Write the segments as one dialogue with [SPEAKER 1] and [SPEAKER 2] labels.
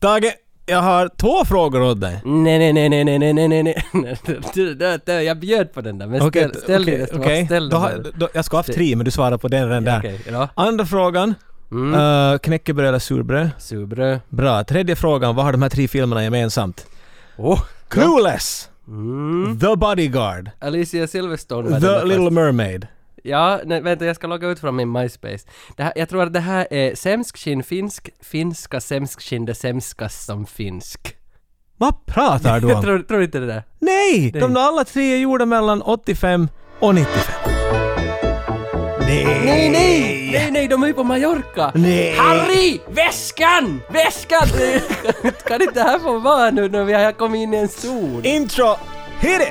[SPEAKER 1] Tage, jag har två frågor åt dig.
[SPEAKER 2] Nej, nej, nej, nej, nej, nej, nej, nej, nej. Du, du, du, jag bjöd på den där, men
[SPEAKER 1] Okej,
[SPEAKER 2] ställ, ställ
[SPEAKER 1] okej,
[SPEAKER 2] din nästa
[SPEAKER 1] okej.
[SPEAKER 2] gång, ställ
[SPEAKER 1] Då
[SPEAKER 2] den
[SPEAKER 1] har-
[SPEAKER 2] där.
[SPEAKER 1] då- Jag ska ha haft tre, men du svarade på den redan där.
[SPEAKER 2] Okej, ja.
[SPEAKER 1] Andra frågan.
[SPEAKER 2] Mm.
[SPEAKER 1] eh, knäckebröd eller surbröd?
[SPEAKER 2] Surbröd.
[SPEAKER 1] Bra. Tredje frågan. Vad har de här tre filmerna gemensamt? Oh.
[SPEAKER 2] Åh!
[SPEAKER 1] Clueless!
[SPEAKER 2] Mm.
[SPEAKER 1] The Bodyguard.
[SPEAKER 2] Alicia Silverstone var den
[SPEAKER 1] The
[SPEAKER 2] där
[SPEAKER 1] Little
[SPEAKER 2] först.
[SPEAKER 1] Mermaid.
[SPEAKER 2] Ja, nej, vänta jag ska logga ut från min MySpace. Det här, jag tror att det här är sämskskin finsk, finska sämskskin det sämskas som finsk.
[SPEAKER 1] Vad pratar du
[SPEAKER 2] Jag
[SPEAKER 1] om?
[SPEAKER 2] tror, tror inte det där.
[SPEAKER 1] Nej! De där alla tre är gjorda mellan 85 och 95. Nej!
[SPEAKER 2] Nej, nej! Nej, nej, de är ju på Mallorca!
[SPEAKER 1] Nej.
[SPEAKER 2] Harry! Väskan! Väskan! kan inte det här få vara nu när vi har kommit in i en zon?
[SPEAKER 1] Intro! Hit it!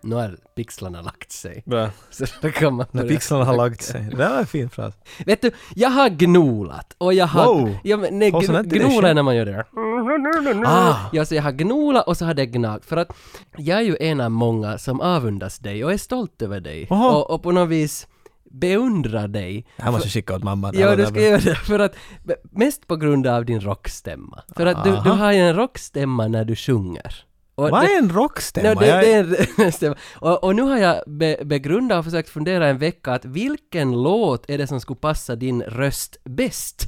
[SPEAKER 2] Nu har pixlarna lagt sig.
[SPEAKER 1] Bra.
[SPEAKER 2] Så då kan man
[SPEAKER 1] När
[SPEAKER 2] börja-
[SPEAKER 1] pixlarna har lagt sig. Det där var en fin fras.
[SPEAKER 2] Vet du, jag har gnolat och jag har...
[SPEAKER 1] Wow.
[SPEAKER 2] Ja, men, nej,
[SPEAKER 1] Och sen
[SPEAKER 2] gn-
[SPEAKER 1] hade det
[SPEAKER 2] gnola är
[SPEAKER 1] skett.
[SPEAKER 2] när man gör det där.
[SPEAKER 1] Ah.
[SPEAKER 2] Ja, så jag har gnolat och så har det gnagt. För att jag är ju en av många som avundas dig och är stolt över dig.
[SPEAKER 1] Aha.
[SPEAKER 2] Och, och på något vis beundrar dig.
[SPEAKER 1] Det här måste jag skicka åt mamma. Det här
[SPEAKER 2] Ja,
[SPEAKER 1] var
[SPEAKER 2] du
[SPEAKER 1] där
[SPEAKER 2] ska
[SPEAKER 1] bra.
[SPEAKER 2] göra det. För att, mest på grund av din rockstämma. För att du, du
[SPEAKER 1] Aha.
[SPEAKER 2] har ju en rockstämma när du sjunger. Och
[SPEAKER 1] Vad
[SPEAKER 2] det-
[SPEAKER 1] är en
[SPEAKER 2] Nej,
[SPEAKER 1] rockstämma?
[SPEAKER 2] det,
[SPEAKER 1] Jag-
[SPEAKER 2] det är en stämma. Och, och nu har jag be, begrundat och försökt fundera en vecka att vilken låt är det som skulle passa din röst bäst?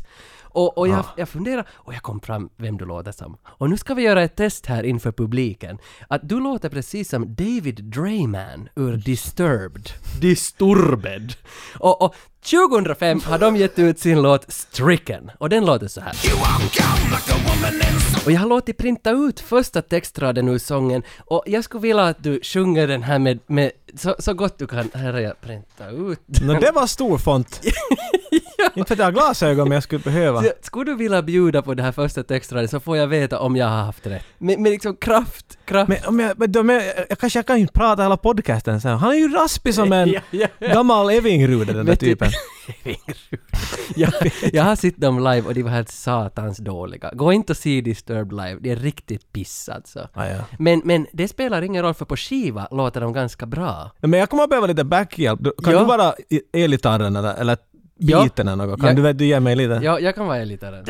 [SPEAKER 2] Och, och jag, jag funderar och jag kom fram vem du låter som. Och nu ska vi göra ett test här inför publiken. Att du låter precis som David Drayman ur Disturbed. Disturbed. Och, och 2005 har de gett ut sin låt Stricken och den låter så här. Och jag har låtit printa ut första textraden ur sången och jag skulle vilja att du sjunger den här med, med så, så gott du kan. Här har jag printat ut den.
[SPEAKER 1] Nå, det var stor font. Inte för att jag har glasögon, men jag skulle behöva.
[SPEAKER 2] Så Skulle du vilja bjuda på den här första textraden så får jag veta om jag har haft rätt. Med, med liksom kraft, kraft.
[SPEAKER 1] Men om jag, men de är, jag kanske jag kan ju inte prata hela podcasten sen. Han är ju raspig som en
[SPEAKER 2] Ja, ja, ja.
[SPEAKER 1] gammal Evingerude den där
[SPEAKER 2] Vet du-
[SPEAKER 1] typen.
[SPEAKER 2] jag, jag har sett dem live och de var helt satans dåliga. Gå inte och se Disturbed live, det är riktigt piss alltså.
[SPEAKER 1] Ah, ja.
[SPEAKER 2] Men, men det spelar ingen roll för på skiva låter de ganska bra.
[SPEAKER 1] Men jag kommer att behöva lite backhjälp. Du- Kan
[SPEAKER 2] Ja.
[SPEAKER 1] du bara i- elgitarren eller, eller
[SPEAKER 2] Ja.
[SPEAKER 1] biten eller något? Kan
[SPEAKER 2] Ja.
[SPEAKER 1] du, vet, du ge mig lite?
[SPEAKER 2] Ja, jag kan vara elgitarren.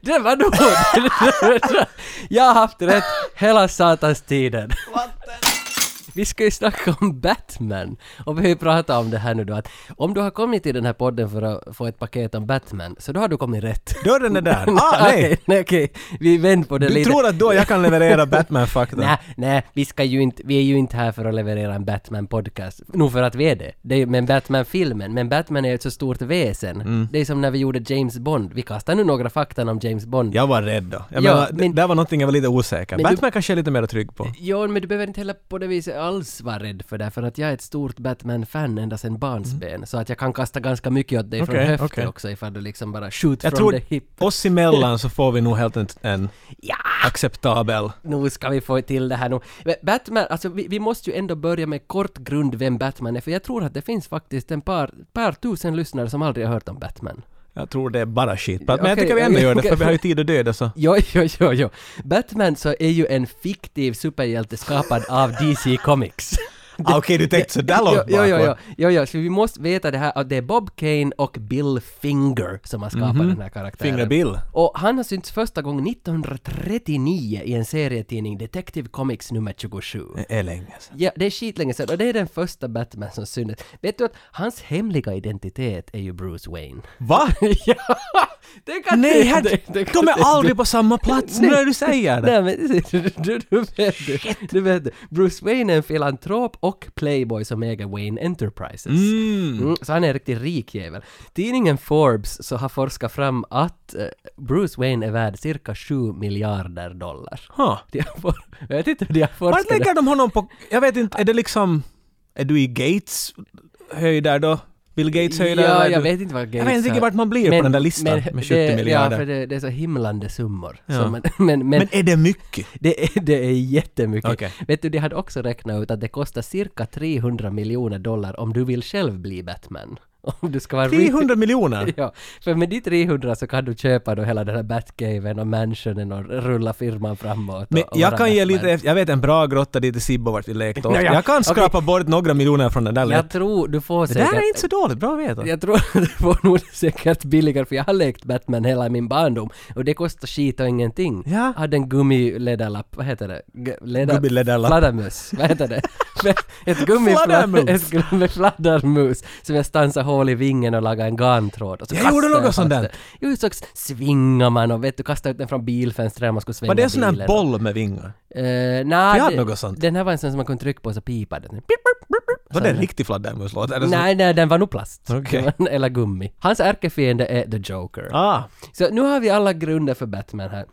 [SPEAKER 2] Det var nog... Jag har haft rätt hela satans tiden. Vi ska ju snacka om Batman och vi har ju pratat om det här nu då att om du har kommit till den här podden för att få ett paket om Batman så då har du kommit rätt.
[SPEAKER 1] Dörren är där. Ah, nej!
[SPEAKER 2] Okej, nej, okej. Vi vänder på det
[SPEAKER 1] Du
[SPEAKER 2] lite.
[SPEAKER 1] tror att då jag kan leverera Batman-fakta?
[SPEAKER 2] Nej, nej, vi ska ju inte, vi är ju inte här för att leverera en Batman-podcast. Nog för att vi är det. det är, ju- men Batman-filmen, men Batman är ju ett så stort väsen.
[SPEAKER 1] Mm.
[SPEAKER 2] Det är som när vi gjorde James Bond. Vi kastar nu några fakta om James Bond.
[SPEAKER 1] Jag var rädd då. Jag
[SPEAKER 2] Ja,
[SPEAKER 1] menar,
[SPEAKER 2] men-
[SPEAKER 1] det där var någonting jag var lite osäker.
[SPEAKER 2] Men
[SPEAKER 1] Batman kanske jag är lite mer trygg på.
[SPEAKER 2] Jo, men du behöver inte heller på det viset alls vara rädd för det, för att jag är ett stort Batman-fan ända sedan barnsben. Så att jag kan kasta ganska mycket åt dig från
[SPEAKER 1] Mm. Okej,
[SPEAKER 2] höften
[SPEAKER 1] okej.
[SPEAKER 2] också ifall du liksom bara shoot
[SPEAKER 1] Jag
[SPEAKER 2] from
[SPEAKER 1] tror
[SPEAKER 2] the hip.
[SPEAKER 1] oss emellan så får vi nog helt en, en
[SPEAKER 2] Ja!
[SPEAKER 1] acceptabel...
[SPEAKER 2] nu ska vi få till det här nu. Men Batman, alltså vi, vi måste ju ändå börja med kort grund vem Batman är, för jag tror att det finns faktiskt en par, par tusen lyssnare som aldrig har hört om Batman.
[SPEAKER 1] Jag tror det är bara skit. Men jag
[SPEAKER 2] Okej,
[SPEAKER 1] tycker vi ändå gör det
[SPEAKER 2] okej.
[SPEAKER 1] för vi har ju tid att döda så.
[SPEAKER 2] Jo, jo, jo, jo. Batman så är ju en fiktiv superhjälte skapad av DC Comics.
[SPEAKER 1] Ah, Okej, du tänkte sådär
[SPEAKER 2] Jo,
[SPEAKER 1] långt
[SPEAKER 2] jo, jo, jo,
[SPEAKER 1] bakåt.
[SPEAKER 2] jo, jo, så vi måste veta det här att det är Bob Kane och Bill Finger som har skapat den här karaktären.
[SPEAKER 1] Finger Bill.
[SPEAKER 2] Och han har synts första gången 1939 i en serietidning Detective Comics nummer 27.
[SPEAKER 1] Det är länge sedan.
[SPEAKER 2] Ja, det är skitlänge sedan och det är den första Batman som syntes. Vet du att hans hemliga identitet är ju Bruce Wayne?
[SPEAKER 1] Va?
[SPEAKER 2] ja! Tänk att
[SPEAKER 1] Nej,
[SPEAKER 2] det-
[SPEAKER 1] här,
[SPEAKER 2] det- tänk
[SPEAKER 1] de
[SPEAKER 2] att det-
[SPEAKER 1] är aldrig på samma plats nu när du säger det.
[SPEAKER 2] Nej men du, du, du vet du, du vet det. Bruce Wayne är en filantrop och playboy som äger Wayne Enterprises. Mm, så han är en riktigt rik jävel. Tidningen Forbes så har forskat fram att eh, Bruce Wayne är värd cirka 7 miljarder dollar.
[SPEAKER 1] Huh.
[SPEAKER 2] De har for, jag vet inte hur de har
[SPEAKER 1] Vart
[SPEAKER 2] forskat det.
[SPEAKER 1] lägger de honom på... Jag vet inte, är det liksom... Är du i Gates höjder då? Bill Gates höjder? eller
[SPEAKER 2] Ja,
[SPEAKER 1] är
[SPEAKER 2] jag
[SPEAKER 1] du...
[SPEAKER 2] vet inte vad Gates
[SPEAKER 1] jag vet inte riktigt
[SPEAKER 2] har.
[SPEAKER 1] vart man blir på den där listan med 70
[SPEAKER 2] det, Ja,
[SPEAKER 1] miljarder.
[SPEAKER 2] för det, det är så himlande summor.
[SPEAKER 1] Ja.
[SPEAKER 2] Så man, men, men,
[SPEAKER 1] men är det mycket?
[SPEAKER 2] det, är, det är jättemycket.
[SPEAKER 1] Okej.
[SPEAKER 2] Vet du, de hade också räknat ut att det kostar cirka 300 miljoner dollar om du vill själv bli Batman. Om du ska vara riktigt-
[SPEAKER 1] 300 miljoner?
[SPEAKER 2] Ja, för med de 300 så kan du köpa då hela den här Batcaven och mansionen och rulla firman framåt.
[SPEAKER 1] Men
[SPEAKER 2] och, och
[SPEAKER 1] jag
[SPEAKER 2] vara
[SPEAKER 1] kan ge
[SPEAKER 2] Batman.
[SPEAKER 1] lite, efter- jag vet en bra grotta dit i Sibbo vart vi lekte
[SPEAKER 2] Ja, ja.
[SPEAKER 1] Jag kan
[SPEAKER 2] Okej.
[SPEAKER 1] skrapa bort några miljoner från den där lätt.
[SPEAKER 2] Jag tror du får
[SPEAKER 1] Det
[SPEAKER 2] säkert...
[SPEAKER 1] där är inte så dåligt, bra att veta.
[SPEAKER 2] Jag tror att det var nog säkert billigare för jag har lekt Batman hela min barndom och det kostar skit och ingenting.
[SPEAKER 1] Ja.
[SPEAKER 2] Jag hade en gummiledarlapp, vad heter det? G- leda-
[SPEAKER 1] Gummiledarlapp.
[SPEAKER 2] Fladdermus, vad heter det? ett gummifladdermus.
[SPEAKER 1] Fladdermus.
[SPEAKER 2] Ett gummifladdermus som jag stansade hål i vingen och lagade en garntråd. Och så
[SPEAKER 1] Jag
[SPEAKER 2] kastade
[SPEAKER 1] gjorde något
[SPEAKER 2] fast
[SPEAKER 1] sånt där.
[SPEAKER 2] det. Jo, så svingar man och vet du, kastade ut den från bilfönstret och man skulle svänga
[SPEAKER 1] Var det en sån
[SPEAKER 2] bilen
[SPEAKER 1] där
[SPEAKER 2] och-
[SPEAKER 1] boll med vingar?
[SPEAKER 2] Eh, nej,
[SPEAKER 1] jag hade
[SPEAKER 2] det-
[SPEAKER 1] något sånt.
[SPEAKER 2] Den här var en sån som man kunde trycka på och så pipade den.
[SPEAKER 1] Var det en riktig fladdermuslåt? Är det så-
[SPEAKER 2] Nej, nej, den var nog plast.
[SPEAKER 1] Okej.
[SPEAKER 2] Eller gummi. Hans ärkefiende är The Joker.
[SPEAKER 1] Ah,
[SPEAKER 2] Så nu har vi alla grunder för Batman här.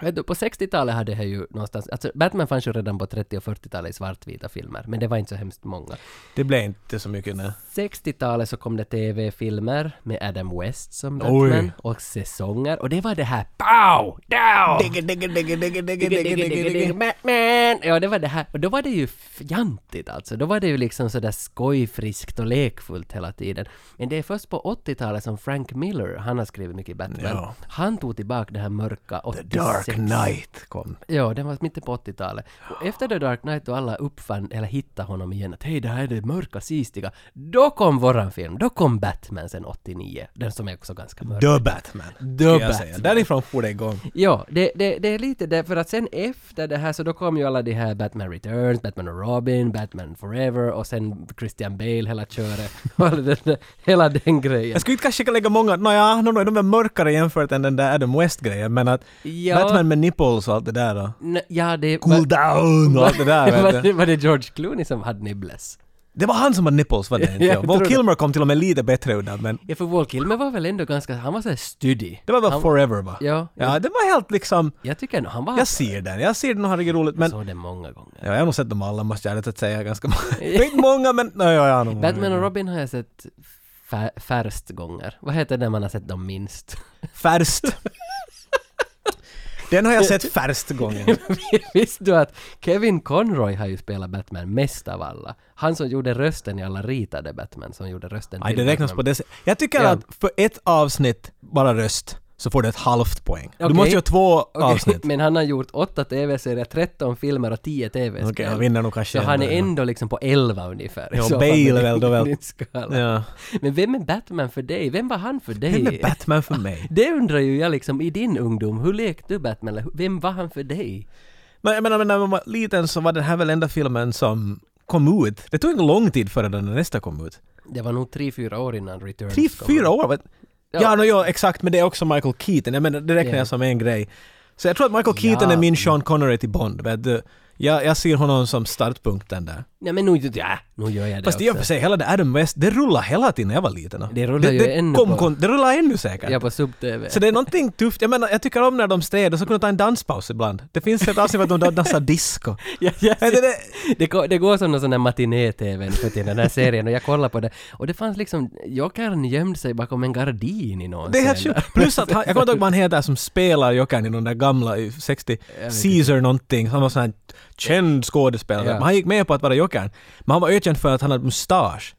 [SPEAKER 2] Vet du, På 60-talet hade jag ju någonstans, alltså Batman fanns ju redan på 30 och 40-talet i svartvita filmer, men det var inte så hemskt många.
[SPEAKER 1] det blev inte så mycket nej.
[SPEAKER 2] 60-talet så kom det TV-filmer med Adam West som
[SPEAKER 1] Oj.
[SPEAKER 2] Batman och säsonger och det var det här POW! DOW!
[SPEAKER 1] Digga, digga, digga, digga, digga,
[SPEAKER 2] Digga,
[SPEAKER 1] digga,
[SPEAKER 2] digga, digga, digga,
[SPEAKER 1] digga.
[SPEAKER 2] Batman! Ja, det var det här. Och då var det ju fjantigt alltså. Då var det ju liksom sådär skojfriskt och lekfullt hela tiden. Men det är först på 80-talet som Frank Miller, han har skrivit mycket Batman,
[SPEAKER 1] Ja.
[SPEAKER 2] han tog tillbaka det här mörka 86.
[SPEAKER 1] Dark Knight kom.
[SPEAKER 2] Ja, den var mitten på 80-talet. Och efter The Dark Knight och alla uppfann, eller hittade honom igen, att hej, det här är det mörka, sistiga. Då kom våran film, då kom Batman sen 89. Den som är också ganska mörk.
[SPEAKER 1] The Batman.
[SPEAKER 2] The
[SPEAKER 1] ska jag säga.
[SPEAKER 2] Batman.
[SPEAKER 1] Därifrån for det igång.
[SPEAKER 2] Ja, det, det, det är lite det, för att sen efter det här så då kom ju alla de här Batman Returns, Batman och Robin, Batman Forever och sen Christian Bale hela köret och alla den, hela den grejen.
[SPEAKER 1] Jag skulle inte kanske lägga många, nåja, no, no, de är mörkare jämfört än den där Adam West-grejen men att
[SPEAKER 2] Ja.
[SPEAKER 1] Batman med nipples och allt det där då.
[SPEAKER 2] N- ja, det...
[SPEAKER 1] Cool down och allt det där
[SPEAKER 2] var,
[SPEAKER 1] vet du.
[SPEAKER 2] det, var det George Clooney som hade nibblas?
[SPEAKER 1] Det var han som hade nipples var det inte?
[SPEAKER 2] Jag
[SPEAKER 1] ja. Val
[SPEAKER 2] tror det.
[SPEAKER 1] Kilmer kom till och med lite bättre undan men
[SPEAKER 2] Ja, för Walt Kilmer var väl ändå ganska... Han var såhär studi.
[SPEAKER 1] det var väl
[SPEAKER 2] Han-
[SPEAKER 1] Forever va?
[SPEAKER 2] Ja,
[SPEAKER 1] Ja, det var helt liksom,
[SPEAKER 2] Jag tycker nog han var...
[SPEAKER 1] jag ser den, jag ser den och har det roligt men
[SPEAKER 2] Jag såg det många gånger.
[SPEAKER 1] ja, jag har nog sett dem alla måste jag ärligt säga ganska många. Det är inte många men, nej, ja, ja, nog.
[SPEAKER 2] Batman och Robin har jag sett fär- färst gånger. Vad heter det när man har sett dem minst?
[SPEAKER 1] Färst. Den har jag sett färst gången.
[SPEAKER 2] Visste du att Kevin Conroy har ju spelat Batman mest av alla? Han som gjorde rösten i alla ritade Batman, som gjorde rösten
[SPEAKER 1] Nej, det räknas på
[SPEAKER 2] Batman.
[SPEAKER 1] det sättet. Jag tycker
[SPEAKER 2] Ja.
[SPEAKER 1] att för ett avsnitt, bara röst, så får du ett halvt poäng. Du
[SPEAKER 2] Okej.
[SPEAKER 1] måste ju ha två
[SPEAKER 2] Okej,
[SPEAKER 1] avsnitt.
[SPEAKER 2] Men han har gjort åtta tv-serier, 13 filmer och 10 tv-spel.
[SPEAKER 1] Okej, han vinner nog kanske.
[SPEAKER 2] så han är
[SPEAKER 1] ändå, ja.
[SPEAKER 2] ändå liksom på 11 ungefär.
[SPEAKER 1] Ja,
[SPEAKER 2] Så fall
[SPEAKER 1] Bale
[SPEAKER 2] med
[SPEAKER 1] väl då
[SPEAKER 2] din-
[SPEAKER 1] väl.
[SPEAKER 2] din skala.
[SPEAKER 1] Ja.
[SPEAKER 2] Men vem är Batman för dig? Vem var han för dig?
[SPEAKER 1] Vem är Batman för mig?
[SPEAKER 2] det undrar ju jag liksom i din ungdom, hur lekte du Batman? Eller Vem var han för dig?
[SPEAKER 1] Men jag menar, men när man var liten så var den här väl enda filmen som kom ut. Det tog inte lång tid före den nästa kom ut.
[SPEAKER 2] Det var nog 3-4 år innan Returns
[SPEAKER 1] Tre,
[SPEAKER 2] kom.
[SPEAKER 1] fyra år? Vet. Ja,
[SPEAKER 2] Ja.
[SPEAKER 1] ja, no, ja, exakt, men det är också Michael Keaton. Jag menar, det räknar
[SPEAKER 2] Ja.
[SPEAKER 1] jag som en grej. Så jag tror att Michael Keaton
[SPEAKER 2] Ja.
[SPEAKER 1] är min Sean Connery till Bond. Vet du? Jag, jag ser honom som startpunkten där.
[SPEAKER 2] Nej men nu, ja, nu gör jag det
[SPEAKER 1] Fast i och
[SPEAKER 2] också.
[SPEAKER 1] för sig, hela det Adam West, det rullar hela tiden när jag var liten.
[SPEAKER 2] Det rullar ju ännu
[SPEAKER 1] kom,
[SPEAKER 2] på-
[SPEAKER 1] kon- Det rullar ännu säkert.
[SPEAKER 2] Ja, på sub-tv.
[SPEAKER 1] Så det är någonting tufft. Jag menar, jag tycker om när de städar, så kunde de ta en danspaus ibland. Det finns ett avsnitt att de dansar disco.
[SPEAKER 2] Ja, ja,
[SPEAKER 1] Vet du det?
[SPEAKER 2] det, går, det går som någon sån där matiné-tv nu för tiden, den här serien, och jag kollar på det. Och det fanns liksom, Jokern gömde sig bakom en gardin i någon
[SPEAKER 1] Det är helt
[SPEAKER 2] scen.
[SPEAKER 1] sjukt. Plus att han, jag kommer inte ihåg vad han heter som spelar Jokern i de där gamla i 60, Caesar någonting. Han var sån här känd skådespelare.
[SPEAKER 2] Ja.
[SPEAKER 1] Men han gick med på att vara Jokern. Men han var ökänd för att han hade mustasch.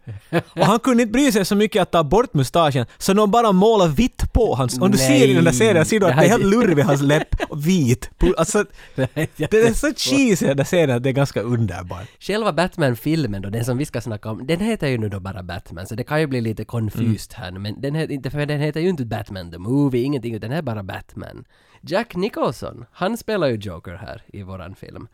[SPEAKER 1] Och han kunde inte bry sig så mycket att ta bort mustaschen så de bara målade vitt på hans... Om du
[SPEAKER 2] Nej.
[SPEAKER 1] ser i den där serien ser du att det är helt
[SPEAKER 2] Det här-
[SPEAKER 1] lurvig hans läpp. och Vit. Pu- Alltså,
[SPEAKER 2] Nej, jag-
[SPEAKER 1] det är så cheesy den där serien att det är ganska underbart.
[SPEAKER 2] Själva Batman-filmen då, den som vi ska snacka om, den heter ju nu då bara Batman, så det kan ju bli lite konfust här nu, men den heter, inte, för den heter ju inte Batman the Movie, ingenting, utan den är bara Batman. Jack Nicholson, han spelar ju Joker här i våran film.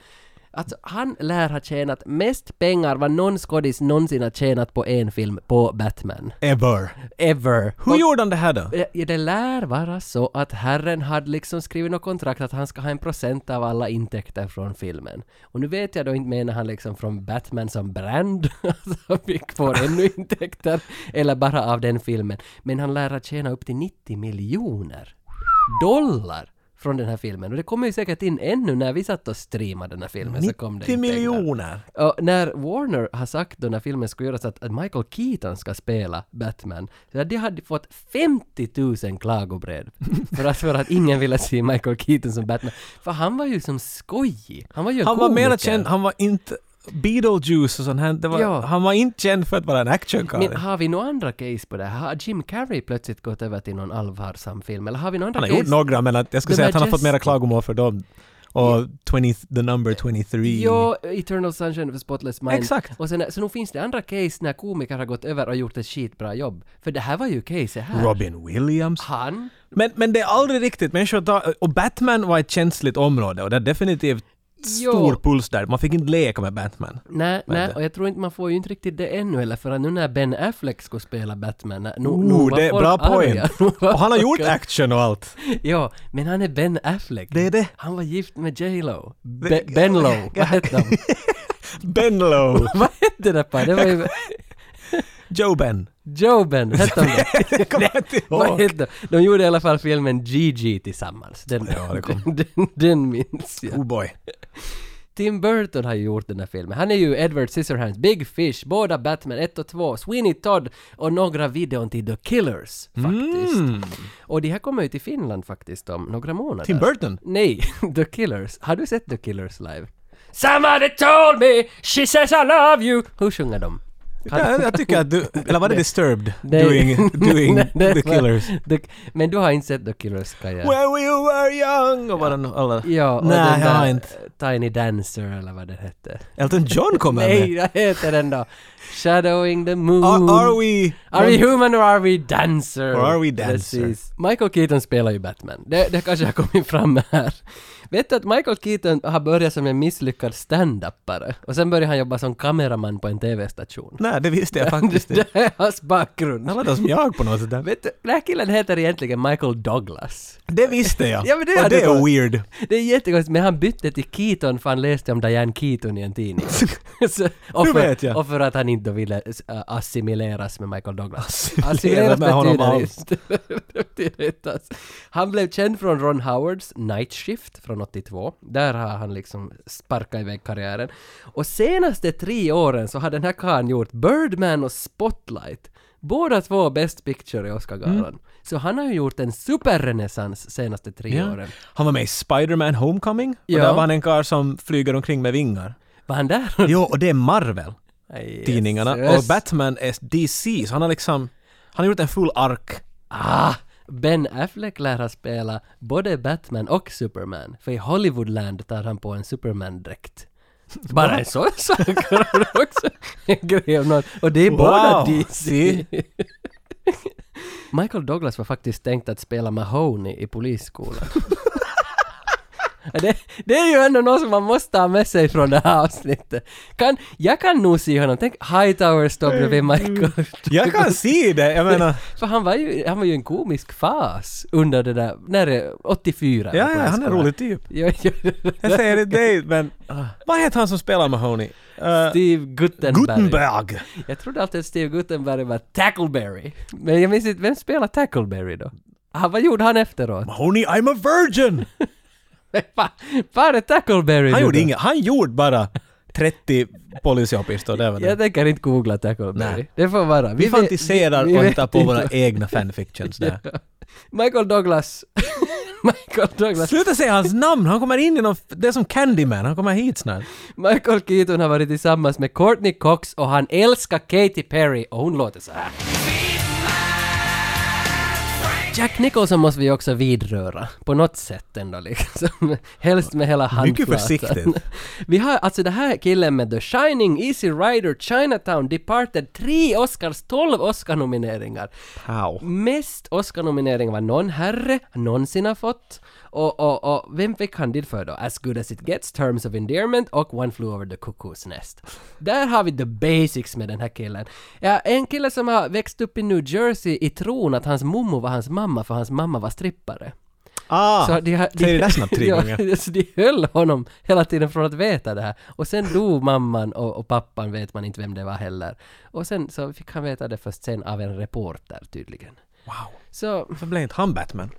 [SPEAKER 2] Alltså, han lär ha tjänat mest pengar vad någon skådis någonsin har tjänat på en film på Batman.
[SPEAKER 1] Ever.
[SPEAKER 2] Ever.
[SPEAKER 1] Hur gjorde han det här då?
[SPEAKER 2] Eh, Ja, det lär vara så att herren hade liksom skrivit något kontrakt att han ska ha en procent av alla intäkter från filmen. Och nu vet jag då inte, menar han liksom från Batman som brand, som fick får ännu intäkter, eller bara av den filmen. Men han lär att tjäna upp till 90 miljoner dollar från den här filmen. Och det kommer ju säkert in ännu när vi satt och streamade den här filmen. Så kom det
[SPEAKER 1] 90
[SPEAKER 2] in pengar.
[SPEAKER 1] miljoner!
[SPEAKER 2] Och när Warner har sagt då när filmen ska göras att, att Michael Keaton ska spela Batman, så att de hade fått 50 000 klagobrev för att, för att ingen ville se Michael Keaton som Batman. För han var ju som skojig. Han var ju en
[SPEAKER 1] Han var mera
[SPEAKER 2] komiker.
[SPEAKER 1] känd, han var inte Beetlejuice och sånt här. Det var,
[SPEAKER 2] Ja.
[SPEAKER 1] Han var inte känd för att vara en actionkarl.
[SPEAKER 2] Men har vi några andra case på det här? Har Jim Carrey plötsligt gått över till någon allvarsam film? Eller har vi några andra
[SPEAKER 1] Han har
[SPEAKER 2] case?
[SPEAKER 1] gjort några men att jag skulle
[SPEAKER 2] The
[SPEAKER 1] säga att han har fått mera
[SPEAKER 2] Majestic.
[SPEAKER 1] klagomål för dem. Och 20, the number 23.
[SPEAKER 2] Ja, Eternal Sunshine of a Spotless Mind.
[SPEAKER 1] Exakt.
[SPEAKER 2] Och sen, så nog finns det andra case när komiker har gått över och gjort ett skitbra jobb. För det här var ju case här.
[SPEAKER 1] Robin Williams.
[SPEAKER 2] Han
[SPEAKER 1] Men, men det är aldrig riktigt människor tar, Och Batman var ett känsligt område och det är definitivt stor
[SPEAKER 2] Jo.
[SPEAKER 1] puls där. Man fick inte leka med Batman.
[SPEAKER 2] Nej,
[SPEAKER 1] Men
[SPEAKER 2] nej,
[SPEAKER 1] det-
[SPEAKER 2] och jag tror inte man får ju inte riktigt det ännu heller för att nu när Ben Affleck ska spela Batman, nu,
[SPEAKER 1] Ooh,
[SPEAKER 2] nu var
[SPEAKER 1] det är
[SPEAKER 2] folk
[SPEAKER 1] bra
[SPEAKER 2] arga.
[SPEAKER 1] point.
[SPEAKER 2] Nu var
[SPEAKER 1] Och han har
[SPEAKER 2] folk
[SPEAKER 1] gjort
[SPEAKER 2] arga.
[SPEAKER 1] action och allt.
[SPEAKER 2] Ja, men han är Ben Affleck.
[SPEAKER 1] Det är det.
[SPEAKER 2] Han var gift med J Lo. Be- ben Lo, vad hette han?
[SPEAKER 1] Benlow.
[SPEAKER 2] vad hette det där par? Det var ju
[SPEAKER 1] Joe Ben.
[SPEAKER 2] Joe Ben, hette han det?
[SPEAKER 1] Jag kommer inte
[SPEAKER 2] Vad
[SPEAKER 1] ihåg.
[SPEAKER 2] hette de? De gjorde i alla fall filmen GG tillsammans. Den,
[SPEAKER 1] Ja, det kom.
[SPEAKER 2] den, den minns jag.
[SPEAKER 1] Oh boy.
[SPEAKER 2] Tim Burton har ju gjort den här filmen. Han är ju Edward Scissorhands, Big Fish, båda Batman 1 och 2, Sweeney Todd och några videon till The Killers faktiskt.
[SPEAKER 1] Mm.
[SPEAKER 2] Och de här kommer ju till Finland faktiskt om några månader.
[SPEAKER 1] Tim Burton.
[SPEAKER 2] Nej, The Killers. Har du sett The Killers live? Somebody told me, she says I love you! Hur sjunger de?
[SPEAKER 1] Ja, jag tycker att du... Eller var det Disturbed?
[SPEAKER 2] Nej.
[SPEAKER 1] Doing, doing
[SPEAKER 2] Nej, det
[SPEAKER 1] the
[SPEAKER 2] var-
[SPEAKER 1] killers.
[SPEAKER 2] The- Men du har inte sett The Killers, Kaja?
[SPEAKER 1] When we were young! Och vad den, alla.
[SPEAKER 2] ja, och
[SPEAKER 1] Nej,
[SPEAKER 2] den
[SPEAKER 1] jag har
[SPEAKER 2] där,
[SPEAKER 1] inte.
[SPEAKER 2] eh, Tiny Dancer eller vad den hette.
[SPEAKER 1] Elton John kommer
[SPEAKER 2] Nej,
[SPEAKER 1] med.
[SPEAKER 2] vad heter den då? Shadowing the Moon.
[SPEAKER 1] Are, are we...
[SPEAKER 2] Are we human or are we dancer?
[SPEAKER 1] Or are we dancer?
[SPEAKER 2] Precis. Michael Keaton spelar ju Batman. Det, det kanske har kommit fram här. Vet du att Michael Keaton har börjat som en misslyckad stand-upare och sen började han jobba som kameraman på en TV-station.
[SPEAKER 1] Nej, det visste jag faktiskt inte.
[SPEAKER 2] Det är hans bakgrund.
[SPEAKER 1] Han låter som jag på något sätt. där.
[SPEAKER 2] Vet du, den här killen heter egentligen Michael Douglas.
[SPEAKER 1] Det visste jag.
[SPEAKER 2] Ja, men det
[SPEAKER 1] och
[SPEAKER 2] hade
[SPEAKER 1] det är
[SPEAKER 2] varit-
[SPEAKER 1] weird.
[SPEAKER 2] Det är jättekonstigt, men han bytte till Keaton för han läste om Diane Keaton i en tidning. Så- och,
[SPEAKER 1] Nu
[SPEAKER 2] för,
[SPEAKER 1] vet jag.
[SPEAKER 2] och för att han inte då ville äh, assimileras med Michael Douglas.
[SPEAKER 1] Assimileras med honom alls.
[SPEAKER 2] det betyder inte alls. Han blev känd från Ron Howards Night Shift från 82. Där har han liksom sparkat iväg karriären. Och senaste tre åren så har den här karln gjort Birdman och Spotlight. Båda två Best Picture i Oscargalan.
[SPEAKER 1] Mm.
[SPEAKER 2] Så han har ju gjort en superrenässans senaste tre åren.
[SPEAKER 1] Han var med i Spider-Man Homecoming. Och
[SPEAKER 2] Ja.
[SPEAKER 1] där var han en karl som flyger omkring med vingar.
[SPEAKER 2] Var han där?
[SPEAKER 1] Jo, och det är Marvel.
[SPEAKER 2] Aj,
[SPEAKER 1] Tidningarna.
[SPEAKER 2] Jesus.
[SPEAKER 1] Och Batman är DC. Så han har liksom... Han har gjort en full ark.
[SPEAKER 2] Ah! Ben Affleck lär ha spelat både Batman och Superman, för i Hollywoodland tar han på en Superman-dräkt. Bara en sån sak har han också en grej om någon. Och det är båda
[SPEAKER 1] Wow,
[SPEAKER 2] DC.
[SPEAKER 1] see?
[SPEAKER 2] Michael Douglas var faktiskt tänkt att spela Mahoney i Polisskolan. Det, det är ju ändå något som man måste ha med sig från det här avsnittet. Kan, jag kan nog se honom, tänk Hightower står bredvid Michael
[SPEAKER 1] Jag kan se det! Jag menar...
[SPEAKER 2] för han var ju, han var ju en komisk fas under det där, när det, 84.
[SPEAKER 1] Ja,
[SPEAKER 2] på
[SPEAKER 1] ja, han är
[SPEAKER 2] den
[SPEAKER 1] en
[SPEAKER 2] skolan.
[SPEAKER 1] rolig typ.
[SPEAKER 2] Ja, ja.
[SPEAKER 1] Jag säger det till dig, men... Vad heter han som spelar Mahoney? Uh,
[SPEAKER 2] Steve Guttenberg.
[SPEAKER 1] Gutenberg!
[SPEAKER 2] Jag trodde alltid att Steve Guttenberg var Tackleberry. Men jag minns inte, vem spelar Tackleberry då? Ah, vad gjorde han efteråt?
[SPEAKER 1] Mahoney, I'm a virgin!
[SPEAKER 2] Fan, fan är Tackleberry
[SPEAKER 1] Han
[SPEAKER 2] nu
[SPEAKER 1] gjorde
[SPEAKER 2] då?
[SPEAKER 1] inget, han gjorde bara 30 policyappistor, det var det.
[SPEAKER 2] Jag tänker inte googla Tackleberry.
[SPEAKER 1] Nej.
[SPEAKER 2] Det får vara.
[SPEAKER 1] Vi fantiserar
[SPEAKER 2] vi- vi
[SPEAKER 1] och
[SPEAKER 2] vet
[SPEAKER 1] hittar på
[SPEAKER 2] inte.
[SPEAKER 1] våra egna fanfictions där.
[SPEAKER 2] Michael Douglas. Michael Douglas.
[SPEAKER 1] Sluta säga hans namn, han kommer in i någon, det är som Candyman, han kommer hit snart.
[SPEAKER 2] Michael Keaton har varit tillsammans med Courtney Cox och han älskar Katy Perry och hon låter så här. Jack Nicholson måste vi också vidröra, på något sätt ändå liksom. Helst med hela handflatan.
[SPEAKER 1] Mycket försiktigt.
[SPEAKER 2] Vi har alltså den här killen med The Shining, Easy Rider, Chinatown, Departed, tre Oscars, tolv Oscar-nomineringar.
[SPEAKER 1] Pow.
[SPEAKER 2] Mest Oscar-nominering var någon herre någonsin har fått. Och, och, och vem fick han dit för då? As good as it gets, Terms of Endearment och One flew over the cuckoo's nest. Där har vi the basics med den här killen. Ja, en kille som har växt upp i New Jersey i tron att hans mommo var hans mamma för hans mamma var strippare.
[SPEAKER 1] Ah,
[SPEAKER 2] Så de, har-
[SPEAKER 1] säg det där snabbt tre
[SPEAKER 2] ja,
[SPEAKER 1] gånger.
[SPEAKER 2] så de höll honom hela tiden från att veta det här. Och sen dog mamman och, och pappan vet man inte vem det var heller. Och sen så fick han veta det först sen av en reporter tydligen.
[SPEAKER 1] Wow.
[SPEAKER 2] Så,
[SPEAKER 1] Varför blev inte han Batman?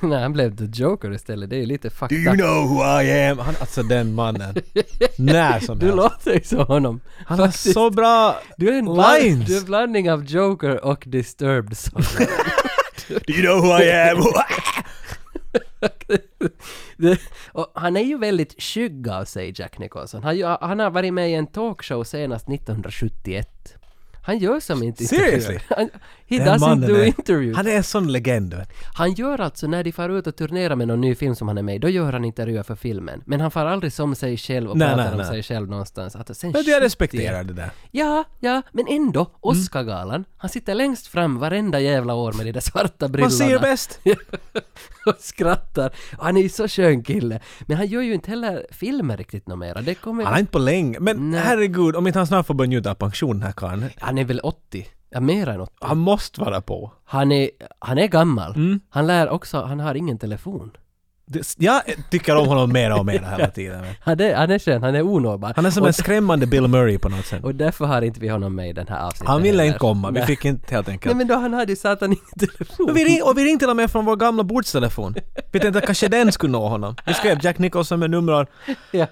[SPEAKER 2] nej han blev the Joker istället, det är ju lite fakta.
[SPEAKER 1] know who I am? Han, alltså den mannen. När som
[SPEAKER 2] Du
[SPEAKER 1] helst.
[SPEAKER 2] låter ju som honom.
[SPEAKER 1] Han har så bra
[SPEAKER 2] Du är en, bland,
[SPEAKER 1] lines.
[SPEAKER 2] du är en blandning av Joker och Disturbed. Så.
[SPEAKER 1] Do you know who I am?
[SPEAKER 2] Det- och han är ju väldigt skygg av sig, Jack Nicholson. Han, ju- han har varit med i en talkshow senast 1971. Han gör som inte intervjuer.
[SPEAKER 1] Seriously?
[SPEAKER 2] Han, he
[SPEAKER 1] Den
[SPEAKER 2] doesn't
[SPEAKER 1] mannen
[SPEAKER 2] do
[SPEAKER 1] är,
[SPEAKER 2] interviews.
[SPEAKER 1] han är en sån legend. vet du.
[SPEAKER 2] Han gör alltså, när de far ut och turnerar med någon ny film som han är med i, då gör han intervjuer för filmen. Men han far aldrig som sig själv och
[SPEAKER 1] Nej,
[SPEAKER 2] pratar
[SPEAKER 1] nej,
[SPEAKER 2] om
[SPEAKER 1] nej.
[SPEAKER 2] sig själv någonstans. Att sen
[SPEAKER 1] Men
[SPEAKER 2] 71.
[SPEAKER 1] jag respekterar det där.
[SPEAKER 2] Ja, ja, men ändå,
[SPEAKER 1] Mm.
[SPEAKER 2] Oscargalan. Han sitter längst fram varenda jävla år med de där svarta brillorna.
[SPEAKER 1] Man ser bäst.
[SPEAKER 2] och skrattar. Och han är ju så skön kille. Men han gör ju inte heller filmer riktigt något mera. Det kommer...
[SPEAKER 1] Han är inte på länge. Men
[SPEAKER 2] Nej.
[SPEAKER 1] herregud, om inte han snart får börja njuta av pension den här karln.
[SPEAKER 2] Han är väl 80? Ja, mer än 80.
[SPEAKER 1] Han måste vara på.
[SPEAKER 2] Han är, han är gammal.
[SPEAKER 1] Mm.
[SPEAKER 2] Han lär också, han har ingen telefon.
[SPEAKER 1] Det- Jag tycker om honom mer och mer hela tiden.
[SPEAKER 2] Han är, han är skön, han är onåbar.
[SPEAKER 1] Han är som
[SPEAKER 2] och,
[SPEAKER 1] en skrämmande Bill Murray på något sätt.
[SPEAKER 2] och därför har inte vi honom med i den här avsnittet
[SPEAKER 1] Han ville
[SPEAKER 2] heller.
[SPEAKER 1] inte komma, vi
[SPEAKER 2] Nej.
[SPEAKER 1] fick inte helt enkelt.
[SPEAKER 2] Nej men då han hade ju satan ingen telefon.
[SPEAKER 1] Och vi, ring, och vi ringde till och med från vår gamla bordstelefon. Vi tänkte att kanske den skulle nå honom. Vi skrev Jack Nicholson med nummer,
[SPEAKER 2] Ja.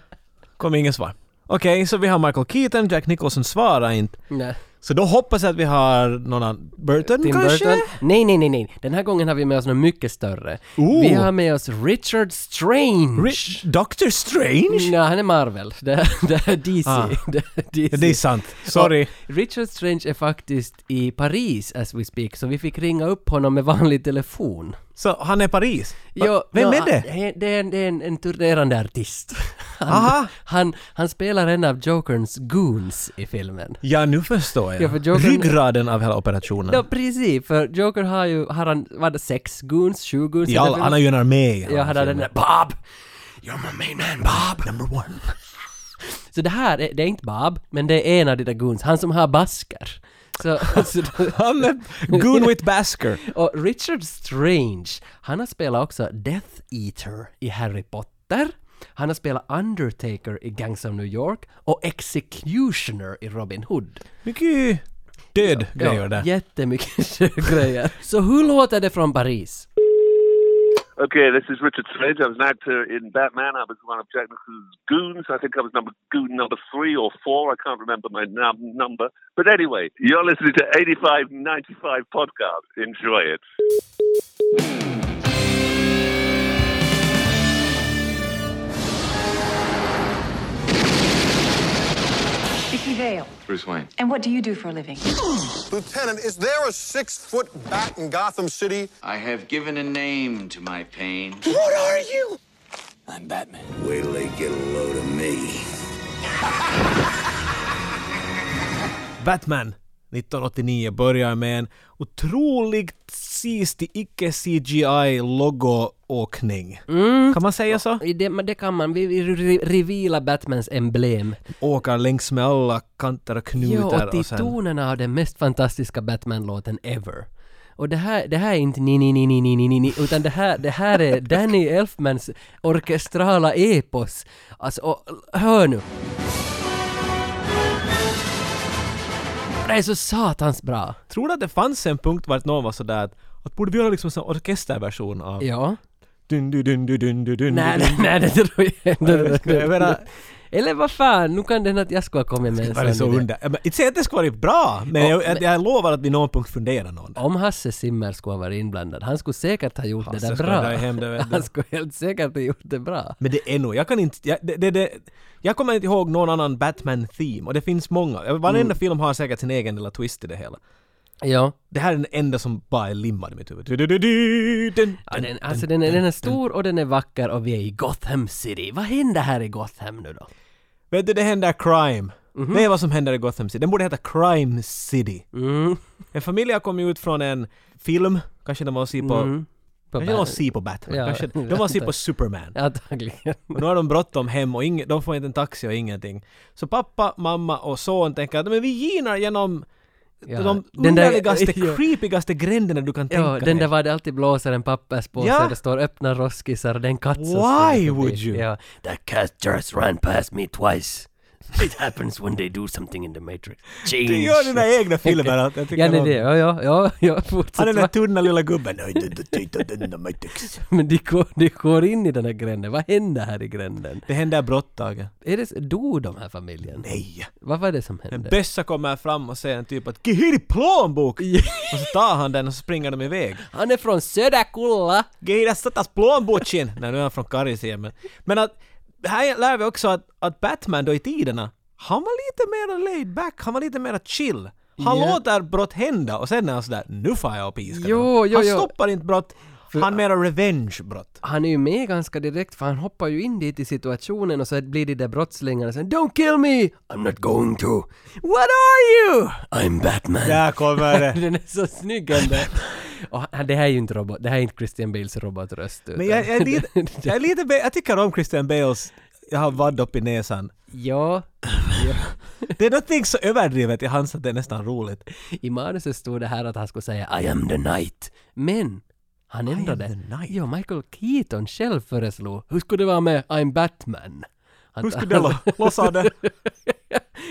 [SPEAKER 1] kom ingen svar. Okej, så vi har Michael Keaton, Jack Nicholson svarar inte.
[SPEAKER 2] Nej.
[SPEAKER 1] Så då hoppas jag att vi har någon annan, Burton
[SPEAKER 2] Tim
[SPEAKER 1] kanske?
[SPEAKER 2] Burton. Nej, nej, nej, nej. Den här gången har vi med oss något mycket större.
[SPEAKER 1] Ooh.
[SPEAKER 2] Vi har med oss Richard Strange.
[SPEAKER 1] Ri- Doctor Strange?
[SPEAKER 2] Nej, han är Marvel. Det är, det är DC.
[SPEAKER 1] Ah.
[SPEAKER 2] Det är DC.
[SPEAKER 1] Ja, det är sant. Sorry.
[SPEAKER 2] Richard Strange är faktiskt i Paris as we speak, så vi fick ringa upp honom med vanlig telefon.
[SPEAKER 1] Så han är Paris? Va-
[SPEAKER 2] Jo,
[SPEAKER 1] Vem
[SPEAKER 2] jo,
[SPEAKER 1] är det?
[SPEAKER 2] han- Det är, en, det är en, en turnerande artist. Han,
[SPEAKER 1] Aha.
[SPEAKER 2] Han, han spelar en av Jokerns goons i filmen.
[SPEAKER 1] Ja, nu förstår jag.
[SPEAKER 2] Ja, för Joker-
[SPEAKER 1] Ryggraden av hela operationen.
[SPEAKER 2] Ja, precis, för Joker har ju, har han, vad det, sex goons, sju goons? i
[SPEAKER 1] Ja,
[SPEAKER 2] den filmen?
[SPEAKER 1] han har ju en armé i
[SPEAKER 2] Ja,
[SPEAKER 1] hela
[SPEAKER 2] han hade den
[SPEAKER 1] filmen.
[SPEAKER 2] där Bob! You're my main man Bob! Number one. Så det här, är, det är inte Bob, men det är en av de där goons, han som har basker. Så, så då,
[SPEAKER 1] Han är Goon with Basker.
[SPEAKER 2] och Richard Strange, han har spelat också Death Eater i Harry Potter. Han har spelat Undertaker i Gangs of New York och Executioner i Robin Hood.
[SPEAKER 1] Mycket död grejer där.
[SPEAKER 2] jättemycket grejer. Så hur låter det från Paris?
[SPEAKER 3] Okay, this is Richard Strange. I was an actor in Batman. I was one of Jack Nicholson's goons. I think I was number goon number three or four. I can't remember my num- number. But anyway, you're listening to 8595 Podcast. Enjoy it.
[SPEAKER 4] Vicky Vale.
[SPEAKER 5] Bruce Wayne.
[SPEAKER 4] And what do you do for a living?
[SPEAKER 6] Lieutenant, is there a six foot bat in Gotham City?
[SPEAKER 5] I have given a name to my pain.
[SPEAKER 7] I'm Batman.
[SPEAKER 8] Wait till they get a load of me.
[SPEAKER 1] Batman 1989 börjar med en otroligt sistig icke-CGI-logo-åkning.
[SPEAKER 2] Mm.
[SPEAKER 1] Kan man säga så?
[SPEAKER 2] I Det, men det kan man, vi vi re- reveala Batmans emblem.
[SPEAKER 1] Åker längs med alla kanter och
[SPEAKER 2] Jo,
[SPEAKER 1] knutar
[SPEAKER 2] och till
[SPEAKER 1] och sen...
[SPEAKER 2] tonerna av den mest fantastiska Batman-låten ever. Och det här, det här är inte ni ni ni ni ni ni ni ni utan det här, det här är Danny Elfmans orkestrala epos. Alltså, och, hör nu! Det är så satans bra!
[SPEAKER 1] Tror du att det fanns en punkt vart någon var sådär att, att borde vi göra liksom en sån orkesterversion av...
[SPEAKER 2] Ja.
[SPEAKER 1] Dun, dun, dun, dun, dun, dun, dun,
[SPEAKER 2] Nej,
[SPEAKER 1] dun.
[SPEAKER 2] nej, nej, det tror jag
[SPEAKER 1] skulle Mm. jag mena-
[SPEAKER 2] inte. Eller vad fan, nu kan den att jag skulle ha kommit med
[SPEAKER 1] Det var
[SPEAKER 2] en
[SPEAKER 1] så
[SPEAKER 2] sån idé.
[SPEAKER 1] under. Ja, men Inte säg att det skulle varit bra, men,
[SPEAKER 2] Och-
[SPEAKER 1] jag, jag, jag lovar att vi någon punkt funderar någon.
[SPEAKER 2] Om Hasse Zimmer skulle ha varit inblandad, han skulle säkert ha gjort det
[SPEAKER 1] Hasse
[SPEAKER 2] där
[SPEAKER 1] skulle
[SPEAKER 2] bra.
[SPEAKER 1] dra hem det, vet du.
[SPEAKER 2] han skulle helt säkert ha gjort det bra.
[SPEAKER 1] Men det är nog, jag kan inte, jag, det, det, det, jag kommer inte ihåg någon annan Batman-theme och det finns många. Varenda
[SPEAKER 2] Mm.
[SPEAKER 1] film har säkert sin egen lilla twist i det hela.
[SPEAKER 2] Ja.
[SPEAKER 1] Det här är den enda som bara är limmad i mitt huvud. Du-du-du-du, dun,
[SPEAKER 2] Ja,
[SPEAKER 1] dun,
[SPEAKER 2] den, alltså den är, den är stor och den är vacker och vi är i Gotham City. Vad händer här i Gotham nu då?
[SPEAKER 1] Vet du, det händer crime.
[SPEAKER 2] Mhm.
[SPEAKER 1] Det är vad som händer i Gotham City. Den borde heta Crime City.
[SPEAKER 2] Mm.
[SPEAKER 1] En familj har kommit ut från en film, kanske de var och se på...
[SPEAKER 2] På
[SPEAKER 1] Kanske de var och
[SPEAKER 2] Bat-
[SPEAKER 1] se på Batman.
[SPEAKER 2] Mm. Ja,
[SPEAKER 1] kanske, de var och se på Superman.
[SPEAKER 2] Antagligen.
[SPEAKER 1] Och nu har de bråttom hem och ing- de får inte en taxi och ingenting. Så pappa, mamma och son tänker att men vi ginar genom
[SPEAKER 2] Ja,
[SPEAKER 1] de
[SPEAKER 2] den där-
[SPEAKER 1] underligaste,
[SPEAKER 2] ja.
[SPEAKER 1] creepigaste gränderna du kan
[SPEAKER 2] Ja,
[SPEAKER 1] tänka
[SPEAKER 2] den där
[SPEAKER 1] dig.
[SPEAKER 2] var det alltid blåser en papperspåse
[SPEAKER 1] Ja.
[SPEAKER 2] och det står öppna roskisar och den katt som
[SPEAKER 1] Why
[SPEAKER 2] springer förbi.
[SPEAKER 1] would you?
[SPEAKER 2] Ja. That cat just ran past me twice. It happens when they do something in the Matrix. Change.
[SPEAKER 1] Du gör dina egna filmer. alltså. Jag tycker
[SPEAKER 2] Ja, nej,
[SPEAKER 1] om-
[SPEAKER 2] det. Ja, ja, ja, ja
[SPEAKER 1] Han är
[SPEAKER 2] fortsätt.
[SPEAKER 1] den där
[SPEAKER 2] va?
[SPEAKER 1] tunna lilla gubben. Oj, du, du, du, du, du, du, Matrix.
[SPEAKER 2] Men de går, de går in i den här gränden. Vad händer här i gränden?
[SPEAKER 1] Det händer brottagen.
[SPEAKER 2] Är det, dog de här familjen?
[SPEAKER 1] Nej.
[SPEAKER 2] Vad var det som
[SPEAKER 1] En
[SPEAKER 2] hände?
[SPEAKER 1] bössa kommer fram och säger en typ att ”Ge hit din plånbok!” och så tar han den och så springer de iväg.
[SPEAKER 2] Han är från Söderkulla!
[SPEAKER 1] ”Ge hit den sattas plånboken!” Nej, nu är han från Karisien men... Men att... Här lär vi också att, att Batman då i tiderna, han var lite mer laid back, han var lite mer chill. Han
[SPEAKER 2] Ja.
[SPEAKER 1] låter brott hända och sen är han sådär ”Nu får jag och piska
[SPEAKER 2] Jo,
[SPEAKER 1] dem."
[SPEAKER 2] jo,
[SPEAKER 1] Han
[SPEAKER 2] jo.
[SPEAKER 1] stoppar inte brott, han mera revenge-brott.
[SPEAKER 2] Han är ju med ganska direkt för han hoppar ju in dit i situationen och så blir de där brottslingarna sen Don't kill me! I'm not going to! What are you? I'm Batman!
[SPEAKER 1] Där kommer det!
[SPEAKER 2] Den är så snygg ändå! Och han, det här är ju inte robot, det här är inte Christian Bales robotröst utan-
[SPEAKER 1] Men jag, jag, är lite, jag, är lite, be- jag tycker om Christian Bales jag har vadd upp i näsan.
[SPEAKER 2] Ja,
[SPEAKER 1] Det är någonting så överdrivet i hans att det är nästan roligt.
[SPEAKER 2] i manuset stod det här att han skulle säga I am the night. Men han ändrade.
[SPEAKER 1] the knight.
[SPEAKER 2] Ja, Michael Keaton själv föreslog. Hur skulle det vara med I'm Batman? Han,
[SPEAKER 1] Hur skulle jag lo- lossa det?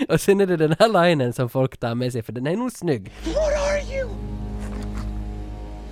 [SPEAKER 2] och sen är det den här linen som folk tar med sig för den är nog snygg.
[SPEAKER 7] What are you?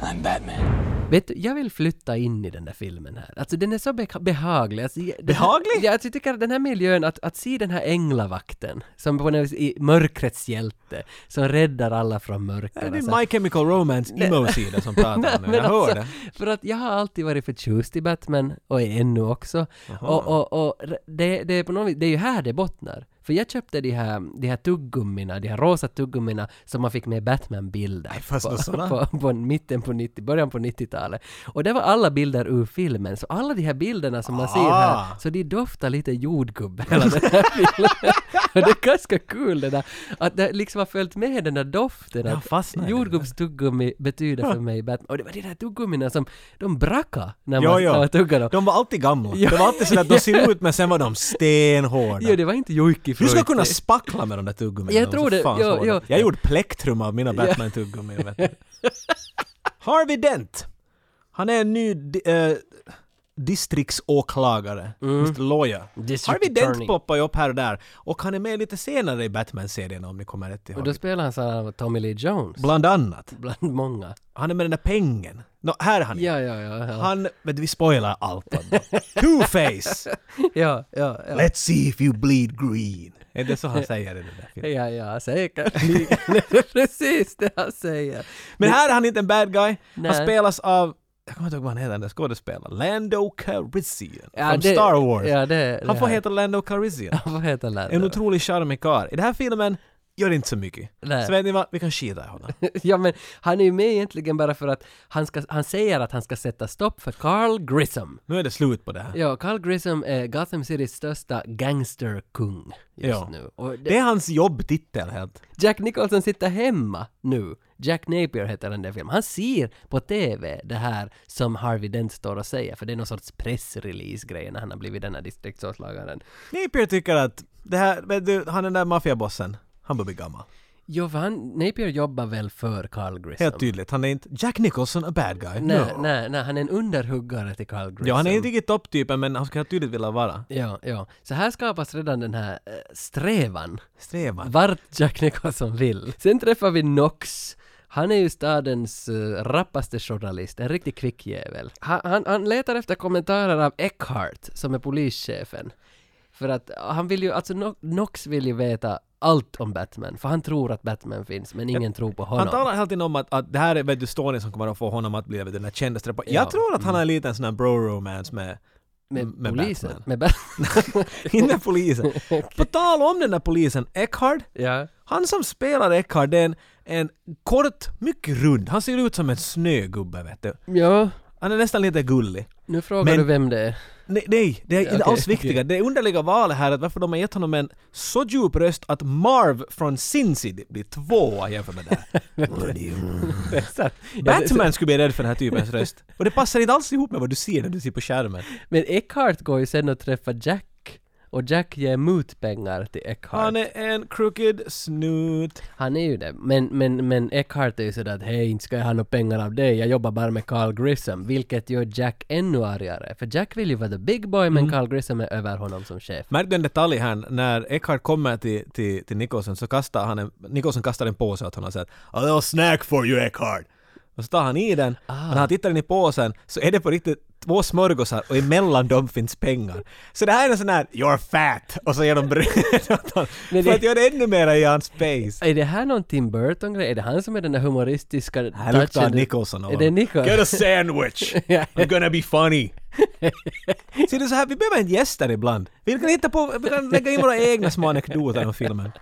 [SPEAKER 7] I'm Batman.
[SPEAKER 2] Vet du, jag vill flytta in i den där filmen här. Alltså den är så beha- behaglig. Alltså, jag- den
[SPEAKER 1] Behaglig?
[SPEAKER 2] Här, ja, alltså, jag tycker att den här miljön, att, att se den här änglavakten som på något vis är mörkrets hjälte, som räddar alla från
[SPEAKER 1] Det är
[SPEAKER 2] mörkret.
[SPEAKER 1] din My Chemical Romance emo-sida som pratar nu,
[SPEAKER 2] Men
[SPEAKER 1] jag hör
[SPEAKER 2] alltså,
[SPEAKER 1] det.
[SPEAKER 2] för att jag har alltid varit förtjust i Batman och är ännu också. Och, och, och r- det, det, är på något vis, det är ju här det bottnar. För jag köpte de här, de här tuggummina, de här rosa tuggummina som man fick med Batman-bilder.
[SPEAKER 1] fanns det såna?
[SPEAKER 2] på, på, på mitten på 90, början på 90-talet. Och det var alla bilder ur filmen. Så alla de här bilderna som man ser här,
[SPEAKER 1] Ah.
[SPEAKER 2] så de doftar lite jordgubbe hela den här filmen. Och det är ganska kul det där, att det liksom har följt med den där doften.
[SPEAKER 1] Jag
[SPEAKER 2] att
[SPEAKER 1] fastnar i det.
[SPEAKER 2] jordgubb tuggummi betyder för mig Batman. Och det var de där tuggummina som de bracka när
[SPEAKER 1] Jo,
[SPEAKER 2] man, när
[SPEAKER 1] jo.
[SPEAKER 2] man tuggade dem.
[SPEAKER 1] De var alltid gamla. Det var alltid sådär att de ser ut men sen var de stenhårda.
[SPEAKER 2] Jo, det var inte jojki
[SPEAKER 1] Du skulle
[SPEAKER 2] Fruity.
[SPEAKER 1] kunna spackla med de där tuggummina.
[SPEAKER 2] Jag
[SPEAKER 1] de var
[SPEAKER 2] tror
[SPEAKER 1] så
[SPEAKER 2] det.
[SPEAKER 1] fan
[SPEAKER 2] Jo,
[SPEAKER 1] svåra.
[SPEAKER 2] jo.
[SPEAKER 1] Jag gjorde plektrum av mina Batman-tuggummin, vet du. Harvey Dent. Han är en ny di- eh, distriktsåklagare. Mr. Lawyer.
[SPEAKER 2] Mm. District
[SPEAKER 1] Harvey
[SPEAKER 2] attorney.
[SPEAKER 1] Dent poppar ju upp här och där. Och han är med lite senare i Batman-serien om ni kommer rätt
[SPEAKER 2] Och
[SPEAKER 1] ihåg.
[SPEAKER 2] då spelade han så här Tommy Lee Jones.
[SPEAKER 1] Bland annat.
[SPEAKER 2] Bland många.
[SPEAKER 1] Han är med den där pengen. Nå, här är han
[SPEAKER 2] Ja, ja, ja. Ja,
[SPEAKER 1] Han, men vi spoilar allt om dem. Two-face!
[SPEAKER 2] ja, ja. ja.
[SPEAKER 1] Let's see if you bleed green. Är det så han säger i den där filmen?
[SPEAKER 2] Ja, ja, säkert. Det är Precis det han säger.
[SPEAKER 1] Men här är han inte en bad guy.
[SPEAKER 2] Nej.
[SPEAKER 1] Han spelas av, jag kommer inte ihåg vad han heter den där skådespelaren, Lando Calrissian
[SPEAKER 2] Ja,
[SPEAKER 1] från
[SPEAKER 2] det-
[SPEAKER 1] Star Wars.
[SPEAKER 2] ja, det-
[SPEAKER 1] han
[SPEAKER 2] det
[SPEAKER 1] får
[SPEAKER 2] här.
[SPEAKER 1] heta Lando Calrissian.
[SPEAKER 2] Vad heter
[SPEAKER 1] En
[SPEAKER 2] läraren?
[SPEAKER 1] otrolig charmig karl. I den här filmen gör det inte så mycket.
[SPEAKER 2] Nej.
[SPEAKER 1] Så vet ni vad, vi kan skita i honom.
[SPEAKER 2] Ja, men han är ju med egentligen bara för att han, ska, han säger att han ska sätta stopp för Carl Grissom.
[SPEAKER 1] Nu är det slut på det här.
[SPEAKER 2] Ja, Carl Grissom är Gotham Citys största gangsterkung just
[SPEAKER 1] Ja.
[SPEAKER 2] nu. Och det,
[SPEAKER 1] Det är hans jobbtitel helt.
[SPEAKER 2] Jack Nicholson sitter hemma nu. Jack Napier heter den där filmen. Han ser på TV det här som Harvey Dent står och säger, för det är någon sorts pressrelease-grej när han har blivit den här distriktsåklagaren.
[SPEAKER 1] Napier tycker att det här, vet du, han den där maffiabossen, han börjar bli gammal.
[SPEAKER 2] Jo, för han, Napier jobbar väl för Carl Grissom?
[SPEAKER 1] Helt tydligt, han är inte Jack Nicholson a bad guy.
[SPEAKER 2] Nej, liksom-
[SPEAKER 1] no.
[SPEAKER 2] nej, nej, han är en underhuggare till Carl Grissom.
[SPEAKER 1] Ja, han är inte riktigt topptypen men han skulle tydligt vilja vara.
[SPEAKER 2] Ja, ja. Så här skapas redan den här eh, strävan
[SPEAKER 1] Strävan.
[SPEAKER 2] vart Jack Nicholson vill. Sen träffar vi Knox. Han är ju stadens eh, rappaste journalist, en riktig kvickjävel. Han, han, han letar efter kommentarer av Eckhart, som är polischefen. För att eh, han vill ju, alltså Kno- Knox vill ju veta allt om Batman, för han tror att Batman finns, men ingen tror på honom.
[SPEAKER 1] Han talar hela tiden om att, att det här är vet du, storyn som kommer att få honom att bli vet du, den där kändaste rapparen. Jag
[SPEAKER 2] Ja, Mm.
[SPEAKER 1] tror att han har en liten sån här bro-romance med,
[SPEAKER 2] med,
[SPEAKER 1] med
[SPEAKER 2] polisen.
[SPEAKER 1] Batman.
[SPEAKER 2] Med Batman.
[SPEAKER 1] Inte polisen. På tal om den där polisen, Eckhard.
[SPEAKER 2] ja.
[SPEAKER 1] Han som spelar Eckhard det är en, en kort, mycket rund. Han ser ut som en snögubbe vet du.
[SPEAKER 2] ja,
[SPEAKER 1] Han är nästan lite gullig.
[SPEAKER 2] nu frågar
[SPEAKER 1] Men-
[SPEAKER 2] du vem det är.
[SPEAKER 1] Nej, nej det är inte
[SPEAKER 2] okej,
[SPEAKER 1] alls viktiga. Det underliga valet här är att varför de har gett honom en så djup röst att Marv från Sin City blir tvåa jämfört med det här. Batman skulle bli rädd för den här typens röst. Och det passar inte alls ihop med vad du ser när du ser på skärmen.
[SPEAKER 2] Men Eckhart går ju sen och träffar Jack Och Jack ger mutpengar till Eckhart.
[SPEAKER 1] Han är en crooked snut.
[SPEAKER 2] Han är ju det. Men, men, men Eckhart är ju sådär att hej, inte ska jag ha några pengar av dig, jag jobbar bara med Carl Grissom. Vilket gör Jack ännu argare. För Jack vill ju vara the big boy,
[SPEAKER 1] Mm.
[SPEAKER 2] men Carl Grissom är över honom som chef.
[SPEAKER 1] Märk den detalj här, när Eckhart kommer till, till, till Nicholson så kastar han en, Nicholson kastar en påse åt honom och säger A little snack for you Eckhart. Och så tar han i den,
[SPEAKER 2] Ah.
[SPEAKER 1] och när han tittar in i påsen så är det på riktigt två smörgåsar och emellan dem finns pengar. Så det här är en sån här “You're fat” och så ger de bröd åt honom.
[SPEAKER 2] Men
[SPEAKER 1] För
[SPEAKER 2] det-
[SPEAKER 1] att göra det ännu mera i hans face.
[SPEAKER 2] Är det här någon Tim Burton-grej? Är det han som är den där humoristiska
[SPEAKER 1] Här luktar
[SPEAKER 2] touchen?
[SPEAKER 1] Nicholson av
[SPEAKER 2] Är det
[SPEAKER 1] honom.
[SPEAKER 2] Nicholson?
[SPEAKER 1] Get a sandwich! I'm gonna be funny! Ser du så här, vi behöver en gäster ibland. Vi kan hitta på, vi kan lägga in våra egna små anekdoter om filmen.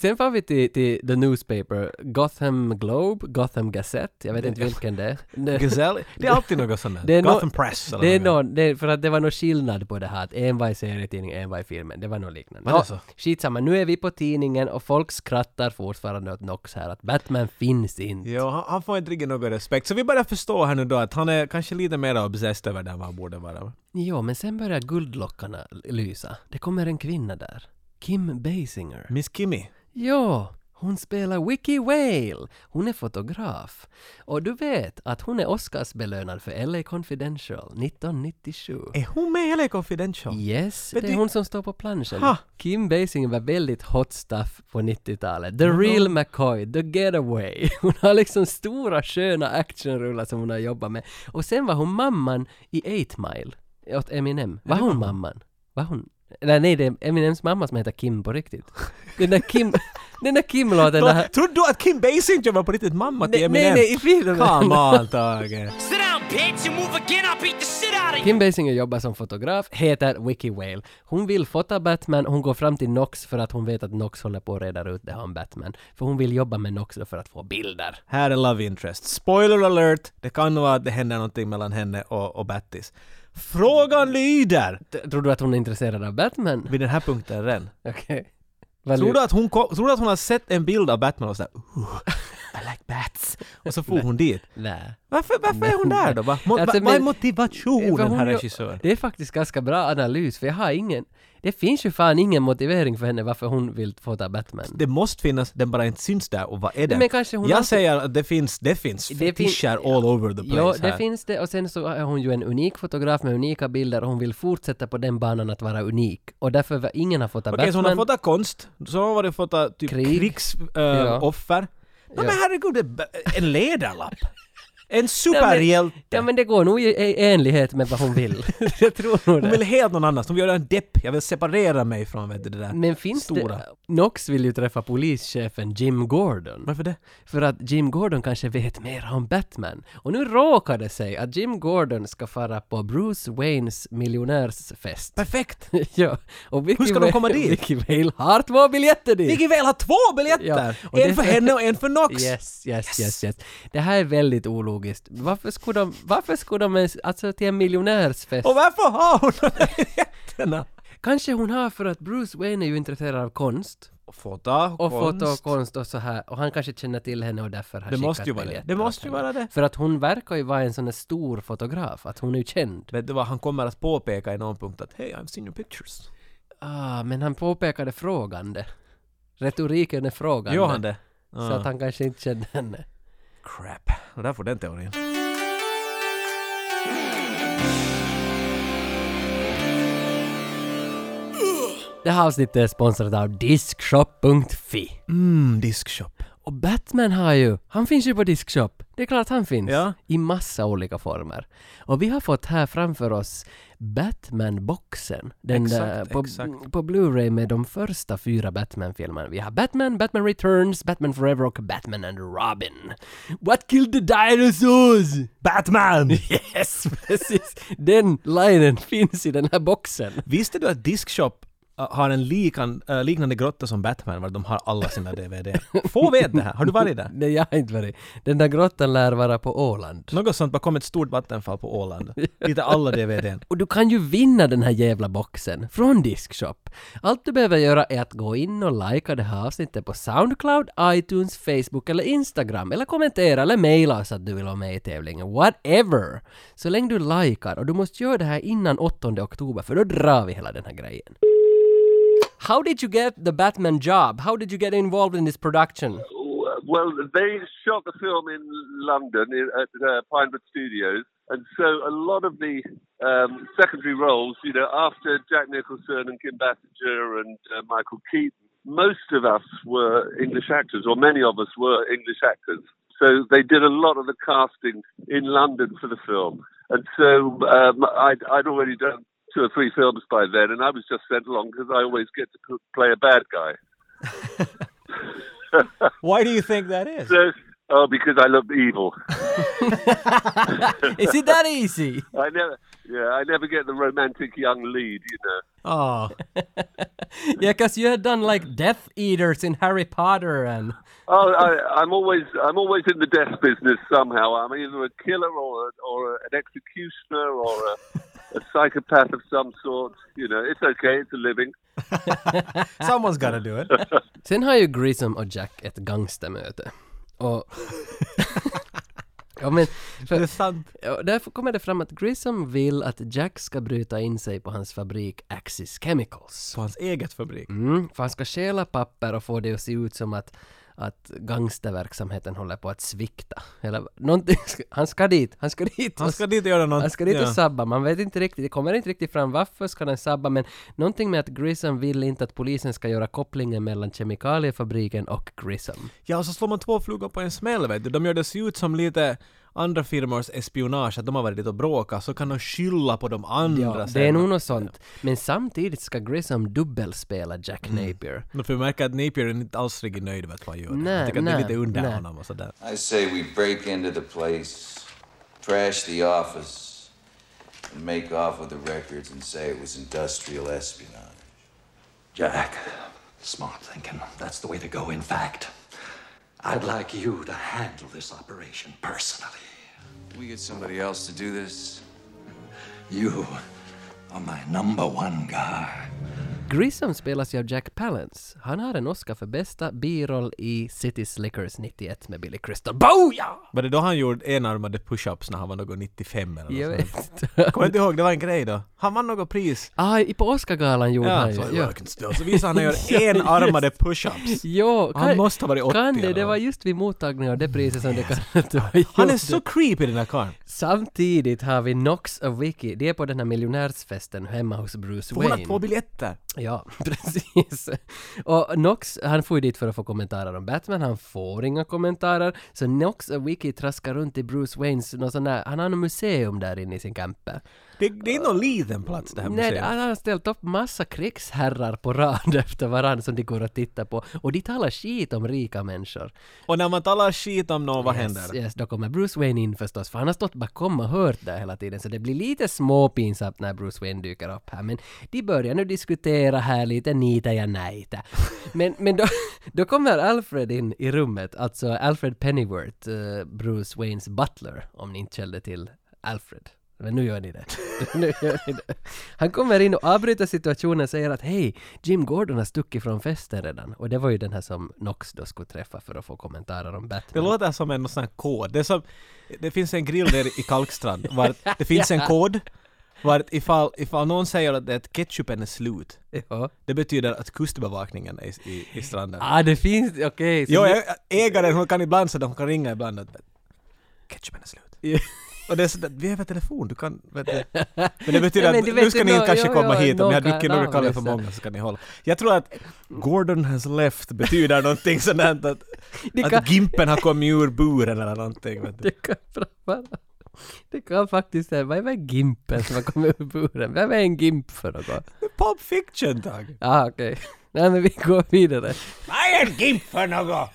[SPEAKER 2] Sen får vi till, till The Newspaper, Gotham Globe, Gotham Gazette, jag vet inte vilken det är. Det-
[SPEAKER 1] Gazelle, det är alltid något sånt
[SPEAKER 2] Det
[SPEAKER 1] där.
[SPEAKER 2] är nå-
[SPEAKER 1] Gotham Press eller
[SPEAKER 2] Det är
[SPEAKER 1] något.
[SPEAKER 2] någon, det, är- för att det var någon skillnad på det här, att en var i serietidningen, en var i filmen. Det var något liknande.
[SPEAKER 1] Var det
[SPEAKER 2] Nå,
[SPEAKER 1] så?
[SPEAKER 2] Skitsamma, nu är vi på tidningen och folk skrattar fortfarande åt Nox här, att Batman finns inte.
[SPEAKER 1] Jo, han, han får inte riktigt någon respekt. Så vi börjar förstå här nu då att han är kanske lite mer obsessed över det än vad han borde vara.
[SPEAKER 2] Jo, men sen börjar guldlockarna lysa. Det kommer en kvinna där. Kim Basinger.
[SPEAKER 1] Miss Kimmy.
[SPEAKER 2] Ja, hon spelar Wiki Whale. Hon är fotograf. Och du vet att hon är Oscarsbelönad för LA Confidential 1997.
[SPEAKER 1] Är hon med i LA Confidential?
[SPEAKER 2] Yes,
[SPEAKER 1] Men
[SPEAKER 2] det
[SPEAKER 1] det-
[SPEAKER 2] är hon som står på planschen.
[SPEAKER 1] Ha!
[SPEAKER 2] Kim Basinger var väldigt hot stuff på 90-talet.
[SPEAKER 1] Mm.
[SPEAKER 2] The real McCoy, the getaway. Hon har liksom stora sköna actionrullar som hon har jobbat med. Och sen var hon mamman i 8 Mile, åt Eminem. Var hon mamman? Var hon? Nej, nej, det är Eminems mamma som heter Kim på riktigt. Den där Kim, den där Kim-låten där han-
[SPEAKER 1] Tro- Trodde du att Kim Basinger var på riktigt mamma till
[SPEAKER 2] Nej, nej,
[SPEAKER 1] Eminem?
[SPEAKER 2] nej, i filmen!
[SPEAKER 1] Come on Tage!
[SPEAKER 9] Sit down, bitch, and move again. I'll beat the shit out of you.
[SPEAKER 2] Kim Basinger jobbar som fotograf, heter Wiki Whale. Hon vill fota Batman, hon går fram till Knox för att hon vet att Knox håller på att reda ut det här om Batman. För hon vill jobba med Knox då för att få bilder.
[SPEAKER 1] Här är Love Interest. Spoiler alert! Det kan vara att det händer någonting mellan henne och, och Battis. Frågan lyder!
[SPEAKER 2] T- Tror du att hon är intresserad av Batman?
[SPEAKER 1] Vid den här punkten redan.
[SPEAKER 2] Okej. Vad
[SPEAKER 1] Tror
[SPEAKER 2] lu-
[SPEAKER 1] du att hon, ko- tror du att hon har sett en bild av Batman och sådär "Ooh, I like bats” och så får hon dit?
[SPEAKER 2] Nej.
[SPEAKER 1] Varför, varför är hon där då? Va? Mo-
[SPEAKER 2] Alltså,
[SPEAKER 1] va, vad är
[SPEAKER 2] men-
[SPEAKER 1] motivationen,
[SPEAKER 2] Eh, För hon
[SPEAKER 1] herr
[SPEAKER 2] gör-
[SPEAKER 1] regissör?
[SPEAKER 2] Det är faktiskt ganska bra analys, för jag har ingen... Det finns ju fan ingen motivering för henne varför hon vill fota Batman.
[SPEAKER 1] Det måste finnas, den bara inte syns där och vad är det?
[SPEAKER 2] men kanske hon
[SPEAKER 1] jag
[SPEAKER 2] alltid-
[SPEAKER 1] säger att det finns, det finns
[SPEAKER 2] Det fin-
[SPEAKER 1] fetischer all over the place
[SPEAKER 2] Jo, det
[SPEAKER 1] här.
[SPEAKER 2] finns det och sen så är hon ju en unik fotograf med unika bilder och hon vill fortsätta på den banan att vara unik. Och därför var ingen har fotat
[SPEAKER 1] Okej,
[SPEAKER 2] Batman.
[SPEAKER 1] så hon har fått konst, så har hon varit fått typ
[SPEAKER 2] Krig. Ja.
[SPEAKER 1] krigsoffer. Nej
[SPEAKER 2] Ja.
[SPEAKER 1] men herregud, det är b- en ledarlapp! En
[SPEAKER 2] Ja, men-
[SPEAKER 1] superhjälte!
[SPEAKER 2] Ja men det går nog i, i enlighet med vad hon vill. jag tror nog
[SPEAKER 1] Hon
[SPEAKER 2] det.
[SPEAKER 1] vill helt någon annans, hon vill göra en depp, jag vill separera mig från vet du, det där
[SPEAKER 2] Men finns
[SPEAKER 1] stora.
[SPEAKER 2] det... Knox vill ju träffa polischefen Jim Gordon.
[SPEAKER 1] Varför det?
[SPEAKER 2] För att Jim Gordon kanske vet mer om Batman. Och nu råkar det sig att Jim Gordon ska fara på Bruce Waynes miljonärsfest.
[SPEAKER 1] Perfekt!
[SPEAKER 2] ja. Och Vicky
[SPEAKER 1] Hur ska de
[SPEAKER 2] Vale-
[SPEAKER 1] komma dit?
[SPEAKER 2] Vicky Vale har två biljetter dit!
[SPEAKER 1] Vicky väl har två biljetter!
[SPEAKER 2] Ja, och
[SPEAKER 1] en
[SPEAKER 2] det-
[SPEAKER 1] för henne och en för Nox!
[SPEAKER 2] Yes, yes, yes, yes. Det här är väldigt ologiskt. Varför skulle de, varför skulle de ens, alltså till en miljonärsfest?
[SPEAKER 1] Och varför har hon de där biljetterna?
[SPEAKER 2] Kanske hon har för att Bruce Wayne är ju intresserad av konst.
[SPEAKER 1] Fota
[SPEAKER 2] Och foto och konst och så här. Och han kanske känner till henne och därför har
[SPEAKER 1] Det måste
[SPEAKER 2] skickat
[SPEAKER 1] ju vara det.
[SPEAKER 2] biljetter
[SPEAKER 1] Det måste
[SPEAKER 2] åt
[SPEAKER 1] ju
[SPEAKER 2] henne.
[SPEAKER 1] vara det.
[SPEAKER 2] För att hon verkar ju vara en sån där stor fotograf. Att hon är ju känd.
[SPEAKER 1] Vet du vad, han kommer att påpeka i någon punkt att “Hey, I've seen your pictures”.
[SPEAKER 2] Ah, men han påpekade frågande. Retoriken är frågande.
[SPEAKER 1] Gör han det? Ah,
[SPEAKER 2] Så att han kanske inte kände henne.
[SPEAKER 1] Crap. Det där får den teorin.
[SPEAKER 2] Det här avsnittet är sponsrat av Diskshop.fi.
[SPEAKER 1] Mm, diskshop.
[SPEAKER 2] Och Batman har ju, han finns ju på Diskshop. Det är klart han finns.
[SPEAKER 1] Ja.
[SPEAKER 2] I massa olika former. Och vi har fått här framför oss Batman-boxen. Den
[SPEAKER 1] Exakt,
[SPEAKER 2] där på,
[SPEAKER 1] exakt.
[SPEAKER 2] på Blu-ray med de första fyra Batman-filmerna. Vi har Batman, Batman Returns, Batman Forever och Batman and Robin. What killed the dinosaurs?
[SPEAKER 1] Batman!
[SPEAKER 2] Yes, precis. Den linen finns i den här boxen.
[SPEAKER 1] Visste du att Diskshop äh, har en likan, äh, liknande grotta som Batman, var de har alla sina DVD. Få vet det här, har du varit där?
[SPEAKER 2] Nej, jag har inte varit. Den där grottan lär vara på Åland.
[SPEAKER 1] Något sånt, bara kom ett stort vattenfall på Åland. Lite alla DVDn.
[SPEAKER 2] Och du kan ju vinna den här jävla boxen från Diskshop. Allt du behöver göra är att gå in och likea det här avsnittet på Soundcloud, iTunes, Facebook eller Instagram eller kommentera eller mejla oss att du vill vara med i tävlingen. Whatever! Så länge du likar och du måste göra det här innan 8 oktober för då drar vi hela den här grejen. How did you get the Batman job? How did you get involved in this production?
[SPEAKER 3] Well, they shot the film in London i- at uh, Pinewood Studios, and so a lot of the um, secondary roles, you know, after Jack Nicholson and Kim Basinger and uh, Michael Keaton, most of us were English actors, or many of us were English actors. So they did a lot of the casting in London for the film, and so um, I'd, I'd already done two or three films by then, and I was just sent along because I always get to p- play a bad guy.
[SPEAKER 1] Why do you think that is?
[SPEAKER 3] So, oh, because I love evil.
[SPEAKER 2] Is it that easy?
[SPEAKER 3] I never, yeah, I never get the romantic young lead, you know.
[SPEAKER 1] Ah,
[SPEAKER 2] yeah, because you had done like Death Eaters in Harry Potter and...
[SPEAKER 3] Oh, I, I'm always, I'm always in the death business somehow. I'm either a killer or, a, or a, an executioner or a, a psychopath of some sort. You know, it's okay, it's a living.
[SPEAKER 1] someone's gotta do it.
[SPEAKER 2] Sen har ju Grissom och Jack ett gangstermöte. Och... ja men...
[SPEAKER 1] Det är
[SPEAKER 2] För,
[SPEAKER 1] sant.
[SPEAKER 2] ja, därför kommer det fram att Grissom vill att Jack ska bryta in sig på hans fabrik Axis Chemicals.
[SPEAKER 1] På hans eget fabrik.
[SPEAKER 2] Mm, för han ska stjäla papper och få det att se ut som att, att gangsterverksamheten håller på att svikta. Eller någonting. Han ska dit, han ska dit.
[SPEAKER 1] Han
[SPEAKER 2] och-
[SPEAKER 1] ska dit och göra något.
[SPEAKER 2] han ska dit och
[SPEAKER 1] ja.
[SPEAKER 2] sabba, man vet inte riktigt, det kommer inte riktigt fram varför ska den sabba men någonting med att Grissom vill inte att polisen ska göra kopplingen mellan kemikaliefabriken och Grissom.
[SPEAKER 1] Ja, och så slår man två flugor på en smäll vet du. De gör det se ut som lite andra firmors espionage, att de har varit dit och bråkat, så kan de skylla på de andra
[SPEAKER 2] Ja, det är nog något sånt. Men samtidigt ska Grissom dubbelspela Jack
[SPEAKER 1] Mm.
[SPEAKER 2] Napier.
[SPEAKER 1] Men För vi märker att Napier är inte alls riktigt nöjd med att man gör det.
[SPEAKER 2] Nej,
[SPEAKER 1] jag tycker att det är
[SPEAKER 2] nej,
[SPEAKER 1] lite under
[SPEAKER 2] nej.
[SPEAKER 1] honom och sådär.
[SPEAKER 5] I say we break into the place, trash the office, and make off with the records and say it was industrial espionage.
[SPEAKER 7] Jack, smart thinking. That's the way to go, in fact. I'd like you to handle this operation personally.
[SPEAKER 5] Can we get somebody else to do this?
[SPEAKER 7] You are my number one guy.
[SPEAKER 2] Grissom spelas ju av Jack Palance. Han har en Oscar för bästa biroll i City Slickers 91 med Billy Crystal. Boja!
[SPEAKER 1] Var det då han gjorde enarmade push-ups när han var något 95 eller
[SPEAKER 2] Jag
[SPEAKER 1] något sånt?
[SPEAKER 2] vet
[SPEAKER 1] Kommer inte ihåg, det var en grej då. Han vann något pris.
[SPEAKER 2] Ah, i- på Oscargalan gjorde
[SPEAKER 1] Ja,
[SPEAKER 2] han ju.
[SPEAKER 1] så
[SPEAKER 2] ja.
[SPEAKER 1] jag kan stå. Så visade han att han gör enarmade push-ups.
[SPEAKER 2] Jo,
[SPEAKER 1] Han måste ha varit 80
[SPEAKER 2] Kan det?
[SPEAKER 1] eller
[SPEAKER 2] Det
[SPEAKER 1] något.
[SPEAKER 2] var just vid mottagningen av det priset som det kan att du har
[SPEAKER 1] Han är
[SPEAKER 2] gjort
[SPEAKER 1] så
[SPEAKER 2] det.
[SPEAKER 1] creepy den där karln.
[SPEAKER 2] Samtidigt har vi Knox och Vicky. De är på den här miljonärsfesten hemma hos Bruce
[SPEAKER 1] Får hon ha
[SPEAKER 2] Wayne.
[SPEAKER 1] två biljetter?
[SPEAKER 2] Ja, precis. Och Knox, han får ju dit för att få kommentarer om Batman, han får inga kommentarer. Så Knox och Vicky traskar runt i Bruce Waynes, någon sån där, han har något museum där inne i sin camper.
[SPEAKER 1] Det, det är inte någon liten plats det här
[SPEAKER 2] Nej,
[SPEAKER 1] museet.
[SPEAKER 2] han har ställt upp massa krigsherrar på rad efter varandra som de går att titta på. Och de talar skit om rika människor.
[SPEAKER 1] Och när man talar skit om någon, vad händer?
[SPEAKER 2] Yes, yes, då kommer Bruce Wayne in förstås, för han har stått bakom och hört det hela tiden, så det blir lite småpinsamt när Bruce Wayne dyker upp här, men de börjar nu diskutera här lite, nita ja najta. Men, men då, då kommer Alfred in i rummet, alltså Alfred Pennyworth, eh, Bruce Waynes butler, om ni inte kände till Alfred. Men nu gör ni det. nu gör ni det. Han kommer in och avbryter situationen och säger att hej, Jim Gordon har stuckit från festen redan. Och det var ju den här som Knox då skulle träffa för att få kommentarer om Batman.
[SPEAKER 1] Det låter som en sån här kod. Det, är som, det finns en grill där i Kalkstrand. Var det finns en kod. Vart ifall, ifall någon säger att, det, att ketchupen är slut,
[SPEAKER 2] Ja.
[SPEAKER 1] det betyder att kustbevakningen är i, i, i stranden.
[SPEAKER 2] Ah, det finns, okej. så
[SPEAKER 1] Jo,
[SPEAKER 2] nu-
[SPEAKER 1] jag, ägaren hon kan ibland så hon kan ringa ibland att ketchupen är slut. Och det är sådär, vi har väl telefon, du kan... Vet du. Men det betyder
[SPEAKER 2] Ja, men
[SPEAKER 1] att
[SPEAKER 2] du
[SPEAKER 1] nu
[SPEAKER 2] vet
[SPEAKER 1] ska
[SPEAKER 2] ju
[SPEAKER 1] ni inte
[SPEAKER 2] nå-
[SPEAKER 1] kanske
[SPEAKER 2] jo,
[SPEAKER 1] komma
[SPEAKER 2] jo,
[SPEAKER 1] hit, om jag
[SPEAKER 2] någon
[SPEAKER 1] dricker
[SPEAKER 2] kan-
[SPEAKER 1] några kallar för
[SPEAKER 2] ja,
[SPEAKER 1] många så kan ni hålla. Jag tror att Gordon has left betyder någonting sånt där att, att,
[SPEAKER 2] kan-
[SPEAKER 1] Gimpen har kommit ur buren eller någonting. Vet du.
[SPEAKER 2] Det kan bra vara. Det kan faktiskt vara, vad är Gimpen som har kommit ur buren? Vem är en Gimp för något? Ja,
[SPEAKER 1] Pop fiction, Dag!
[SPEAKER 2] ah, okej. Nej, men vi går vidare.
[SPEAKER 1] Vad är en Gimp för något?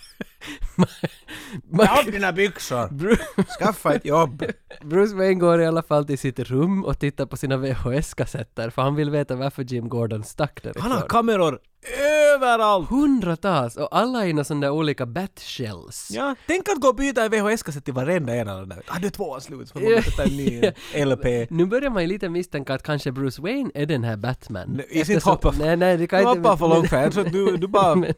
[SPEAKER 1] Ta av dina byxor!
[SPEAKER 2] Bru-
[SPEAKER 1] Skaffa ett jobb!
[SPEAKER 2] Bruce Wayne går i alla fall till sitt rum och tittar på sina VHS-kassetter för han vill veta varför Jim Gordon stack
[SPEAKER 1] Han har
[SPEAKER 2] därifrån.
[SPEAKER 1] kameror överallt!
[SPEAKER 2] Hundratals och alla är i några sådana där olika bat-shells.
[SPEAKER 1] Ja, tänk att gå och byta en VHS-kassett till varenda Ah, en av de där. Har du två slut så får man sätta en ny LP.
[SPEAKER 2] Nu börjar man ju lite misstänka att kanske Bruce Wayne är den här Batman.
[SPEAKER 1] Nej, i sitt
[SPEAKER 2] Eftersom-
[SPEAKER 1] hoppa-
[SPEAKER 2] Nej, nej, det kan
[SPEAKER 1] Du
[SPEAKER 2] inte...
[SPEAKER 1] hoppar för
[SPEAKER 2] men-
[SPEAKER 1] långt fram, jag tror att du, du bara
[SPEAKER 2] Men-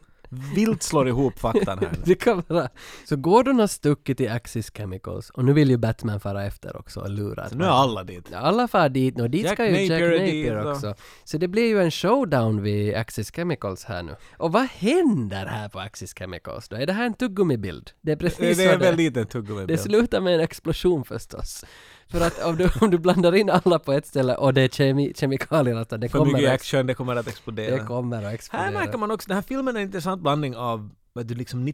[SPEAKER 1] vilt slår ihop faktan här.
[SPEAKER 2] Det kan vara... Så Gordon har stuckit till Axis Chemicals och nu vill ju Batman fara efter också och lura. att
[SPEAKER 1] Nu är
[SPEAKER 2] man-
[SPEAKER 1] alla dit.
[SPEAKER 2] Alla far dit och dit
[SPEAKER 1] Jack
[SPEAKER 2] ska ju Jack
[SPEAKER 1] Napier är
[SPEAKER 2] Napier
[SPEAKER 1] dit och-
[SPEAKER 2] också. Så det blir ju en showdown vid Axis Chemicals här nu. Och vad händer här på Axis Chemicals då? Är det här en tuggummibild? Det är
[SPEAKER 1] Det
[SPEAKER 2] precis
[SPEAKER 1] det är
[SPEAKER 2] så
[SPEAKER 1] en
[SPEAKER 2] det är.
[SPEAKER 1] väldigt liten tuggummi.
[SPEAKER 2] Det slutar med en explosion förstås. För att om du, om du blandar in alla på ett ställe och det är kemi, kemikalier, alltså, det,
[SPEAKER 1] För mycket
[SPEAKER 2] kommer att,
[SPEAKER 1] action, det kommer att
[SPEAKER 2] det
[SPEAKER 1] explodera.
[SPEAKER 2] kommer att
[SPEAKER 1] Här
[SPEAKER 2] explodera.
[SPEAKER 1] märker man också, den här filmen är en intressant blandning av vad du, liksom